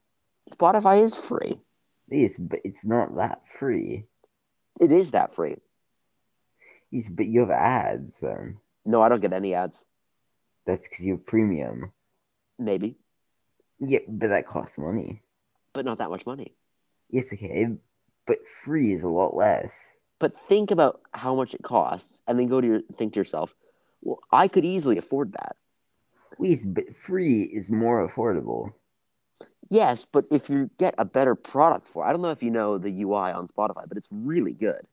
[SPEAKER 2] Spotify is free.
[SPEAKER 1] this, but it's not that free.
[SPEAKER 2] It is that free.
[SPEAKER 1] Yes, but you have ads then.
[SPEAKER 2] No, I don't get any ads.
[SPEAKER 1] That's because you have premium.
[SPEAKER 2] Maybe,
[SPEAKER 1] Yeah, but that costs money.
[SPEAKER 2] but not that much money.
[SPEAKER 1] Yes, okay, but free is a lot less.
[SPEAKER 2] But think about how much it costs, and then go to your think to yourself, well, I could easily afford that.
[SPEAKER 1] Yes, but free is more affordable.
[SPEAKER 2] Yes, but if you get a better product for, it- I don't know if you know the UI on Spotify, but it's really good.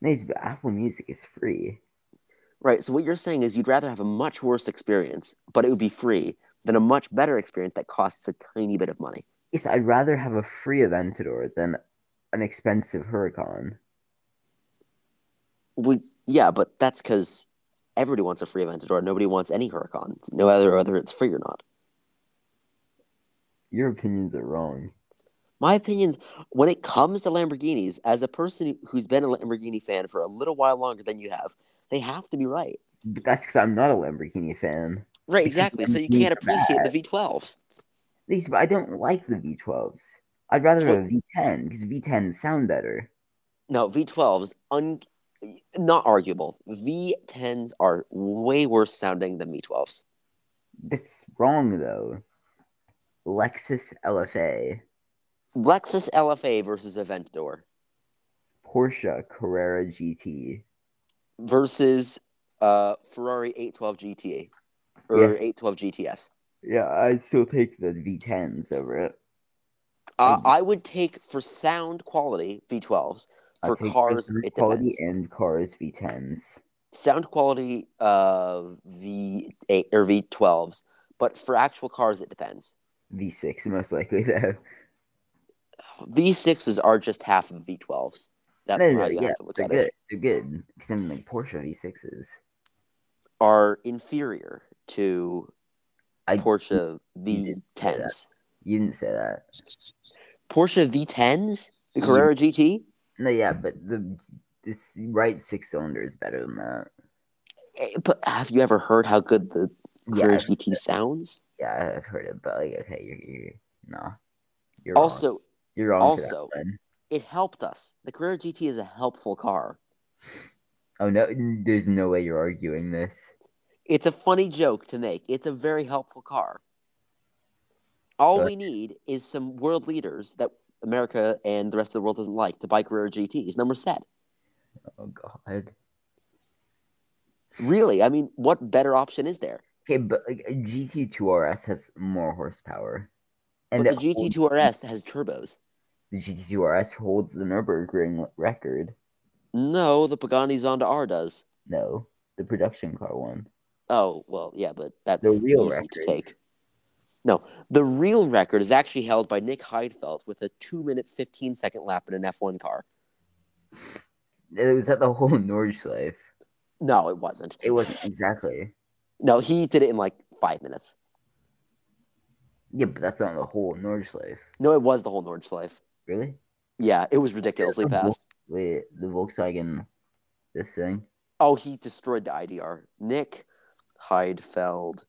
[SPEAKER 1] Yes, but Apple Music is free.
[SPEAKER 2] Right. So what you're saying is you'd rather have a much worse experience, but it would be free, than a much better experience that costs a tiny bit of money.
[SPEAKER 1] Yes, I'd rather have a free Aventador than an expensive Huracan.
[SPEAKER 2] Well, yeah, but that's because everybody wants a free Aventador. Nobody wants any Huracan. It's No matter whether it's free or not.
[SPEAKER 1] Your opinions are wrong.
[SPEAKER 2] My opinions when it comes to Lamborghinis, as a person who's been a Lamborghini fan for a little while longer than you have, they have to be right.
[SPEAKER 1] But that's because I'm not a Lamborghini fan.
[SPEAKER 2] Right,
[SPEAKER 1] Because
[SPEAKER 2] exactly. So you
[SPEAKER 1] Lamborghinis
[SPEAKER 2] can't
[SPEAKER 1] are bad.
[SPEAKER 2] appreciate the V12s.
[SPEAKER 1] Yes, but I don't like the V12s. I'd rather have a V10 because V10s sound better.
[SPEAKER 2] No, V12s, un- not arguable. V10s are way worse sounding than V12s.
[SPEAKER 1] That's wrong though. Lexus LFA,
[SPEAKER 2] Lexus LFA versus Aventador
[SPEAKER 1] Porsche Carrera GT,
[SPEAKER 2] versus uh, Ferrari 812 GT or
[SPEAKER 1] Yes.
[SPEAKER 2] 812 GTS.
[SPEAKER 1] Yeah, I'd still take the V10s over it.
[SPEAKER 2] Uh,
[SPEAKER 1] I'd-
[SPEAKER 2] I would take for sound quality V12s.
[SPEAKER 1] I'd
[SPEAKER 2] For
[SPEAKER 1] take
[SPEAKER 2] cars,
[SPEAKER 1] Mercedes
[SPEAKER 2] it
[SPEAKER 1] quality
[SPEAKER 2] depends.
[SPEAKER 1] and cars V10s.
[SPEAKER 2] Sound quality of V8 or V12s, but for actual cars, it depends.
[SPEAKER 1] V6 most likely though.
[SPEAKER 2] V6s are just half of V12s. That's
[SPEAKER 1] No, no,
[SPEAKER 2] how
[SPEAKER 1] no,
[SPEAKER 2] you
[SPEAKER 1] yeah,
[SPEAKER 2] have to look
[SPEAKER 1] they're
[SPEAKER 2] at
[SPEAKER 1] good.
[SPEAKER 2] it.
[SPEAKER 1] They're good. Because I'm like Porsche V6s.
[SPEAKER 2] Are inferior to
[SPEAKER 1] I-
[SPEAKER 2] Porsche
[SPEAKER 1] you did say that.
[SPEAKER 2] V10s.
[SPEAKER 1] You didn't say that.
[SPEAKER 2] Porsche V10s, the
[SPEAKER 1] You-
[SPEAKER 2] Carrera GT.
[SPEAKER 1] No, yeah, but the this right six cylinder is better than that.
[SPEAKER 2] Eh, But have you ever heard how good the
[SPEAKER 1] Yeah,
[SPEAKER 2] Carrera
[SPEAKER 1] I've-
[SPEAKER 2] GT sounds?
[SPEAKER 1] yeah, I've heard it, but like, okay, you're, you're no, you're wrong.
[SPEAKER 2] Also,
[SPEAKER 1] you're wrong. for that
[SPEAKER 2] also-
[SPEAKER 1] one.
[SPEAKER 2] it helped us. The Carrera GT is a helpful car.
[SPEAKER 1] oh no, there's no way you're arguing this.
[SPEAKER 2] It's a funny joke to make. It's a very helpful car. All
[SPEAKER 1] Good.
[SPEAKER 2] we need is some world leaders that America and the rest of the world doesn't like to buy Carrera GTs. Number set.
[SPEAKER 1] Oh god.
[SPEAKER 2] Really, I mean, what better option is there?
[SPEAKER 1] Okay, but like a GT2 RS has more horsepower, and
[SPEAKER 2] but the
[SPEAKER 1] it holds-
[SPEAKER 2] GT2 RS has turbos.
[SPEAKER 1] the GT2 RS holds the Nurburgring record.
[SPEAKER 2] No, the Pagani Zonda R does.
[SPEAKER 1] No, the production car one.
[SPEAKER 2] Oh well, yeah, but that's
[SPEAKER 1] The real
[SPEAKER 2] easy
[SPEAKER 1] record.
[SPEAKER 2] to take. No, the real record is actually held by Nick Heidfeld with a two minute fifteen second lap in an F one car.
[SPEAKER 1] It was at the whole Nordschleife.
[SPEAKER 2] No, it wasn't.
[SPEAKER 1] It wasn't exactly.
[SPEAKER 2] No, he did it in like five minutes.
[SPEAKER 1] Yeah, but that's not the whole Nordschleife.
[SPEAKER 2] No, it was the whole Nordschleife.
[SPEAKER 1] Really?
[SPEAKER 2] Yeah, it was ridiculously fast.
[SPEAKER 1] Wait, the Volkswagen, this thing.
[SPEAKER 2] Oh, he destroyed the IDR. Nick Heidfeld.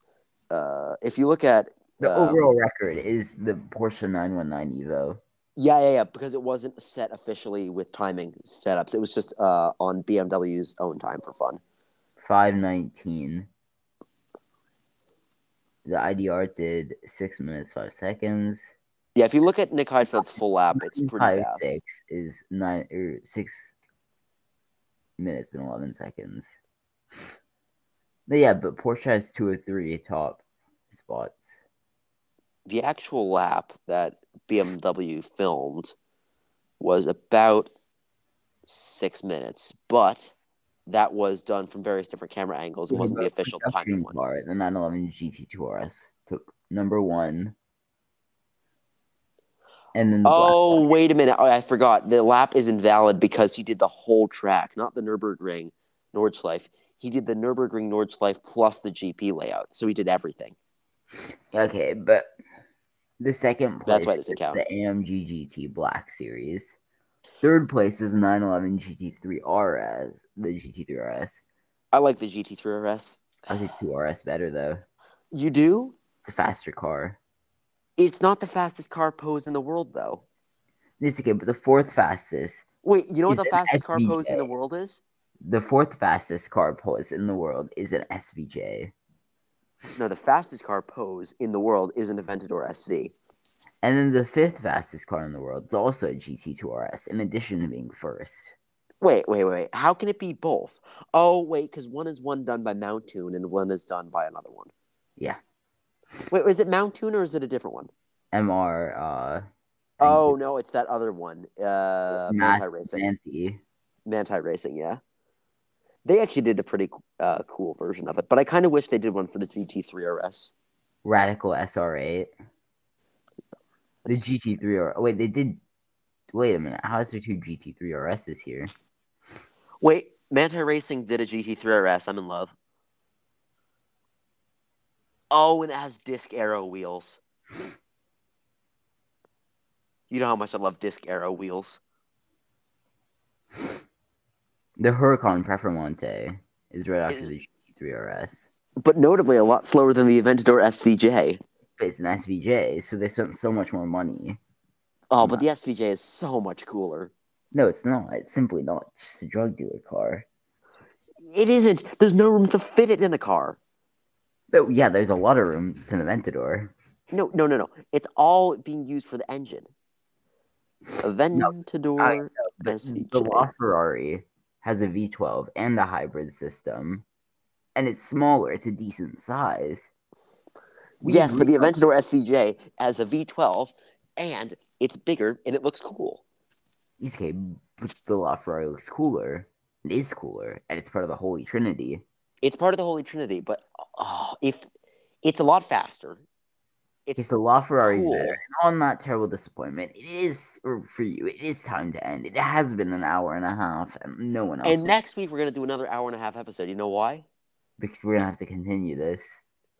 [SPEAKER 2] Uh, if you look at
[SPEAKER 1] The
[SPEAKER 2] um,
[SPEAKER 1] overall record is the Porsche 919 Evo.
[SPEAKER 2] Yeah, yeah, yeah. Because it wasn't set officially with timing setups. It was just uh, on BMW's own time for fun.
[SPEAKER 1] 519. The IDR did 6 minutes 5 seconds.
[SPEAKER 2] Yeah, if you look at Nick Heidfeld's full lap, Uh, it's pretty fast.
[SPEAKER 1] 956 is 9 or 6 minutes and 11 seconds. But yeah, but Porsche has 2 or 3 top spots.
[SPEAKER 2] The actual lap that BMW filmed was about six minutes, but that was done from various different camera angles and wasn't the official
[SPEAKER 1] Production
[SPEAKER 2] timing one.
[SPEAKER 1] car, The 911 GT2 RS took number 1. And then the black
[SPEAKER 2] Oh, wait a minute. Oh, I forgot. The lap is invalid because he did the whole track, not the Nürburgring Nordschleife. He did the Nürburgring Nordschleife plus the GP layout. So he did everything.
[SPEAKER 1] Okay, but the second place
[SPEAKER 2] That's why it doesn't
[SPEAKER 1] is
[SPEAKER 2] count.
[SPEAKER 1] the AMG GT Black Series. Third place is 911 GT3 RS, the GT3 RS.
[SPEAKER 2] I like the GT3 RS.
[SPEAKER 1] I think 2 RS better though.
[SPEAKER 2] You do?
[SPEAKER 1] It's a faster car.
[SPEAKER 2] It's not the fastest car pose in the world, though.
[SPEAKER 1] It's okay, but the fourth fastest,
[SPEAKER 2] Wait, you know what
[SPEAKER 1] It's
[SPEAKER 2] the
[SPEAKER 1] an
[SPEAKER 2] fastest car pose in
[SPEAKER 1] SVJ.
[SPEAKER 2] the world is?
[SPEAKER 1] the fourth fastest car pose in the world is an SVJ,
[SPEAKER 2] No, the fastest car pose in the world is an Aventador SV.
[SPEAKER 1] and then the fifth fastest car in the world is also a GT2 RS. In addition to being first,
[SPEAKER 2] Wait, wait, wait. How can it be both? Oh, wait, because one is one done by Mountoon and one is done by another one.
[SPEAKER 1] yeah,
[SPEAKER 2] Wait, is it Mountoon or is it a different one?
[SPEAKER 1] MR. Uh,
[SPEAKER 2] Oh no, it's that other one. Uh,
[SPEAKER 1] Math-
[SPEAKER 2] Manti Racing.
[SPEAKER 1] Xanthi.
[SPEAKER 2] Manti Racing, yeah. They actually did a pretty uh, cool version of it, but I kind of wish they did one for the GT3 RS.
[SPEAKER 1] Radical SR8. The
[SPEAKER 2] That's-
[SPEAKER 1] GT3 R. Wait, they did. Wait a minute. How is there two GT3 RSs here?
[SPEAKER 2] Wait, Manti Racing did a GT3 RS. I'm in love. Oh, and it has disc arrow wheels. You know how much I love disc arrow wheels.
[SPEAKER 1] The Huracan Prefermonte is right after
[SPEAKER 2] Is-
[SPEAKER 1] the GT3 RS.
[SPEAKER 2] But notably, a lot slower than the Aventador SVJ.
[SPEAKER 1] But it's an SVJ, so they spent so much more money.
[SPEAKER 2] Oh, but the SVJ is so much cooler.
[SPEAKER 1] No, it's not. It's simply not. It's just a drug dealer car.
[SPEAKER 2] It isn't. There's no room to fit it in the car.
[SPEAKER 1] But yeah, there's a lot of room. It's an Aventador.
[SPEAKER 2] No, no, no, no. It's all being used for the engine.
[SPEAKER 1] I
[SPEAKER 2] Aventador
[SPEAKER 1] But
[SPEAKER 2] SVJ.
[SPEAKER 1] the LaFerrari has a V12 and a hybrid system, and it's smaller. It's a decent size. We
[SPEAKER 2] yes, but the
[SPEAKER 1] agree on-
[SPEAKER 2] Aventador SVJ has a V12 and It's bigger and it looks cool.
[SPEAKER 1] He's okay, but the LaFerrari looks cooler. It is cooler, and it's part of the Holy Trinity.
[SPEAKER 2] It's part of the Holy Trinity, but oh, if it's a lot faster. It's,
[SPEAKER 1] It's the LaFerrari's
[SPEAKER 2] Cool.
[SPEAKER 1] better. And on that terrible disappointment, it is or for you. It is time to end. It has been an hour and a half, and no one else.
[SPEAKER 2] and next week we're gonna do another hour and a half episode. You know why?
[SPEAKER 1] because we're gonna have to continue this.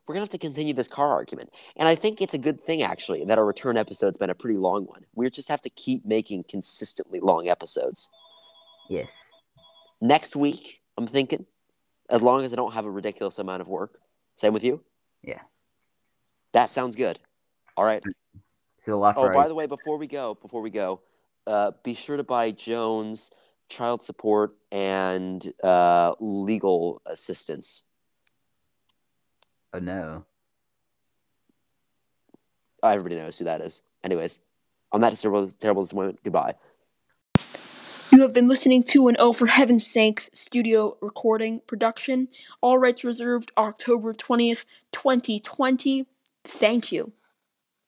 [SPEAKER 2] We're gonna have to continue this car argument. And I think it's a good thing actually that our return episode's been a pretty long one. We just have to keep making consistently long episodes.
[SPEAKER 1] Yes,
[SPEAKER 2] Next week, I'm thinking, as long as I don't have a ridiculous amount of work. Same with you?
[SPEAKER 1] Yeah.
[SPEAKER 2] That sounds good. All right.
[SPEAKER 1] so the
[SPEAKER 2] Oh,
[SPEAKER 1] LaFerrari.
[SPEAKER 2] by the way, before we go, before we go, uh, be sure to buy Jones child support and uh, legal assistance.
[SPEAKER 1] oh no,
[SPEAKER 2] Oh, everybody knows who that is. Anyways, on that terrible, terrible disappointment, goodbye.
[SPEAKER 3] You have been listening to an Oh for Heaven's Sakes studio recording production. All rights reserved October 20th, 2020. Thank you.